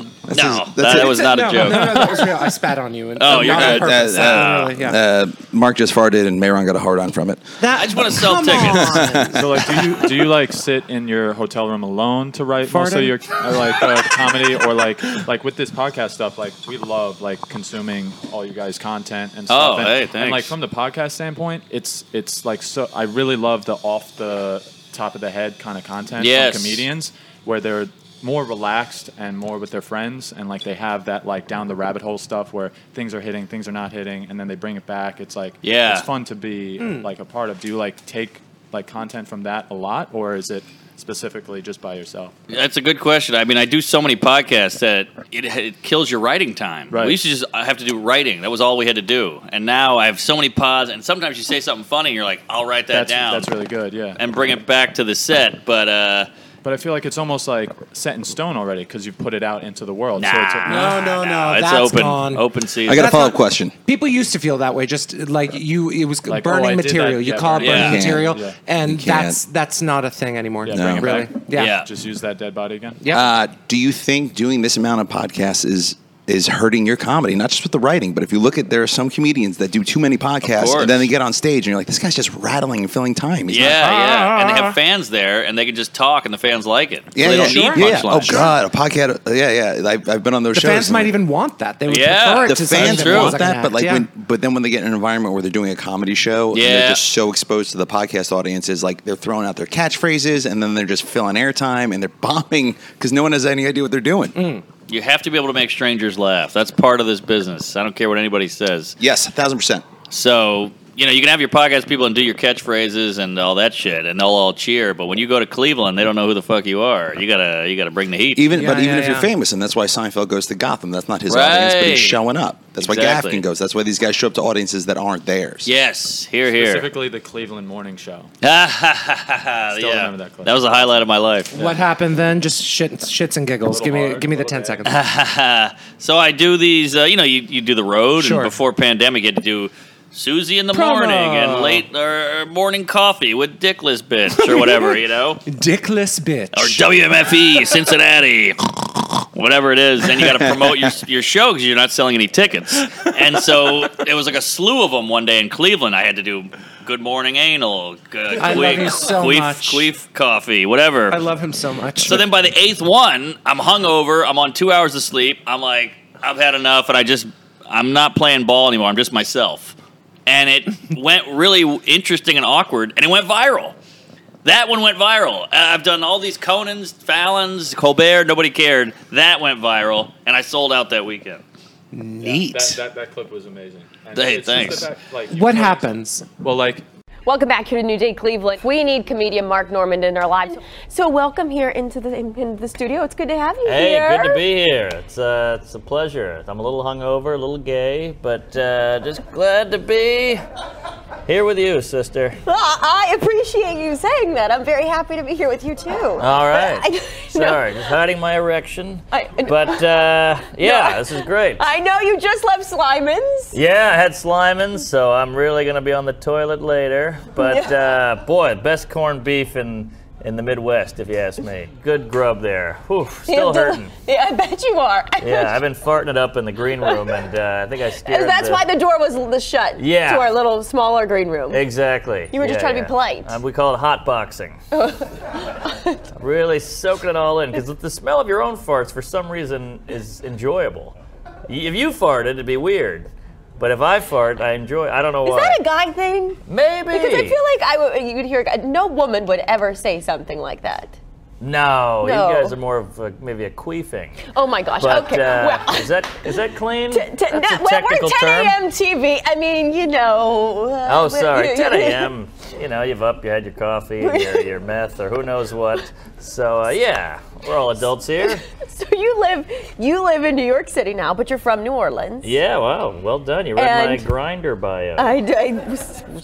B: um, no,
C: that's
B: that,
C: it.
B: was not a
A: no,
B: joke.
A: No, no, that was real. I spat on you. And,
B: Oh,
A: and
B: you're
A: not on
B: good.
A: purpose.
C: Uh,
A: That
B: uh,
A: was really- yeah.
C: Uh, Mark just farted, and Mayron got a hard on from it.
A: That-
B: I just want to sell
A: come
B: tickets.
A: on.
F: So like, do you do you like sit in your hotel room alone to write most of
A: Farting?
F: your uh, like uh, comedy or like like with this podcast stuff? Like we love like consuming all you guys' content and stuff.
B: Oh,
F: and,
B: hey,
F: and like
B: thanks.
F: from the podcast standpoint, it's it's like so. I really love the off the top of the head kind of content
B: Yes.
F: from comedians where they're more relaxed and more with their friends and like they have that like down the rabbit hole stuff where things are hitting things are not hitting and then they bring it back it's like
B: Yeah.
F: it's fun fun to be
A: Mm.
F: like a part of. Do you like take like content from that a lot, or is it specifically just by yourself?
B: That's a good question. I mean, I do so many podcasts that it, it kills your writing time.
F: Right.
B: We used to just uh, have to do writing. That was all we had to do. And now I have so many pods, and sometimes you say something funny, and you're like, I'll write that
F: that's
B: down
F: that's really good, yeah.
B: and bring it back to the set. But uh,
F: but I feel like it's almost like set in stone already because you've put it out into the world.
B: nah,
F: it's
A: No, no, no,
B: It's
A: that's
B: open,
A: gone.
B: open season.
C: I got a
A: That's
C: follow up
A: not-
C: question.
A: People used to feel that way, just like you. It was
F: Like, oh, I
A: burning
F: did that,
A: material. You
F: yeah,
A: call it
B: burning-
A: burning
B: Yeah.
A: material,
F: Yeah.
A: and
C: can't.
A: that's that's not a thing anymore.
F: Yeah,
C: bring it
A: really.
F: back.
A: Yeah.
B: Yeah.
F: just use that dead body again.
A: Yep.
C: Uh, do you think doing this amount of podcasts is is hurting your comedy? Not just with the writing, but if you look at there are some comedians that do too many podcasts
B: course.
C: and then they get on stage and you're like, this guy's just rattling and filling time. He's
B: yeah,
C: not-
B: yeah. And they
A: Ah.
B: have fans there, and they can just talk, and the fans like it.
C: yeah,
B: so they
C: yeah,
B: don't
C: sure.
B: need
C: yeah. Oh
B: punchlines.
C: God, a podcast. Yeah, yeah. I've, I've been on those
A: the
C: shows.
A: fans
C: and
A: might even want that. They would
B: Yeah.
A: prefer it
C: the
A: to
C: fans
A: something
C: want
A: that's an
C: that, but
A: act.
C: like
A: Yeah.
C: when, but then when they get in an environment where they're doing a comedy show and
B: Yeah.
C: they're just so exposed to the podcast audiences, like they're throwing out their catchphrases and then they're just filling airtime and they're bombing because no one has any idea what they're doing.
A: Mm.
B: You have to be able to make strangers laugh. That's part of this business. I don't care what anybody says.
C: Yes, a thousand percent.
B: So, you know, you can have your podcast people and do your catchphrases and all that shit, and they'll all cheer. But when you go to Cleveland, they don't know who the fuck you are. You gotta, you gotta bring the heat.
C: Even
A: Yeah,
C: but even
A: yeah,
C: if you're
A: yeah.
C: famous, and that's why Seinfeld goes to Gotham. That's not his audience, but
B: Right.
C: he's showing up. That's
B: Exactly.
C: why Gaffigan goes. That's why these guys show up to audiences that aren't theirs.
B: yes, here, here.
F: Specifically, the Cleveland Morning Show.
B: Ah, ha, ha, ha, ha.
F: Still
B: yeah,
F: remember that clip.
B: that was the highlight of my life.
A: What happened then? Just shit, shits and giggles.
F: Little
A: Give me,
F: hard,
A: give me the
F: little
A: ten seconds.
F: bad.
B: Uh, So I do these. Uh, you know, you, you do the road,
A: Sure.
B: and before pandemic, you had to do Susie in the
A: Promo.
B: morning and late or morning coffee with Dickless bitch or whatever. you know,
A: Dickless bitch.
B: or WMFE E, Cincinnati, whatever it is. Then you got to promote your your show because you're not selling any tickets. And so there was like a slew of them one day in Cleveland. I had to do Good Morning Anal, g-
A: I love
B: queef,
A: you so
B: queef,
A: much.
B: queef coffee, whatever.
A: I love him so much.
B: So then by the eighth one, I'm hungover. I'm on two hours of sleep. I'm like, I've had enough, and I just, I'm not playing ball anymore. I'm just myself. And it went really interesting and awkward, and it went viral. That one went viral. Uh, I've done all these Conan's, Fallon's, Colbert. Nobody cared. That went viral, and I sold out that weekend.
A: neat.
F: That, that, that clip was amazing. And
B: Hey,
F: it's just the
B: thanks.
F: fact, like, you
A: what
F: put-
A: happens?
F: Well, like
G: Welcome back here to New Day Cleveland. We need comedian Mark Norman in our lives. So welcome here into the into the studio. It's good to have you
H: Hey,
G: here.
H: good to be here. It's uh, it's a pleasure. I'm a little hungover, a little gay, but uh, just glad to be here with you, sister.
G: Well, I I appreciate you saying that. I'm very happy to be here with you too.
H: All right.
G: I- no.
H: Sorry, just hiding my erection.
G: I- I-
H: but uh, yeah,
G: No.
H: this is great.
G: I know you just left Slimans.
H: yeah, I had Slimans, so I'm really gonna be on the toilet later. But uh, boy, best corned beef in in the Midwest, if you ask me. Good grub there. Whew, still hurting.
G: uh, Yeah, I bet you are.
H: Yeah, I've been farting it up in the green room, and uh, I think I scared.
G: That's
H: the-
G: why the door was l- shut
H: Yeah.
G: to our little smaller green room.
H: Exactly.
G: You were just trying to be polite.
H: Um, we call it hot boxing. really soaking it all in because the smell of your own farts for some reason is enjoyable. Y- If you farted, it'd be weird. But if I fart, I enjoy. I don't know
G: Is
H: why.
G: that a guy thing?
H: Maybe.
G: Because I feel like I would, you'd hear a guy- no woman would ever say something like that.
H: no,
G: No.
H: you guys are more of a, maybe a queefing.
G: Oh my gosh.
H: But
G: okay.
H: uh,
G: well,
H: is that is that clean?
G: T- t-
H: That's
G: no,
H: a
G: well,
H: technical
G: we're 10
H: term.
G: a.m. TV. I mean, you know. uh,
H: Oh,
G: we-
H: sorry. 10 a.m. You know, you've up, you had your coffee, your, your meth, or who knows what. So uh, yeah, we're all adults here.
G: So you live, you live in New York City now, but you're from New Orleans.
H: Yeah, wow, well done. You read my
G: And-
H: grinder bio.
G: I, I-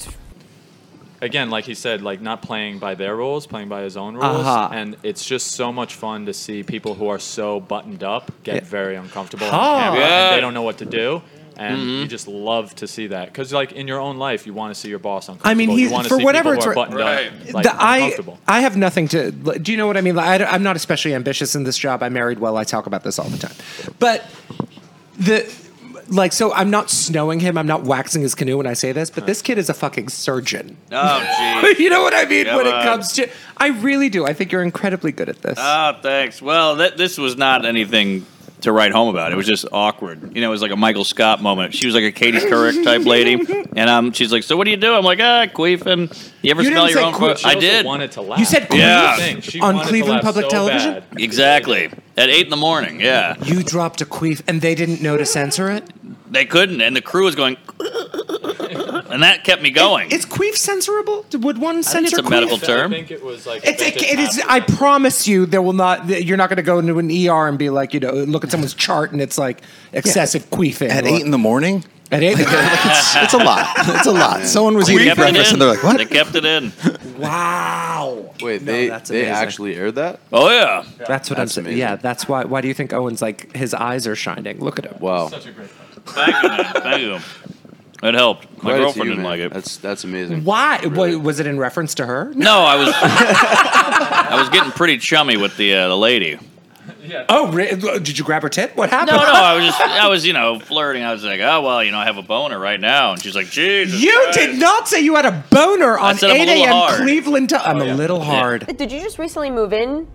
F: again, like he said, like not playing by their rules, playing by his own rules,
A: Uh-huh.
F: and it's just so much fun to see people who are so buttoned up get very uncomfortable
A: Huh. Mm-hmm.
F: on camera,
B: Yeah.
F: and they don't know what to do. and you just love to see that because, like in your own life, you want to see your boss uncomfortable.
A: I mean,
F: you
A: he's-
F: wanna
A: for
F: see
A: whatever
F: people who
A: it's
F: are
A: wor-
F: buttoned up, like,
A: the, I
F: uncomfortable.
A: I have nothing to. Do you know what I mean? Like, I, am not especially ambitious in this job. I married well. I talk about this all the time. But the like, so I'm not snowing him. I'm not waxing his canoe when I say this. But this kid is a fucking surgeon.
B: Oh, geez.
A: you know what I mean?
B: Come
A: when
B: on.
A: it comes to, I really do. I think you're incredibly good at this.
B: Ah, thanks. Well, th- this was not anything to write home about. It was just awkward. You know, it was like a Michael Scott moment. She was like a Katie Couric type lady, and um, she's like, "So what do you do?" I'm like, "Ah, queefing." You ever
A: You
B: smell
A: didn't
B: your
A: say
B: own?
A: queef.
B: fo- I
F: She also
B: did.
F: Wanted to laugh.
A: You said
F: That's the
B: queef
F: thing. She
A: on
F: wanted to
A: Cleveland
F: laugh
A: Public
F: so
A: Television?
F: bad.
B: Exactly at eight in the morning. Yeah,
A: You dropped a queef, and they didn't know to censor it.
B: they couldn't, and the crew was going, and that kept me going.
A: Is queef censorable? Would one
B: I think
A: censor
B: it's a
A: queef?
B: medical term.
F: I think it was like.
A: It's,
F: that
A: it,
F: just
A: it is.
F: happened.
A: I promise you, there will not. that You're not going to go into an ER and be like, you know, look at someone's chart and it's like excessive queefing
C: At
A: or-
C: eight in the morning?
A: At eight.
C: it's, it's a lot. It's a lot. Someone was
B: They
C: eating
B: kept it
C: breakfast
B: in.
C: and they're like,
B: They
C: what?
B: kept it in.
A: wow.
E: Wait,
A: No,
E: they
A: that's
E: they
A: amazing.
E: actually aired that?
B: Oh yeah.
A: That's what I'm
E: That's
A: saying.
E: amazing.
A: Yeah, that's why. Why do you think Owen's like his eyes are shining? Look at him.
E: Wow.
B: Thank you, man. Thank you. It helped. My
E: Credit to
B: girlfriend
E: you,
B: didn't
E: man.
B: like it.
E: That's that's amazing.
A: Why?
E: Really?
A: What, was it in reference to her?
B: No, I was I was getting pretty chummy with the uh, the lady.
A: Oh, re- did you grab her tit? What
B: No,
A: happened?
B: no, I was just I was you know flirting. I was like, oh well, you know, I have a boner right now, and she's like, Jesus,
A: You
B: Christ.
A: did not say you had a boner on
B: said I'm a
A: 8
B: little
A: a.m.
B: hard. Oh,
A: Cleveland. ti- I'm a little hard.
G: Did you just recently move in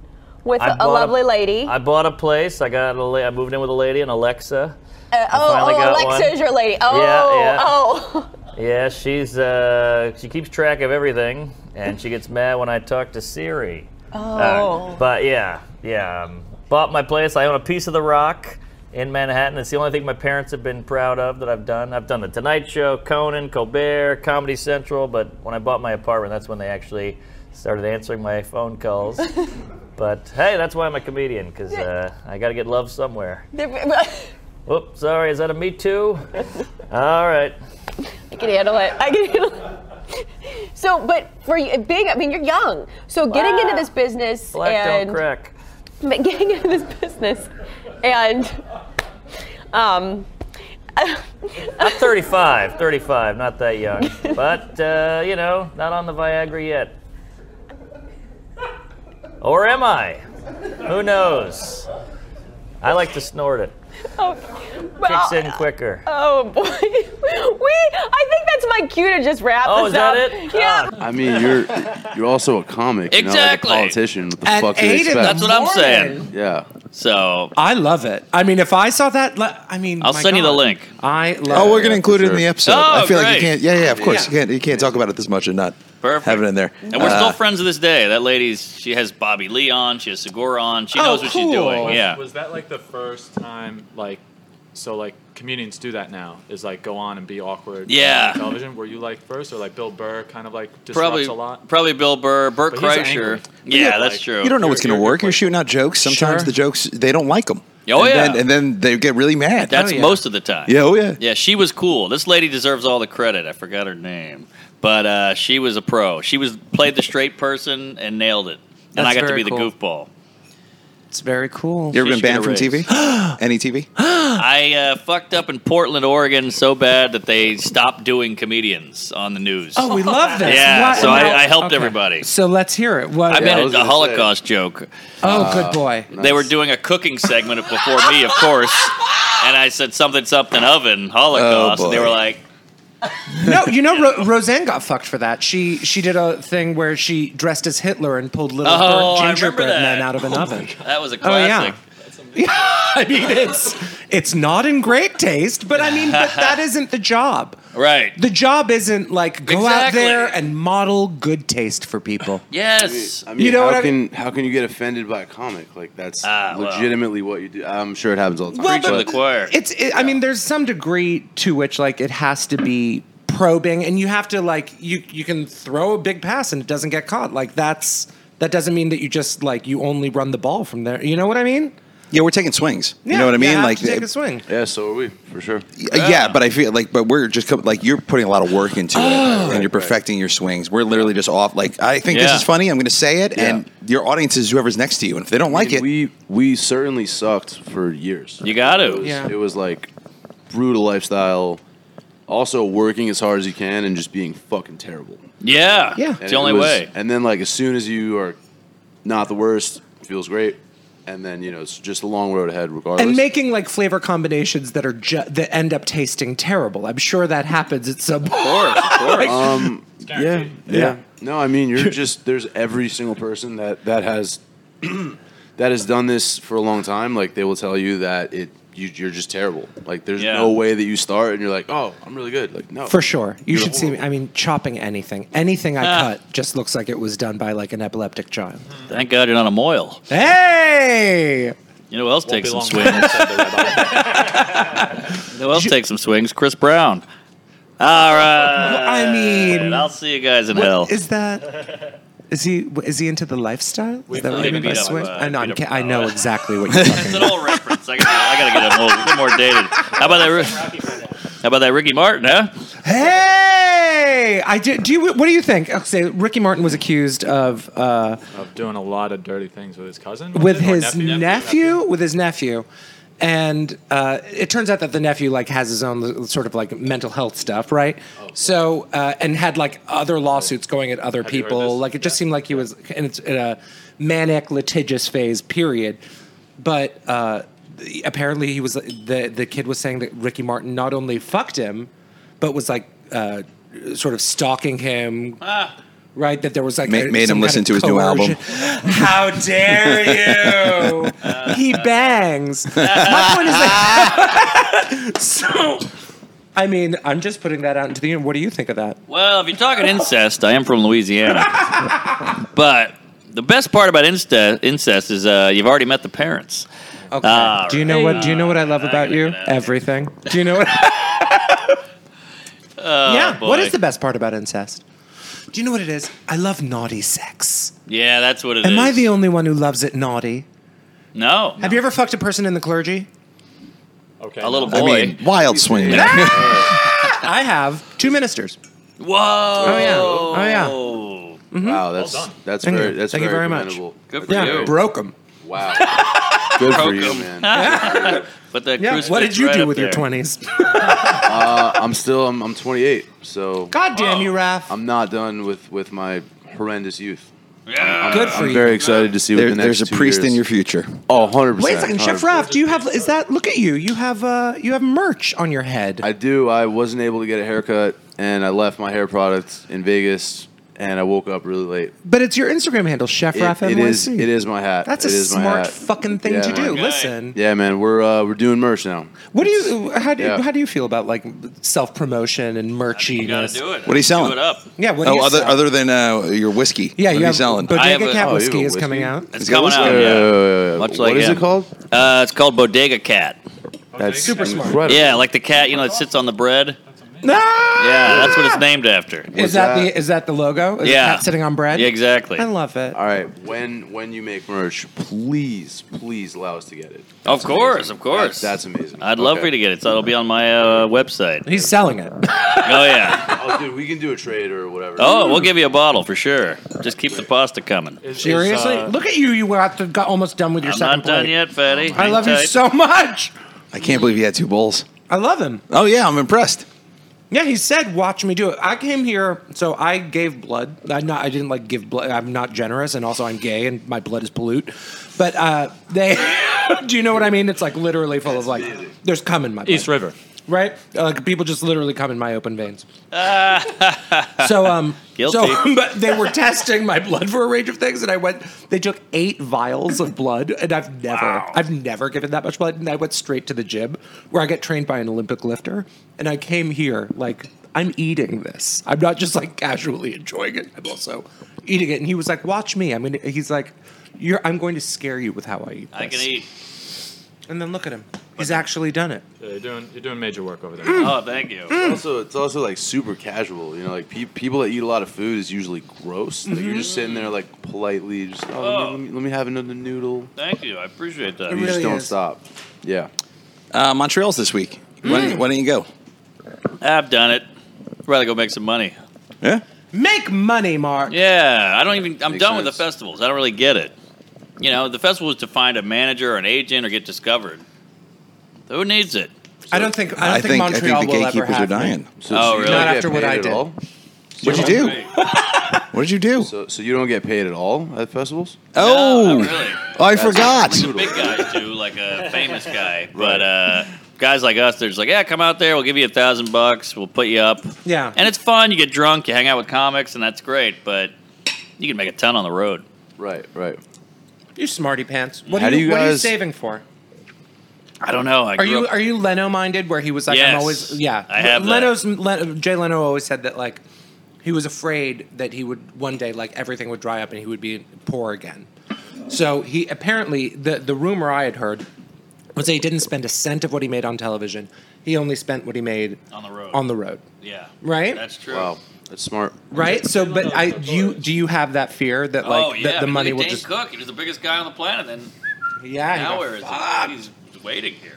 G: with
H: I
G: a,
H: bought a-
G: lovely lady?
H: I bought a place. I got a la- I moved in with a lady and Alexa.
G: Uh, oh,
H: finally
G: oh
H: got
G: Alexa
H: one.
G: is your lady. Oh,
H: yeah.
G: oh.
H: Yeah, she's uh, she keeps track of everything, and she gets mad when I talk to Siri.
G: Oh.
H: but yeah, yeah. Um, bought my place. I own a piece of the rock in Manhattan. It's the only thing my parents have been proud of that I've done. I've done the Tonight Show, Conan, Colbert, Comedy Central. But when I bought my apartment, that's when they actually started answering my phone calls. but hey, that's why I'm a comedian because uh, I got to get love somewhere.
G: I
H: Whoops, sorry. Is that a Me Too? All right.
G: can handle it. I can handle it. So, but for you, big, I mean, you're young. So getting into this business
H: Black
G: and
H: don't crack.
G: but getting into this business and um,
H: 35, 35, not that young. But, uh, you know, not on the Viagra yet. Or am I? Who knows? I like to snort it. Kicks in quicker.
G: oh boy, we. I think that's my cue to just wrap
H: Oh,
G: this
H: is that
G: up.
H: it? Ah.
G: Yeah.
E: I mean, you're you're also a comic, you know, like
B: Exactly.
E: a politician. What the
A: At
E: fuck do they
A: eight in
E: expect?
A: the
B: That's what I'm saying.
A: morning.
E: yeah.
B: So
A: I love it. I mean, if I saw that, le- I mean,
B: I'll
A: my
B: send you the
A: God.
B: link.
A: I love.
C: Oh,
A: it.
C: we're going to include it in
E: sure.
C: the episode.
B: Oh,
C: I feel like
B: great.
C: you can't. Yeah, yeah, of course.
A: Yeah.
C: You can't You can't talk about it this much and not
B: Perfect.
C: have it in there.
B: and we're
C: Uh,
B: still friends to this day. That lady's she has Bobby Lee on, she has Segura on, she
A: Oh,
B: knows what she's
A: cool.
B: doing.
F: Was,
B: Yeah,
F: was that like the first time like so like comedians do that now is like go on and be awkward
B: Yeah.
F: on television were you like first or like bill burr kind of like disrupts
B: probably
F: a lot
B: probably Bill Burr, Burt
F: But he's
B: Kreischer.
F: angry.
B: Yeah,
F: Yeah,
B: that's
F: like,
B: true.
C: You don't know what's
F: You're-
C: going to
F: you're
C: work. You're
F: quick.
C: shooting out jokes. Sometimes
A: Sure.
C: the jokes they don't like them.
B: Oh,
C: and
B: yeah.
C: Then, and then they get really mad.
B: That's
A: Oh, yeah.
B: most of the time.
C: yeah. Oh yeah.
B: Yeah, she was cool. This lady deserves all the credit. I forgot her name, but uh, she was a pro. She was played the straight person and nailed it. And
A: That's
B: I got to
A: very
B: be the
A: cool.
B: goofball.
A: It's very cool.
C: You ever
B: She
C: been
B: should get
C: banned
B: a
C: from TV?
B: raise.
C: Any TV?
B: I uh, fucked up in Portland, Oregon, so bad that they stopped doing comedians on the news.
A: Oh, we love this.
B: Yeah,
A: What-
B: so I-
A: no.
B: I helped everybody.
A: So let's hear it. What?
B: I
E: Yeah, I
B: made
E: was
B: a, a
E: gonna
B: Holocaust joke.
C: Uh,
A: oh, good boy.
B: They
E: Nice.
B: were doing a cooking segment before me, of course, and I said something something oven Holocaust.
C: Oh,
B: and they
C: boy.
B: were like,
A: No, you know Ro- Roseanne got fucked for that. She she did a thing where she dressed as Hitler and pulled little
B: Oh,
A: burnt
B: I remember
A: gingerbread
B: that.
A: men out of an oven.
B: "That was a
A: Oh
B: classic."
A: yeah. Yeah, I mean it's it's not in great taste, but I mean but that isn't the job.
B: Right?
A: The job isn't like go out
B: Exactly.
A: there and model good taste for people.
B: yes.
E: I mean,
A: You know
E: how
A: what I
E: can how can you get offended by a comic? Like that's
B: Ah, well.
E: legitimately what you do. I'm sure it happens all the time.
A: Well,
B: Preach to
A: but
B: the choir.
A: It's. It, I mean, there's some degree to which like it has to be probing, and you have to like you you can throw a big pass and it doesn't get caught. Like that's that doesn't mean that you just like you only run the ball from there. You know what I mean?
C: Yeah, we're taking swings.
A: Yeah,
C: you know what I mean?
A: have
C: like
A: to take a
C: uh,
A: swing.
E: yeah, so are we for sure.
C: yeah. but I feel like but we're just com- like you're putting a lot of work
B: Oh.
C: into it and you're perfecting your swings. We're literally just off like I think
B: Yeah.
C: this is funny. I'm going to say it
E: Yeah.
C: and your audience is whoever's next to you and if they don't like it
E: We we certainly sucked for years.
B: You got
E: It
B: to.
E: was,
A: Yeah.
E: it was like brutal lifestyle, also working as hard as you can and just being fucking terrible.
B: Yeah.
A: Yeah.
E: And
B: It's
E: it
B: the only
E: was-
B: way.
E: And then like as soon as you are not the worst, feels great. And then you know it's just a long road ahead regardless.
A: and making like flavor combinations that are ju- that end up tasting terrible. I'm sure that happens at some point.
E: um, yeah,
A: Yeah.
E: yeah. No, I mean you're just there's every single person that that has that has done this for a long time. Like they will tell you that it you, you're just terrible. Like there's
B: Yeah.
E: no way that you start and you're like, oh, I'm really good. Like no,
A: For sure, you
E: You're
A: should see. Me.
E: horrible.
A: I mean, chopping anything, anything I
B: Ah. Hmm.
A: cut just looks like it was done by like an epileptic child.
B: Thank God you're not a moil.
A: Hey,
B: You know who else
F: Won't
B: takes
F: be
B: some
F: long
B: swings?
F: before I've said the rabbi.
B: You know who else takes some swings? Chris Brown. All right.
A: I mean,
B: I'll see you guys in hell.
A: is that? Is he is he into the lifestyle? Is that what
B: really
A: you mean by
B: beat up,
A: swing?
B: uh,
A: I know, I'm
B: beat
A: ki-
B: up
A: I know
B: Bob.
A: exactly what you're talking
B: It's
A: about.
B: an old reference. I gotta, I gotta get it old, a little more dated. How about that? Ri- How about that Ricky Martin? Huh?
A: Hey, I did. Do you? What do you think? Okay, Ricky Martin was accused of uh,
F: Of doing a lot of dirty things with his cousin, was
A: with
F: it? Or
A: his nephew, with his nephew, and uh, it turns out that the nephew like has his own l- sort of like mental health stuff, right? so uh, and had like other lawsuits going at other
F: you heard
A: people.
F: this?
A: Like it just seemed like he was in, its- in a manic litigious phase. Period. But uh, the- apparently he was the the kid was saying that Ricky Martin not only fucked him, but was like. Uh, sort of stalking him,
B: Ah.
A: right? That there was like
C: Ma-
A: a-
C: made
A: some kind
C: him listen
A: of
C: to his new album.
A: coercion. How dare you? he bangs. My point is that. so, I mean, I'm just putting that out into the. What do you think of that?
B: Well, if you're talking incest, I am from Louisiana. but the best part about incest, incest is uh, you've already met the parents.
A: Okay.
B: All
A: Uh, do you know what? Do you know what I love about you?
B: get out.
A: Everything. Do you know what? yeah. What
B: Oh, boy.
A: is the best part about incest? Do you know what it is? I love naughty sex.
B: Yeah, that's what it is.
A: Am I the only one who loves it naughty?
B: no?
A: Have you ever fucked a person in the clergy?
F: Okay,
B: a little
C: I
B: boy?
C: mean, wild swing. there.
A: I have. Two ministers.
B: Whoa! Oh
A: yeah. Oh,
B: yeah.
E: wow, that's that's
A: Thank
E: very
A: you.
E: that's
A: Thank you
E: very
A: very much.
E: commendable.
B: Good for
E: That's
B: you.
E: very-
A: Broke them.
E: Wow, good for you,
B: Broke
E: man.
B: But that
A: Yeah.
B: crucifix
A: What did you
B: right
A: do
B: up
A: with your
B: there.
A: 20s?
E: Uh, I'm still I'm, I'm 28, so
A: God damn you, Raph.
E: I'm not done with with my horrendous youth.
B: Yeah.
A: Good for
E: I'm
A: you.
E: very excited to see what
C: There-
E: the next
C: there's a
E: two
C: priest
E: years-
C: in your future.
E: Oh, 100%.
A: Wait a second, Chef
E: 100%.
A: Raph. Do you have? Is that? Look at you. You have. Uh, you have merch on your head.
E: I do. I wasn't able to get a haircut, and I left my hair products in Vegas, and I woke up really late.
A: but it's your Instagram handle, Chef
E: It-
A: Raph
E: it
A: NYC.
E: is. It is my hat.
A: That's a
E: It is my
A: smart
E: hat.
A: fucking thing
E: Yeah,
A: to do.
E: man.
A: Listen.
E: Yeah, man. We're uh, we're doing merch now.
A: What do you? How do you?
E: Yeah.
A: How do you feel about like self promotion and
B: You gotta
A: merchiness?
B: do it.
C: What are you selling?
B: Do it up.
A: Yeah. What do
C: Oh,
A: you
C: other
A: sell?
C: other than uh, your whiskey.
A: yeah,
C: what
A: you
C: are
A: have
C: selling?
B: I have
A: Bodega Cat
B: a- oh,
E: you have
A: whiskey
E: a
A: is
E: whiskey?
A: coming out.
B: It's
C: Is it
B: coming
C: whiskey?
B: out.
E: Wait, wait,
B: Yeah.
E: wait, wait, wait.
B: Much
E: what
B: like,
E: is
B: uh,
E: it called?
B: Uh, it's called Bodega Cat.
E: That's
A: Super smart.
E: incredible.
B: Yeah, like the cat, you know, that sits on the bread.
A: No.
B: Yeah, that's what it's named after.
A: Is
E: What's
A: that,
E: that?
A: the? Is that the logo? Is
B: Yeah.
A: Cat sitting on bread.
B: Yeah, exactly.
A: I love it.
E: All right. When when you make merch, please please allow us to get it.
B: Of course, of course.
E: That's, that's amazing.
B: I'd love
E: Okay.
B: for you to get it. So it'll be on my uh, website.
A: He's selling it.
B: Oh yeah.
E: Oh, dude, we can do a trade or whatever.
B: Oh, we'll give you a bottle for sure. Just keep the pasta coming.
F: Is- is,
A: Seriously,
F: uh,
A: look at you. You were after, got almost done with your
B: I'm
A: second
B: not done
A: plate.
B: yet, fatty.
A: I
B: Hang
A: love you
B: tight.
A: so much.
C: I can't believe you had two bowls.
A: I love him.
C: Oh yeah, I'm impressed.
A: Yeah, he said, "Watch me do it." I came here, so I gave blood. I not, I didn't like give blood. I'm not generous, and also I'm gay, and my blood is pollute. But uh, they, do you know what I mean? It's like literally full of like, there's cum in my blood,
F: East River.
A: right? Uh, like people just literally come in my open veins. so um,
B: Guilty.
A: So, but they were testing my blood for a range of things, and I went. They took eight vials of blood, and I've never, I've never given that much blood. And I went straight to the gym where I get trained by an Olympic lifter, and I came here like I'm eating this. I'm not just like casually enjoying it. I'm also eating it. And he was like, "Watch me." I mean, he's like, "You're, I'm going to scare you with how I eat." This.
B: I can eat.
A: And then look at him. He's actually done it.
F: Yeah, you're doing you're doing major work over there.
B: Oh, thank you.
E: Also, it's also like super casual. You know, like pe- people that eat a lot of food is usually gross. Like you're just sitting there, like politely, just oh,
B: Oh.
E: Let, me, let me have another noodle.
B: Thank you. I appreciate
E: You
B: that.
A: It
E: just
A: really
E: don't
A: is.
E: stop. Yeah.
C: Uh, Montreal's this week. Why, don't you, why don't you go?
B: I've done it. I'd rather go make some money.
C: Yeah.
A: Make money, Mark.
B: Yeah, I don't even. I'm
E: Makes
B: done with the
E: sense.
B: festivals. I don't really get it. You know, the festival is to find a manager or an agent or get discovered. Who needs it?
A: I don't think. I don't
C: I
A: think,
C: think I
A: Montreal
C: think the
A: will ever
C: gatekeepers
A: have
C: are
A: me.
C: dying.
E: So,
B: Oh,
E: you
B: really?
E: don't
A: Not
E: get
A: after what
E: paid
A: I
E: at
A: did.
E: all?
C: What'd you do? What'd you do?
E: So, so you don't get paid at all at festivals?
B: No,
C: Oh,
B: not really.
C: oh, I forgot.
B: Big guys do, like a famous guy. But uh, guys like us, they're just like, yeah, come out there. We'll give you a thousand bucks. We'll put you up.
A: Yeah.
B: And it's fun. You get drunk. You hang out with comics, and that's great. But you can make a ton on the road.
E: Right, right.
A: You smarty pants. What,
E: How
A: are,
E: do
A: you,
E: you
A: what are you
E: guys-
A: saving for?
B: I don't know. I
A: Are
B: grew
A: you
B: up-
A: are you Leno minded? Where he was like, I'm
B: Yes.
A: always yeah.
B: I have that.
A: Leno's Len, Jay Leno always said that like he was afraid that he would one day like everything would dry up and he would be poor again. So he apparently the the rumor I had heard was that he didn't spend a cent of what he made on television. He only spent what he made
B: On the road.
A: On the road,
B: yeah.
A: Right?
B: That's true.
E: Wow, that's smart.
A: right? So, but I do you do you have that fear that like
B: oh yeah,
A: that the
B: but
A: money
B: look
A: will
B: at Dane
A: just
B: Cook. He was the biggest guy on the planet, and
A: yeah he
B: now
A: got
B: where is he? He's waiting here.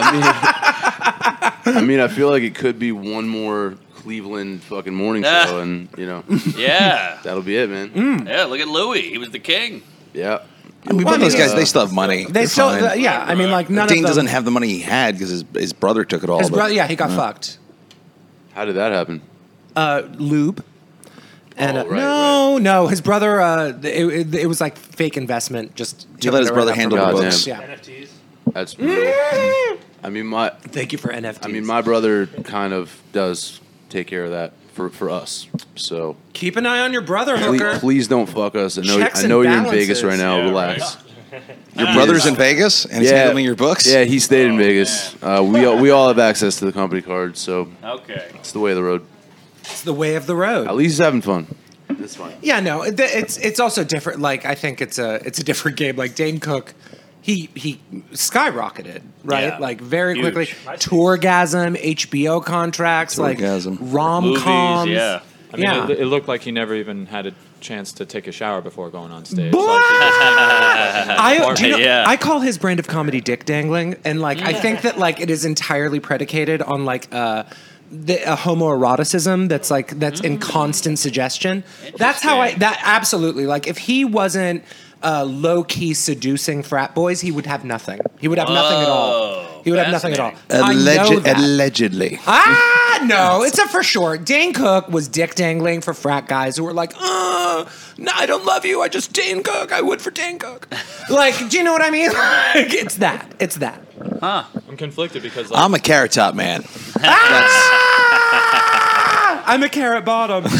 E: I mean, I mean, I feel like it could be one more Cleveland fucking morning
B: Ah.
E: show, and you know
B: Yeah,
E: that'll be it, man.
A: Mm.
B: yeah. Look at Louis. He was the king.
E: Yeah.
C: I mean, but
A: Well,
C: these guys,
E: uh,
C: they still have money.
A: They
C: They're
A: still, uh,
C: fine.
A: yeah. I mean, like none
C: Dean
A: of them.
C: doesn't have the money he had because his, his brother took it all.
A: his
C: but-
A: brother. Yeah, he got fucked.
E: How did that happen?
A: Uh, lube. And
E: Oh,
A: uh,
E: right,
A: no, no, his brother. Uh, it, it, it was like fake investment. Just
C: He let his
A: took it
C: brother
A: around
C: handle
A: for
E: the
A: money.
E: books.
A: Yeah.
D: NFTs.
E: That's brutal.
A: Mm.
E: I mean, my
A: Thank you for NFTs.
E: I mean, my brother kind of does take care of that for, for us. So
A: keep an eye on your brother,
E: please,
A: hooker.
E: please don't fuck us. I know,
A: Checks
E: I know
A: and
E: you're in Vegas
A: balances.
E: right now.
B: Yeah,
E: Relax.
C: Your brother's in Vegas and he's handling your books.
E: Yeah, he stayed in Vegas. Uh, we all, we all have access to the company card, so
B: Okay.
E: it's the way of the road.
A: It's the way of the road.
E: At least he's having fun. That's fine.
A: Yeah, no, it- it's it's also different. Like I think it's a it's a different game. Like Dane Cook, he he skyrocketed right,
B: Yeah.
A: like very
B: Huge.
A: quickly. Tourgasm, HBO contracts, like
C: Tourgasm.
A: rom coms.
B: Movies, yeah.
F: I mean,
A: Yeah.
F: it, it looked like he never even had a chance to take a shower before going on stage.
A: Blah!
F: Like, he-
A: I, do you know,
B: Yeah.
A: I call his brand of comedy dick dangling, and like I think that like it is entirely predicated on like uh, the a homoeroticism that's like that's in constant suggestion. That's how I
B: Interesting.
A: that absolutely like if he wasn't uh, low key seducing frat boys, he would have nothing. He would have nothing at all.
B: Whoa,
A: He would have nothing at all. I know
C: Alleged,
A: that.
C: allegedly.
A: Ah, no, it's a for sure. Dane Cook was dick dangling for frat guys who were like, uh, no, I don't love you. I just Dane Cook. I would for Dane Cook. Like, do you know what I mean? Like, it's that. It's that.
F: I'm conflicted because like,
C: I'm a carrot top man.
A: Ah, I'm a carrot bottom.
F: vegan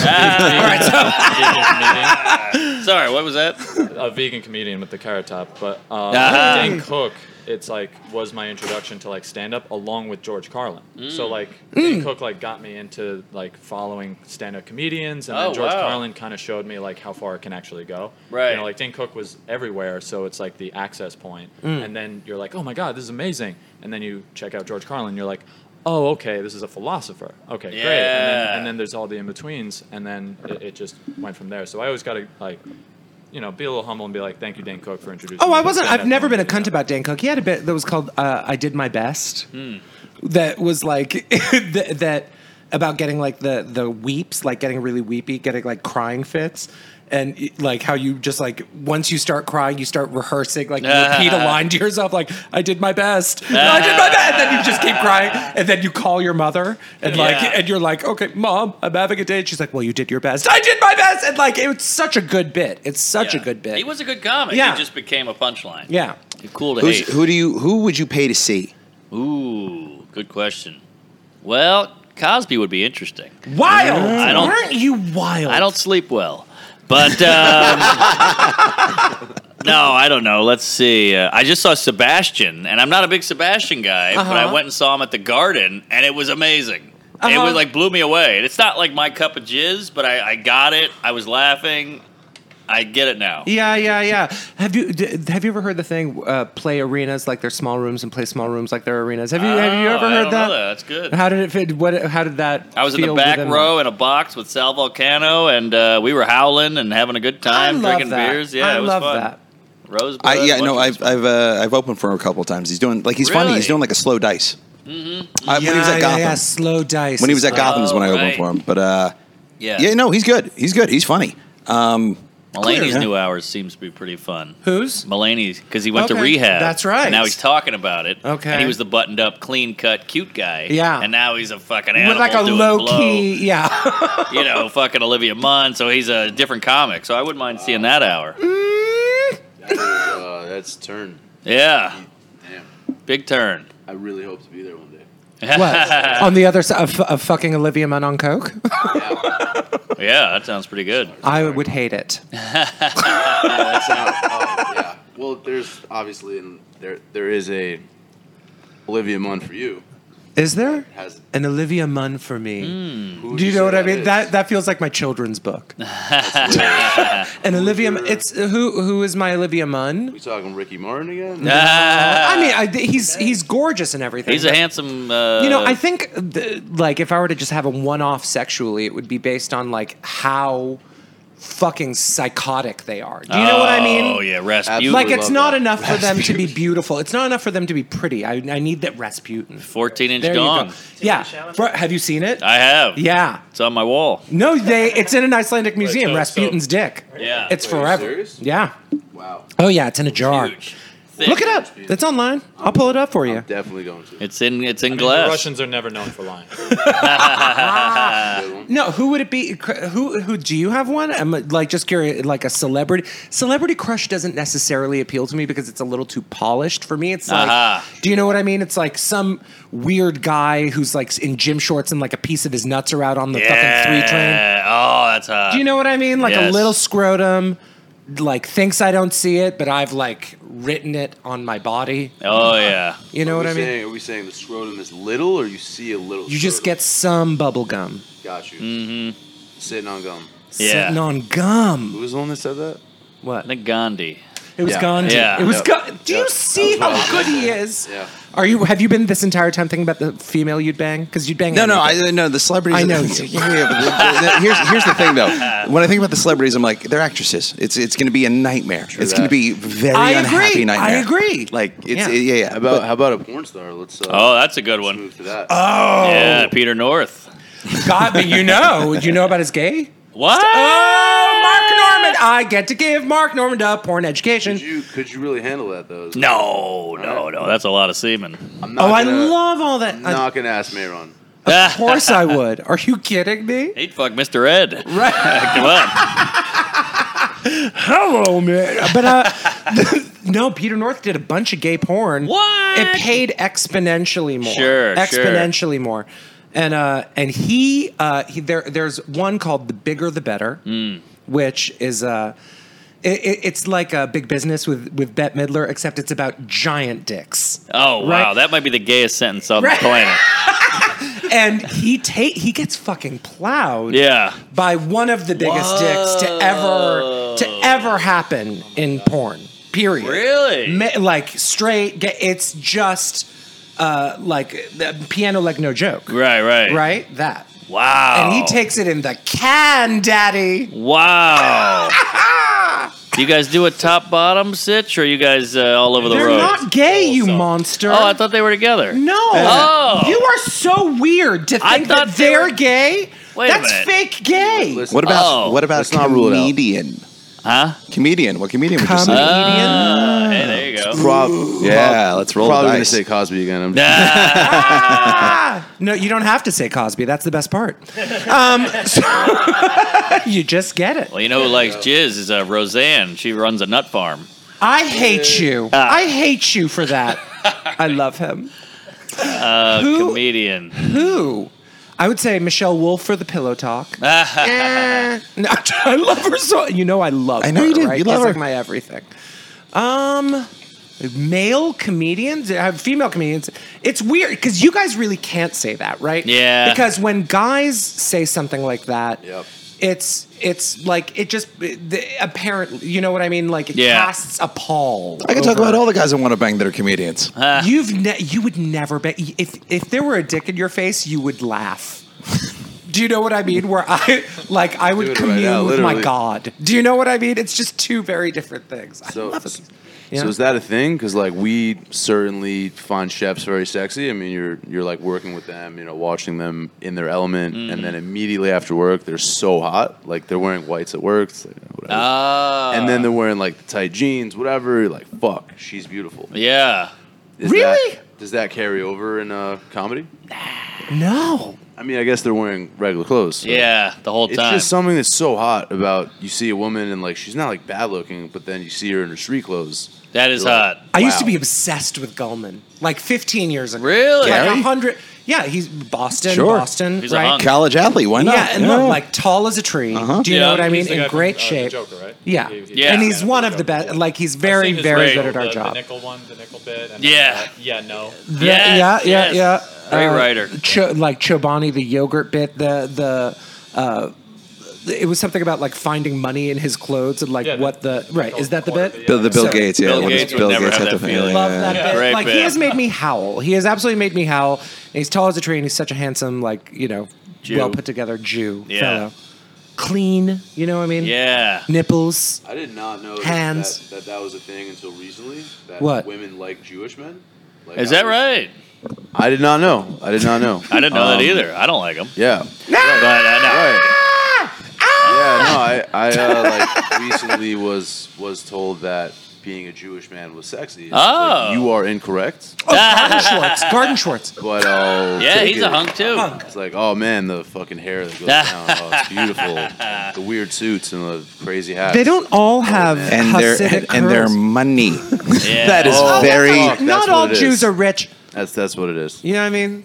B: Sorry, what was that?
F: comedian, a vegan comedian with the carrot top, but uh,
B: Ah.
F: Dane Cook. It's like was my introduction to like stand up along with George Carlin. So
B: Mm.
F: like Dane Cook like got me into like following stand up comedians, and
B: Oh,
F: then George
B: wow.
F: Carlin kind of showed me like how far it can actually go.
B: Right.
F: You know, like Dane Cook was everywhere, so it's like the access point.
B: Mm.
F: And then you're like, oh my god, this is amazing. And then you check out George Carlin, you're like. Oh, okay. This is a philosopher. Okay, great. And
B: Yeah.
F: then, and then there's all the in betweens, and then it, it just went from there. So I always got to like you know, be a little humble and be like, thank you, Dan Cook, for introducing.
A: Oh,
F: me
A: I
F: to
A: wasn't.
F: stand-up
A: I've never been a
F: comedy."
A: cunt about Dan Cook. He had a bit that was called uh, "I Did My Best,"
B: Hmm.
A: that was like that, that about getting like the the weeps, like getting really weepy, getting like crying fits. And like how you just like once you start crying, you start rehearsing, like you repeat a line to yourself, like "I did my best, I did my best," and then you just keep crying, and then you call your mother, and like,
B: Yeah.
A: and you're like, "Okay, mom, I'm having a day." And she's like, "Well, you did your best. I did my best," and like, it's such a good bit. It's such
B: Yeah.
A: a good bit.
B: He was a good comic.
A: Yeah.
B: He just became a punchline.
A: yeah.
B: He's cool to
C: Who's,
B: hate.
C: who do you? Who would you pay to see?
B: Ooh, good question. Well, Cosby would be interesting.
A: Wild.
B: I don't-
A: Aren't you wild?
B: I don't sleep well, but um, no, I don't know. Let's see. Uh, I just saw Sebastian, and I'm not a big Sebastian guy, but I
A: Uh-huh.
B: went and saw him at the Garden, and it was amazing. It
A: Uh-huh.
B: was like blew me away. And It's not like my cup of jizz, but I, I got it. I was laughing. I get it now.
A: Yeah, yeah, yeah. Have you d- have you ever heard the thing? Uh, play arenas like they're small rooms and play small rooms like they're arenas. Have you have you
B: Oh,
A: ever
B: I
A: heard
B: don't know
A: that?
B: That's good.
A: How did it fit? What? How did that?
B: I was in the
A: feel
B: back
A: within-
B: row in a box with Sal Volcano, and uh, we were howling and having a good
A: I
B: time,
A: love
B: drinking
A: that.
B: beers. Yeah,
A: I
B: it was
A: love
B: fun.
A: that.
B: Rosebud.
C: I yeah no
B: bunch of-
C: I've I've uh, I've opened for him a couple of times. He's doing like he's funny.
B: Really?
C: He's doing like a slow dice. Mm-hmm. when he was at
A: Yeah,
C: Gotham,
A: yeah, yeah, slow dice. Uh,
C: when he was at
A: is-
C: Gotham is when I
B: Oh,
C: opened
B: right.
C: for him. But uh,
B: yeah.
C: yeah, no, he's good. He's good. He's funny. Um,
B: Mulaney's
A: Clear.
B: new hours seems to be pretty fun.
A: Who's?
B: Mulaney? Because he went to
A: Okay,
B: rehab.
A: that's right.
B: And now he's talking about it.
A: Okay.
B: And he was the buttoned-up, clean-cut, cute guy.
A: Yeah.
B: And now he's a fucking animal
A: With like a
B: doing
A: low
B: blow.
A: key, yeah.
B: you know, fucking Olivia Munn. So he's a different comic. So I wouldn't mind seeing that hour.
E: Uh, that's turn.
B: Yeah,
E: Damn.
B: big turn.
E: I really hope to be there one day.
A: what? On the other side of, of fucking Olivia Munn on coke,
B: Yeah, that sounds pretty good.
A: I would hate it.
E: That's not. oh, yeah. Well, there's obviously and there there is a Olivia Munn for you.
A: Is there
E: Has
A: an Olivia Munn for me?
E: who would
A: Do you
E: say
A: know what I
E: that
A: mean?
E: is?
A: That that feels like my children's book. and Olivia, it's who who is my Olivia Munn?
E: we talking Ricky Martin again?
B: Ah,
A: I mean, I, he's he's gorgeous and everything.
B: he's a
A: but-
B: handsome. Uh,
A: You know, I think the, like if I were to just have a one-off sexually, it would be based on like how fucking psychotic they are. Do you know what I mean?
B: Oh yeah, Rasputin.
A: Like
E: Absolutely
A: it's
E: love
A: not
E: that.
A: enough for them to be beautiful. It's not enough for them to be pretty. I, I need that Rasputin.
B: fourteen inch
A: There you
B: dong.
A: go. Yeah.
D: Chalamet?
A: For- have you seen it?
B: I have.
A: yeah.
B: it's on my wall.
A: No, they. It's in an Icelandic museum.
F: so-
A: Rasputin's dick.
B: Yeah,
A: It's
E: Are you
A: forever.
E: serious?
A: Yeah.
E: Wow.
A: Oh yeah, it's in a jar.
B: huge. Thick.
A: Look it up. It's online. I'll pull it up for you.
E: Definitely going to.
B: It's in. It's in
F: I mean, the
B: glass.
F: Russians are never known for lying.
B: uh,
A: No, who would it be? Cr- Who who do you have one? I'm like just curious, like a celebrity. Celebrity crush doesn't necessarily appeal to me because it's a little too polished for me. It's like,
B: Aha.
A: do you know what I mean? It's like some weird guy who's like in gym shorts and like a piece of his nuts are out on the fucking three train.
B: Yeah. Oh, that's hot.
A: Do you know what I mean? Like
B: Yes.
A: a little scrotum, like thinks I don't see it, but I've like written it on my body.
B: Oh yeah.
A: You know
E: Are
A: what
E: we
A: I mean?
E: saying- Are we saying the scrotum is little, or you see a little?
A: You just
E: scrotum?
A: get some bubble gum
E: got you
B: Mm-hmm.
E: sitting on gum.
B: Yeah.
A: sitting on gum.
E: Who was the one that said that?
A: What?
B: I think Gandhi.
A: It was
E: Yeah.
A: Gandhi.
B: Yeah.
A: It was
E: Yep.
A: Gandhi. Do you
E: Yep.
A: see
E: That was
A: how good he is?
E: Yeah.
A: Are you? Have you been this entire time thinking about the female you'd bang? Because you'd bang.
C: No, no,
A: anything.
C: I uh, no the celebrities.
A: I know.
C: Yeah, but the- the- the- here's here's the thing though. When I think about the celebrities, I'm like they're actresses. It's it's going to be a nightmare. it's going to
E: that.
C: be very
A: I agree.
C: unhappy
A: I
C: nightmare.
A: agree.
C: Like it's
A: Yeah.
C: yeah yeah.
E: How about how about a porn star? Let's. Uh,
B: Oh, that's a good
E: let's
B: one. Oh.
E: Move to that.
A: Uh,
B: Yeah, Peter North.
A: Oh, God, but you know, you know about his gay.
B: What?
A: Oh, Mark Norman! I get to give Mark Norman a porn education.
E: could you could you really handle that though?
B: No, no, no. That's a lot of semen.
E: I'm
A: Oh,
E: not
A: I
E: gonna-
A: love all that.
E: I'm not gonna ask Mayron.
A: Of course I would. Are you kidding me?
B: He'd fuck Mr. Ed.
A: Right.
B: Come on.
A: Hello, man. But uh, no, Peter North did a bunch of gay porn.
B: What?
A: It paid exponentially more.
B: Sure, sure.
A: exponentially more. And uh, and he uh, he there there's one called the bigger the better,
B: Mm.
A: which is uh, it, it- it's like a big business with with Bette Midler, except it's about giant dicks.
B: Oh wow,
A: Right.
B: that might be the gayest sentence on
A: Right.
B: the planet.
A: And he take he gets fucking plowed.
B: Yeah.
A: by one of the biggest dicks to ever to ever happen in porn. Period.
B: Really?
A: Ma- like straight. ga- It's just uh, like the piano, like no joke.
B: Right, Oh. right.
A: Right. That.
B: Wow.
A: And he takes it in the can, Daddy.
B: Wow. do you guys do a top bottom sitch or are you guys uh, all over the
A: They're
B: road?
A: not gay, you monster.
B: oh, I thought they were together.
A: no.
B: Oh.
A: You are so weird to
B: I
A: think
B: thought
A: that
B: they
A: they're
B: were-
A: gay.
B: Wait a
A: That's
B: minute.
A: fake gay.
E: Listen, uh,
C: What about
B: Oh.
C: what about
E: Let's not rule it out.
C: comedian?
B: Huh?
C: Comedian. What comedian would you
A: Comedian.
C: say?
B: Hey, there you go.
E: Prob-
C: yeah, let's roll
E: probably
C: the
E: gonna
C: dice.
E: say Cosby again. I'm
B: Ah,
A: No, you don't have to say Cosby. That's the best part. Um, so- you just get it.
B: well, you know who likes jizz is uh, Roseanne. She runs a nut farm.
A: I hate you.
B: Ah.
A: I hate you for that. I love him. who?
B: Comedian.
A: Who? I would say Michelle Wolf for the pillow talk. Eh, no, I love her so. You know I love.
C: I know
A: her,
C: you do.
A: Right?
C: You love
A: That's like
C: her.
A: my everything. Um, male comedians, uh, female comedians. It's weird because you guys really can't say that, right?
B: Yeah.
A: Because when guys say something like that,
E: Yep.
A: it's it's like it just it, the, apparently you know what I mean. Like it
B: Yeah.
A: casts a pall.
C: I can talk
A: over-
C: about all the guys I want to bang that are comedians.
A: You've ne- you would never bet if if there were a dick in your face, you would laugh. Do Do you know what I mean? Where I like I would
E: it right
A: commune
E: now,
A: with my
E: literally.
A: God. Do you know what I mean? It's just two very different things. I
E: So,
A: love
E: so
A: Yeah.
E: is that a thing? Because like we certainly find chefs very sexy. I mean, you're you're like working with them, you know, watching them in their element, and then immediately after work, they're so hot. Like they're wearing whites at work, it's like, whatever.
B: Ah.
E: and then they're wearing like the tight jeans, whatever. You're like fuck, she's beautiful.
B: yeah.
E: Is
A: Really?
E: That, does that carry over in uh, comedy?
A: No.
E: I mean, I guess they're wearing regular clothes. so-
B: Yeah, the whole
E: It's
B: time.
E: just something that's so hot about you see a woman and like she's not like bad looking, but then you see her in her street clothes.
B: that is
E: You're like,
B: hot.
A: I used to
E: Wow.
A: be obsessed with Gulman, like 15 years ago.
B: Really?
A: Like
C: Gary?
A: a hundred. Yeah, he's Boston.
C: Sure.
A: Boston.
B: He's a
A: right?
B: hunk.
C: College athlete, why not?
A: yeah, and look, like tall as a tree.
E: Uh-huh.
A: Do you
F: Yeah,
A: know what I
F: he's
A: mean?
F: the
A: In
F: guy from,
A: great
F: uh, The
A: shape.
F: Joker, right?
A: Yeah.
F: He- he-
B: Yeah.
A: and he's
F: yeah,
A: one
F: the
A: of the
F: Joker,
A: best.
F: yeah.
A: Like he's
F: I've
A: very,
F: seen his
A: very
F: reel,
A: good at our
F: the,
A: job.
F: The nickel one, the nickel bit. And
B: Yeah.
F: uh, yeah, no.
A: The-
B: Yes,
A: yeah, yeah,
B: yes.
A: yeah. Uh,
B: Great writer.
A: Cho- like Chobani, the yogurt bit. The the. Uh, it was something about like finding money in his clothes and like
F: Yeah, the-
A: what the, right is that the bit?
F: uh,
C: Bill, the Bill
A: So-
C: Gates, yeah.
B: Bill
C: when
B: Gates would never have
C: had
B: that
C: the-
B: feeling.
A: love that
F: Yeah.
A: bit.
B: Great
A: like
B: bit.
A: he has made me howl. He has absolutely made me howl. And he's tall as a tree, and he's such a handsome, like you know,
B: Jew.
A: well put together Jew
B: Yeah.
A: fellow. Clean, you know what I mean?
B: Yeah.
A: Nipples.
E: I did not know that-
A: Hands.
E: That, that that was a thing until recently. That
A: What?
E: women like Jewish men. Like,
B: Is
E: I
B: that
E: was-
B: right?
E: I did not know. I did not know.
B: I didn't know that
E: Um,
B: either. I don't like him.
E: Yeah.
B: But I know.
E: Right.
A: Ah!
E: Yeah. No. I I uh, like recently was was told that being a Jewish man was sexy. It's like,
B: Oh.
E: you are incorrect.
A: Oh, Garden Schwartz. Garden Schwartz.
E: But I'll
B: Yeah,
E: take
B: he's a
E: it.
B: hunk too.
E: It's like, oh man, the fucking hair that goes down. Oh, it's beautiful. the weird suits and the crazy hats.
A: They don't all have
C: And their
A: Hasidic
C: and, and their
A: curls.
C: money.
B: Yeah.
C: That is
E: Oh,
C: very.
E: fuck.
A: Not
E: That's
A: all
E: what it is.
A: Jews are rich.
E: That's that's what it is.
A: You know what I mean?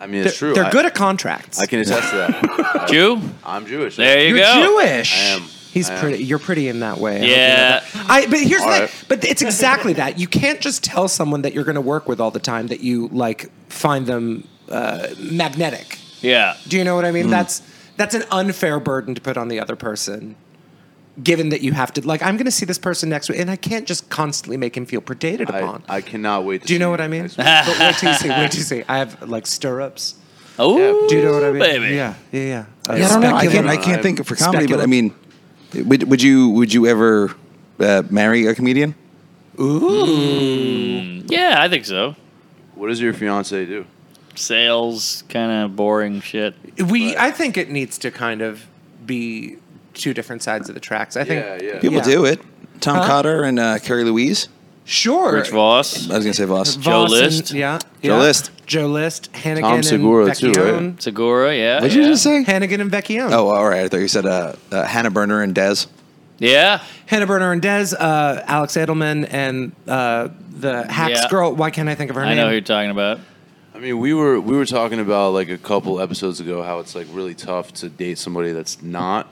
E: I mean,
A: They're,
E: it's true.
A: they're
E: I,
A: good at contracts.
E: I can attest to that.
B: Jew.
E: I, am Jewish.
B: Oh, There you
A: You're
B: go.
A: Jewish.
E: I am.
A: He's
E: I am.
A: pretty. You're pretty in that way. I hope you know
B: Yeah.
A: that. I but here's
E: All
A: the
E: right.
A: but it's exactly that. You can't just tell someone that you're going to work with all the time that you like find them uh, magnetic.
B: Yeah.
A: Do you know what I
E: Hmm.
A: mean? That's that's an unfair burden to put on the other person. Given that you have to like, I'm going to see this person next week, and I can't just constantly make him feel predated
E: I,
A: upon.
E: I cannot wait. To
A: Do you
E: see
A: know what I mean?
E: next week.
A: but wait till you see. Wait till you see. I have like stirrups.
B: Oh,
A: Do you know what I mean?
B: baby.
A: Yeah, yeah, yeah. Uh,
C: Yeah, I don't know. I
A: speculum.
C: can't. I can't think of for comedy, but I
A: Speculum.
C: mean, would, would you would you ever uh, marry a comedian?
B: Yeah, I think so.
E: What does your fiance do?
B: Sales, kind of boring shit.
A: We, I think it needs to kind of be two different sides of the tracks. I think,
E: Yeah, yeah.
C: People
A: Yeah.
C: do it. Tom
A: Huh?
C: Cotter and uh, Carrie Louise.
A: sure.
B: Rich Voss,
C: I was gonna say Voss.
B: Joe
A: Voss and-
B: List.
A: yeah,
C: Joe
A: yeah.
C: List.
A: Joe List, Hannigan
E: Tom
A: and
E: Segura, too,
A: Vecchione.
B: Segura. Yeah.
C: What'd
B: yeah.
C: you just say?
A: Hannigan and Vecchione.
C: Oh, all right. I thought you said uh, uh, Hannah Berner and Dez.
B: Yeah.
A: Hannah Berner and Dez, uh, Alex Edelman, and uh, the Hacks
B: Yeah.
A: girl. Why can't I think of her
B: I
A: name?
B: know who you're talking about.
E: I mean, we were we were talking about like a couple episodes ago how it's like really tough to date somebody that's not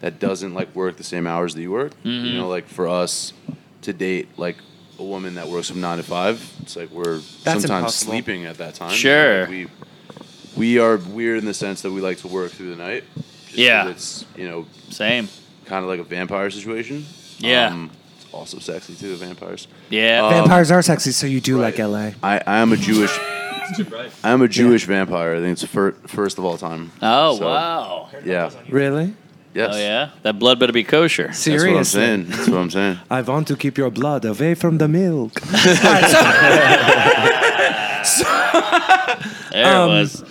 E: that doesn't like work the same hours that you work.
B: Mm-hmm.
E: You know, like for us to date like a woman that works from nine to five, it's like we're
A: That's
E: sometimes
A: impossible.
E: sleeping at that time.
B: Sure.
E: Like, we we are weird in the sense that we like to work through the night. just 'cause
B: Yeah.
E: it's you know
B: Same.
E: kind of like a vampire situation. Um,
B: Yeah.
E: it's also sexy too, vampires.
B: Yeah.
E: Uh,
A: Vampires are sexy, so you do
E: Right.
A: like L.A.
E: I, I am a Jewish.
F: right.
E: I am a Jewish vampire. I think it's fir- first of all time.
B: oh
E: So,
B: wow.
E: Yeah.
A: Oh, Really?
E: Yes.
B: Oh yeah. That blood better be kosher.
E: That's
A: Seriously?
E: what I'm saying. That's what I'm saying.
A: I want to keep your blood away from the milk. All right, so-
B: There
A: Um,
B: it was.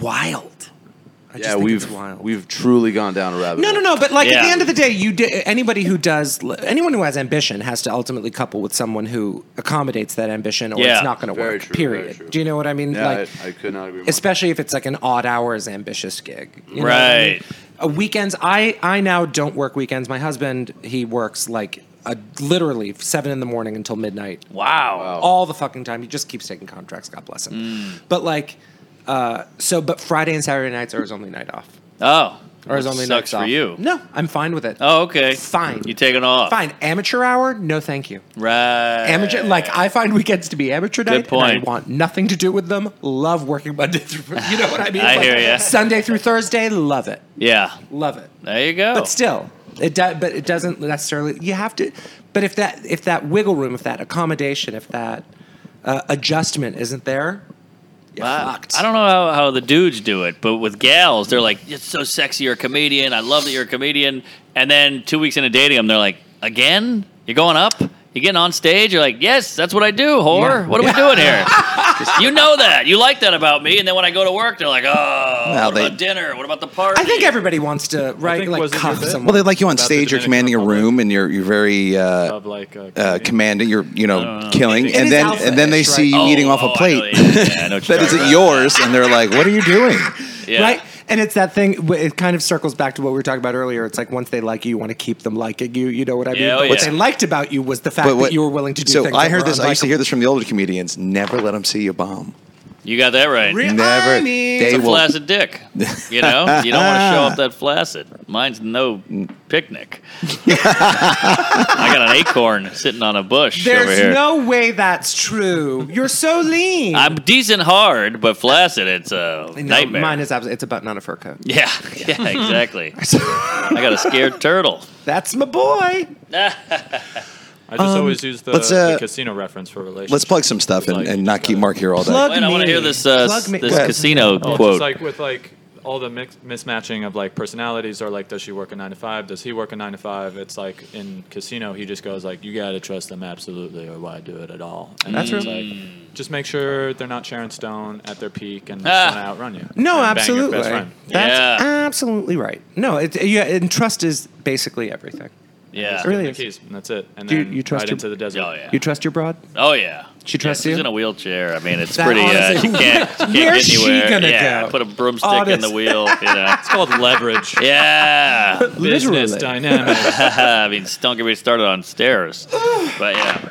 A: wild. I just
E: yeah,
A: think
E: we've
A: it's wild.
E: we've truly gone down a rabbit.
A: No, no,
E: hole.
A: no. But like at
B: Yeah.
A: the end of the day, you di- anybody who does anyone who has ambition has to ultimately couple with someone who accommodates that ambition, or
B: Yeah.
A: it's not going to
E: Very
A: work.
E: true, very
A: period.
E: true.
A: Do you know what I mean?
E: Yeah,
A: like,
E: I, I could not agree more.
A: especially if it's like an odd hours ambitious gig. You know what I mean?
B: Right.
A: Uh, weekends. I I now don't work weekends. My husband he works like uh literally seven in the morning until midnight
B: Wow.
E: Oh.
A: all the fucking time. He just keeps taking contracts. God bless him.
B: Mm.
A: But like, uh, so but Friday and Saturday nights are his only night off.
B: Oh.
A: Or his
B: that
A: only nights
B: sucks for
A: off.
B: you.
A: No, I'm fine with it.
B: Oh okay.
A: Fine.
B: You taking off?
A: Fine, amateur hour? No, thank you.
B: Right.
A: Amateur, like I find weekends to be amateur night.
B: point.
A: And I want nothing to do with them. Love working Monday through. You know what I mean?
B: I
A: Like,
B: hear ya.
A: Sunday through Thursday, love it,
B: Yeah.
A: love it.
B: There you go.
A: But still, it does. But it doesn't necessarily. You have to. But if that if that wiggle room, if that accommodation, if that uh, adjustment isn't there, You're
B: I,
A: fucked.
B: I don't know how, how the dudes do it, but with gals, they're like, "It's so sexy, you're a comedian. I love that you're a comedian." And then two weeks into dating them, they're like, "Again? You're going up? You're getting on stage?" You're like, "Yes, that's what I do, whore. What are we doing here? you know that. You like that about me." And then when I go to work, they're like, "Oh,
C: Well,
B: what
C: they-
B: about dinner? What about the party?"
A: I think everybody wants to, right?
F: think
A: Like
F: wasn't your
A: cuff
F: bit?
A: someone.
C: Well, they like you on
F: About the
C: stage. You're
F: Dominican
C: commanding a
F: Republic.
C: room, and you're you're very uh,
F: of like a
B: Oh,
C: uh,
F: comedian.
C: commanding. You're you know killing,
B: It
C: and
A: is
C: then
A: alpha-ish,
C: and then they
A: right?
C: see you
B: Oh,
C: eating off
B: oh,
C: a
B: I know.
C: plate
B: Yeah, yeah, I know what you're
C: that
B: talking
C: isn't
B: about.
C: yours, and they're like, "What are you doing?"
B: Yeah.
A: Right? And it's that thing, w- it kind of circles back to what we were talking about earlier. It's like once they like you, you want to keep them liking you. You know what I mean?
B: Yeah, oh,
A: But what
B: yeah.
A: they liked about you was the fact that you were willing to do
C: so
A: things.
C: I
A: that
C: heard
A: were
C: this. I used to
A: unlikable.
C: hear this from the older comedians. Never let them see you bomb.
B: You got that right.
A: Really?
C: Never.
A: I mean-
C: they
B: It's a
C: will.
B: flaccid dick. You know, you don't want to show off that flaccid. Mine's no picnic. I got an acorn sitting on a bush over here.
A: There's no way that's true. You're so lean.
B: I'm decent hard, but flaccid, it's a
A: No,
B: nightmare.
A: Mine is abs- it's a button on a fur coat.
B: yeah, yeah, exactly. I got a scared turtle.
A: That's my boy.
F: I
A: Um,
F: just always use the,
C: let's, uh,
F: the casino reference for relationships.
C: Let's plug some stuff and,
F: Like,
C: and not
B: uh,
C: keep Mark here all day.
A: Plug
B: Wait, I want to
A: me.
B: hear this uh,
A: Plug me.
B: this
A: Go ahead.
B: casino
F: Well,
B: quote.
F: Oh, Just like with like all the mix, mismatching of like personalities, or like does she work a nine to five? Does he work a nine to five? It's like in casino, he just goes like, "You gotta trust them absolutely, or why do it at all?" And
A: That's
F: it's
A: true.
F: Like, just make sure they're not Sharon Stone at their peak and
B: Ah.
F: trying to outrun you.
A: No,
F: And bang your
A: absolutely.
F: best
A: That's
F: friend.
B: Yeah.
A: absolutely right. No, it, yeah, and trust is basically everything.
B: yeah.
A: really-
F: The keys, and that's it. And
A: Do you-
F: then
A: you trust
F: right
A: your-
F: into the desert.
B: Oh yeah.
A: You trust your broad?
B: Oh yeah.
A: She trusts
B: yeah, she's
A: you?
B: in a wheelchair. I mean, it's
A: That
B: pretty. uh,
A: honestly-
B: she can't. She can't
A: Where's
B: get
A: she
B: anywhere.
A: gonna
B: yeah,
A: go?
B: Put a broomstick in the
A: Honest.
B: wheel. You know.
F: It's called leverage.
B: yeah.
F: Business
A: Literally.
F: dynamic.
B: I mean, don't get me started on stairs. But yeah.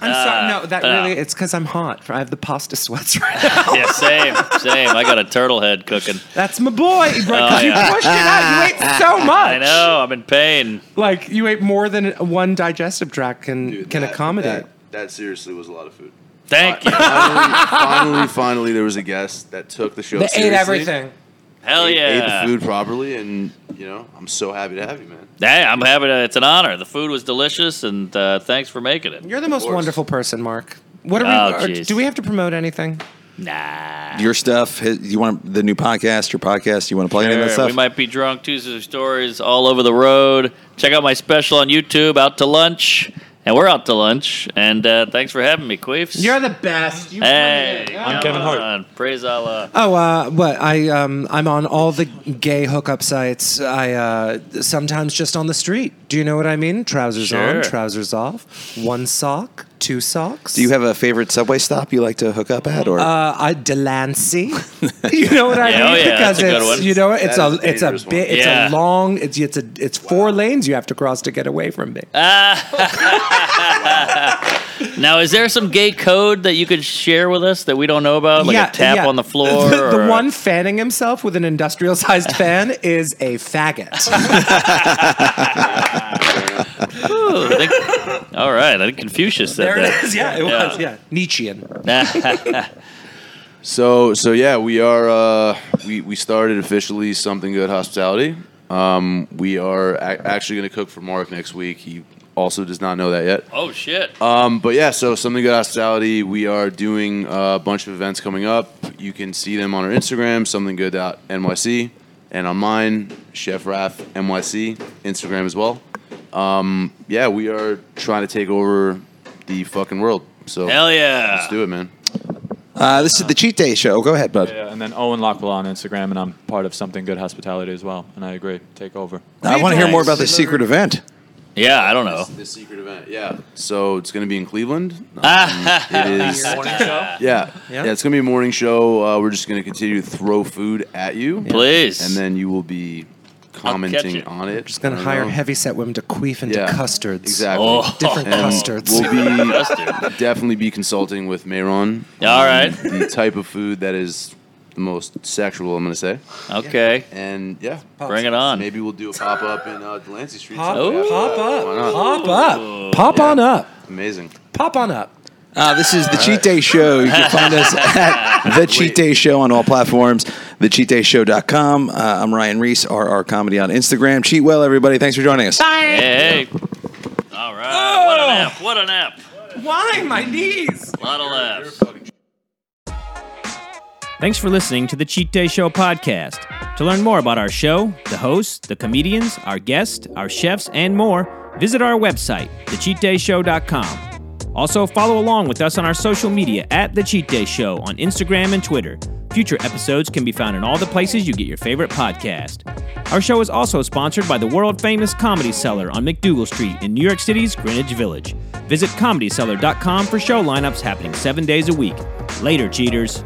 A: I'm sorry. No, that
B: uh.
A: really, it's because I'm hot. I have the pasta sweats right now.
B: Yeah, same, same. I got a turtle head cooking.
A: That's my boy. Right, 'cause
B: Oh, yeah.
A: You pushed it out. You ate so much.
B: I know. I'm in pain.
A: Like you ate more than one digestive tract can
E: Dude,
A: can
E: that-
A: accommodate.
E: That, that seriously was a lot of food.
B: Thank you.
E: finally, finally, finally, there was a guest that took the show. seriously,
B: Hell
E: ate- Ate
B: yeah.
E: the food properly, and you know, I'm so happy to have you, man.
B: Hey, I'm happy. To, it's an honor. The food was delicious, and uh, thanks for making it.
A: You're the most
E: course.
A: wonderful person, Mark. What
B: Oh,
A: are we? are-
B: jeez.
A: do we have to promote anything?
B: Nah.
C: Your stuff. his- You want the new podcast? Your podcast? You want to plug any of that
B: Sure,
C: stuff?
B: we might be drunk. Tuesdays with stories all over the road. Check out my special on YouTube, Out to Lunch. And we're out to lunch. And uh, thanks for having me, Queefs.
A: You're the best. You
B: Hey,
F: I'm Kevin Hart.
B: Praise Allah.
A: Oh, uh, what I um, I'm on all the gay hookup sites. I uh, sometimes just on the street. Do you know what I mean? Trousers
B: Sure.
A: on, trousers off. One sock, two socks.
C: Do you have a favorite subway stop you like to hook up at, or
A: uh, I, Delancey? you know what I
B: Yeah, oh
A: mean?
B: yeah,
A: because
B: that's a good
A: it's
B: one.
A: you know it's
E: That
A: a,
E: is a
A: it's a
E: dangerous one.
A: bit it's a
B: Yeah.
A: long it's it's a it's four lanes you have to cross to get away from me.
B: Now, is there some gay code that you could share with us that we don't know about, like a tap
A: yeah.
B: on the floor?
A: The, the
B: or a-
A: one fanning himself with an industrial sized fan is a faggot.
B: Ooh, I think- all right, I think Confucius said
A: there it
B: that.
A: is. Yeah, it
B: Yeah.
A: was. Yeah, Nietzschean.
E: So, so yeah, we are. Uh, we we started officially something good hospitality. Um, we are a- actually going to cook for Mark next week. He also does not know that yet.
B: oh shit!
E: Um, but yeah, so something good hospitality. We are doing uh, a bunch of events coming up. You can see them on our Instagram, something good NYC, and on mine, Chef Raf NYC Instagram as well. Um, yeah, we are trying to take over the fucking world. So
B: Hell yeah!
E: let's do it, man.
C: uh, this is the cheat day show? Go ahead, bud.
F: Yeah, and then Owen Lockwell on Instagram, and I'm part of something good hospitality as well. And I agree, take over.
C: I want to hear more about this
A: Nice.
C: secret event.
B: Yeah, I don't know.
E: This secret event, yeah. So it's going to be in Cleveland. Um,
B: Ah,
E: It is. Yeah. yeah, It's gonna be a morning show. Uh, we're just gonna continue to throw food at you,
B: Please.
E: and then you will be commenting
B: it.
E: on it. Just
A: Gonna hire heavy set women to queef into custards.
E: Exactly.
B: Oh.
A: Different
E: And
A: custards.
E: We'll
B: Custard.
E: be definitely be consulting with Mayron.
B: All right.
E: The type of food that is the most sexual. I'm gonna say,
B: okay,
E: and yeah,
B: bring it on.
E: maybe we'll do a pop up in uh, Delancey Street.
A: Pop,
E: someday after
A: pop
E: that. Why
A: up,
E: not?
A: pop up, pop on up,
E: Amazing.
A: pop on up.
C: Uh, this is the Cheat Day Show. You can find us at the Cheat Day Show on all platforms, thecheatdayshow.com. Uh, I'm Ryan Reese, RR Comedy on Instagram. Cheat well, everybody. Thanks for joining us.
B: Hey, hey. all right. What an app! What an app!
A: Why my knees?
B: A lot of laughs.
F: Thanks for listening to the Cheat Day Show podcast. To learn more about our show, the hosts, the comedians, our guests, our chefs, and more, visit our website, thecheatdayshow.com. Also, follow along with us on our social media at The Cheat Day Show on Instagram and Twitter. Future episodes can be found in all the places you get your favorite podcast. Our show is also sponsored by the world famous Comedy Cellar on McDougal Street in New York City's Greenwich Village. Visit comedycellar.com for show lineups happening seven days a week. Later, cheaters.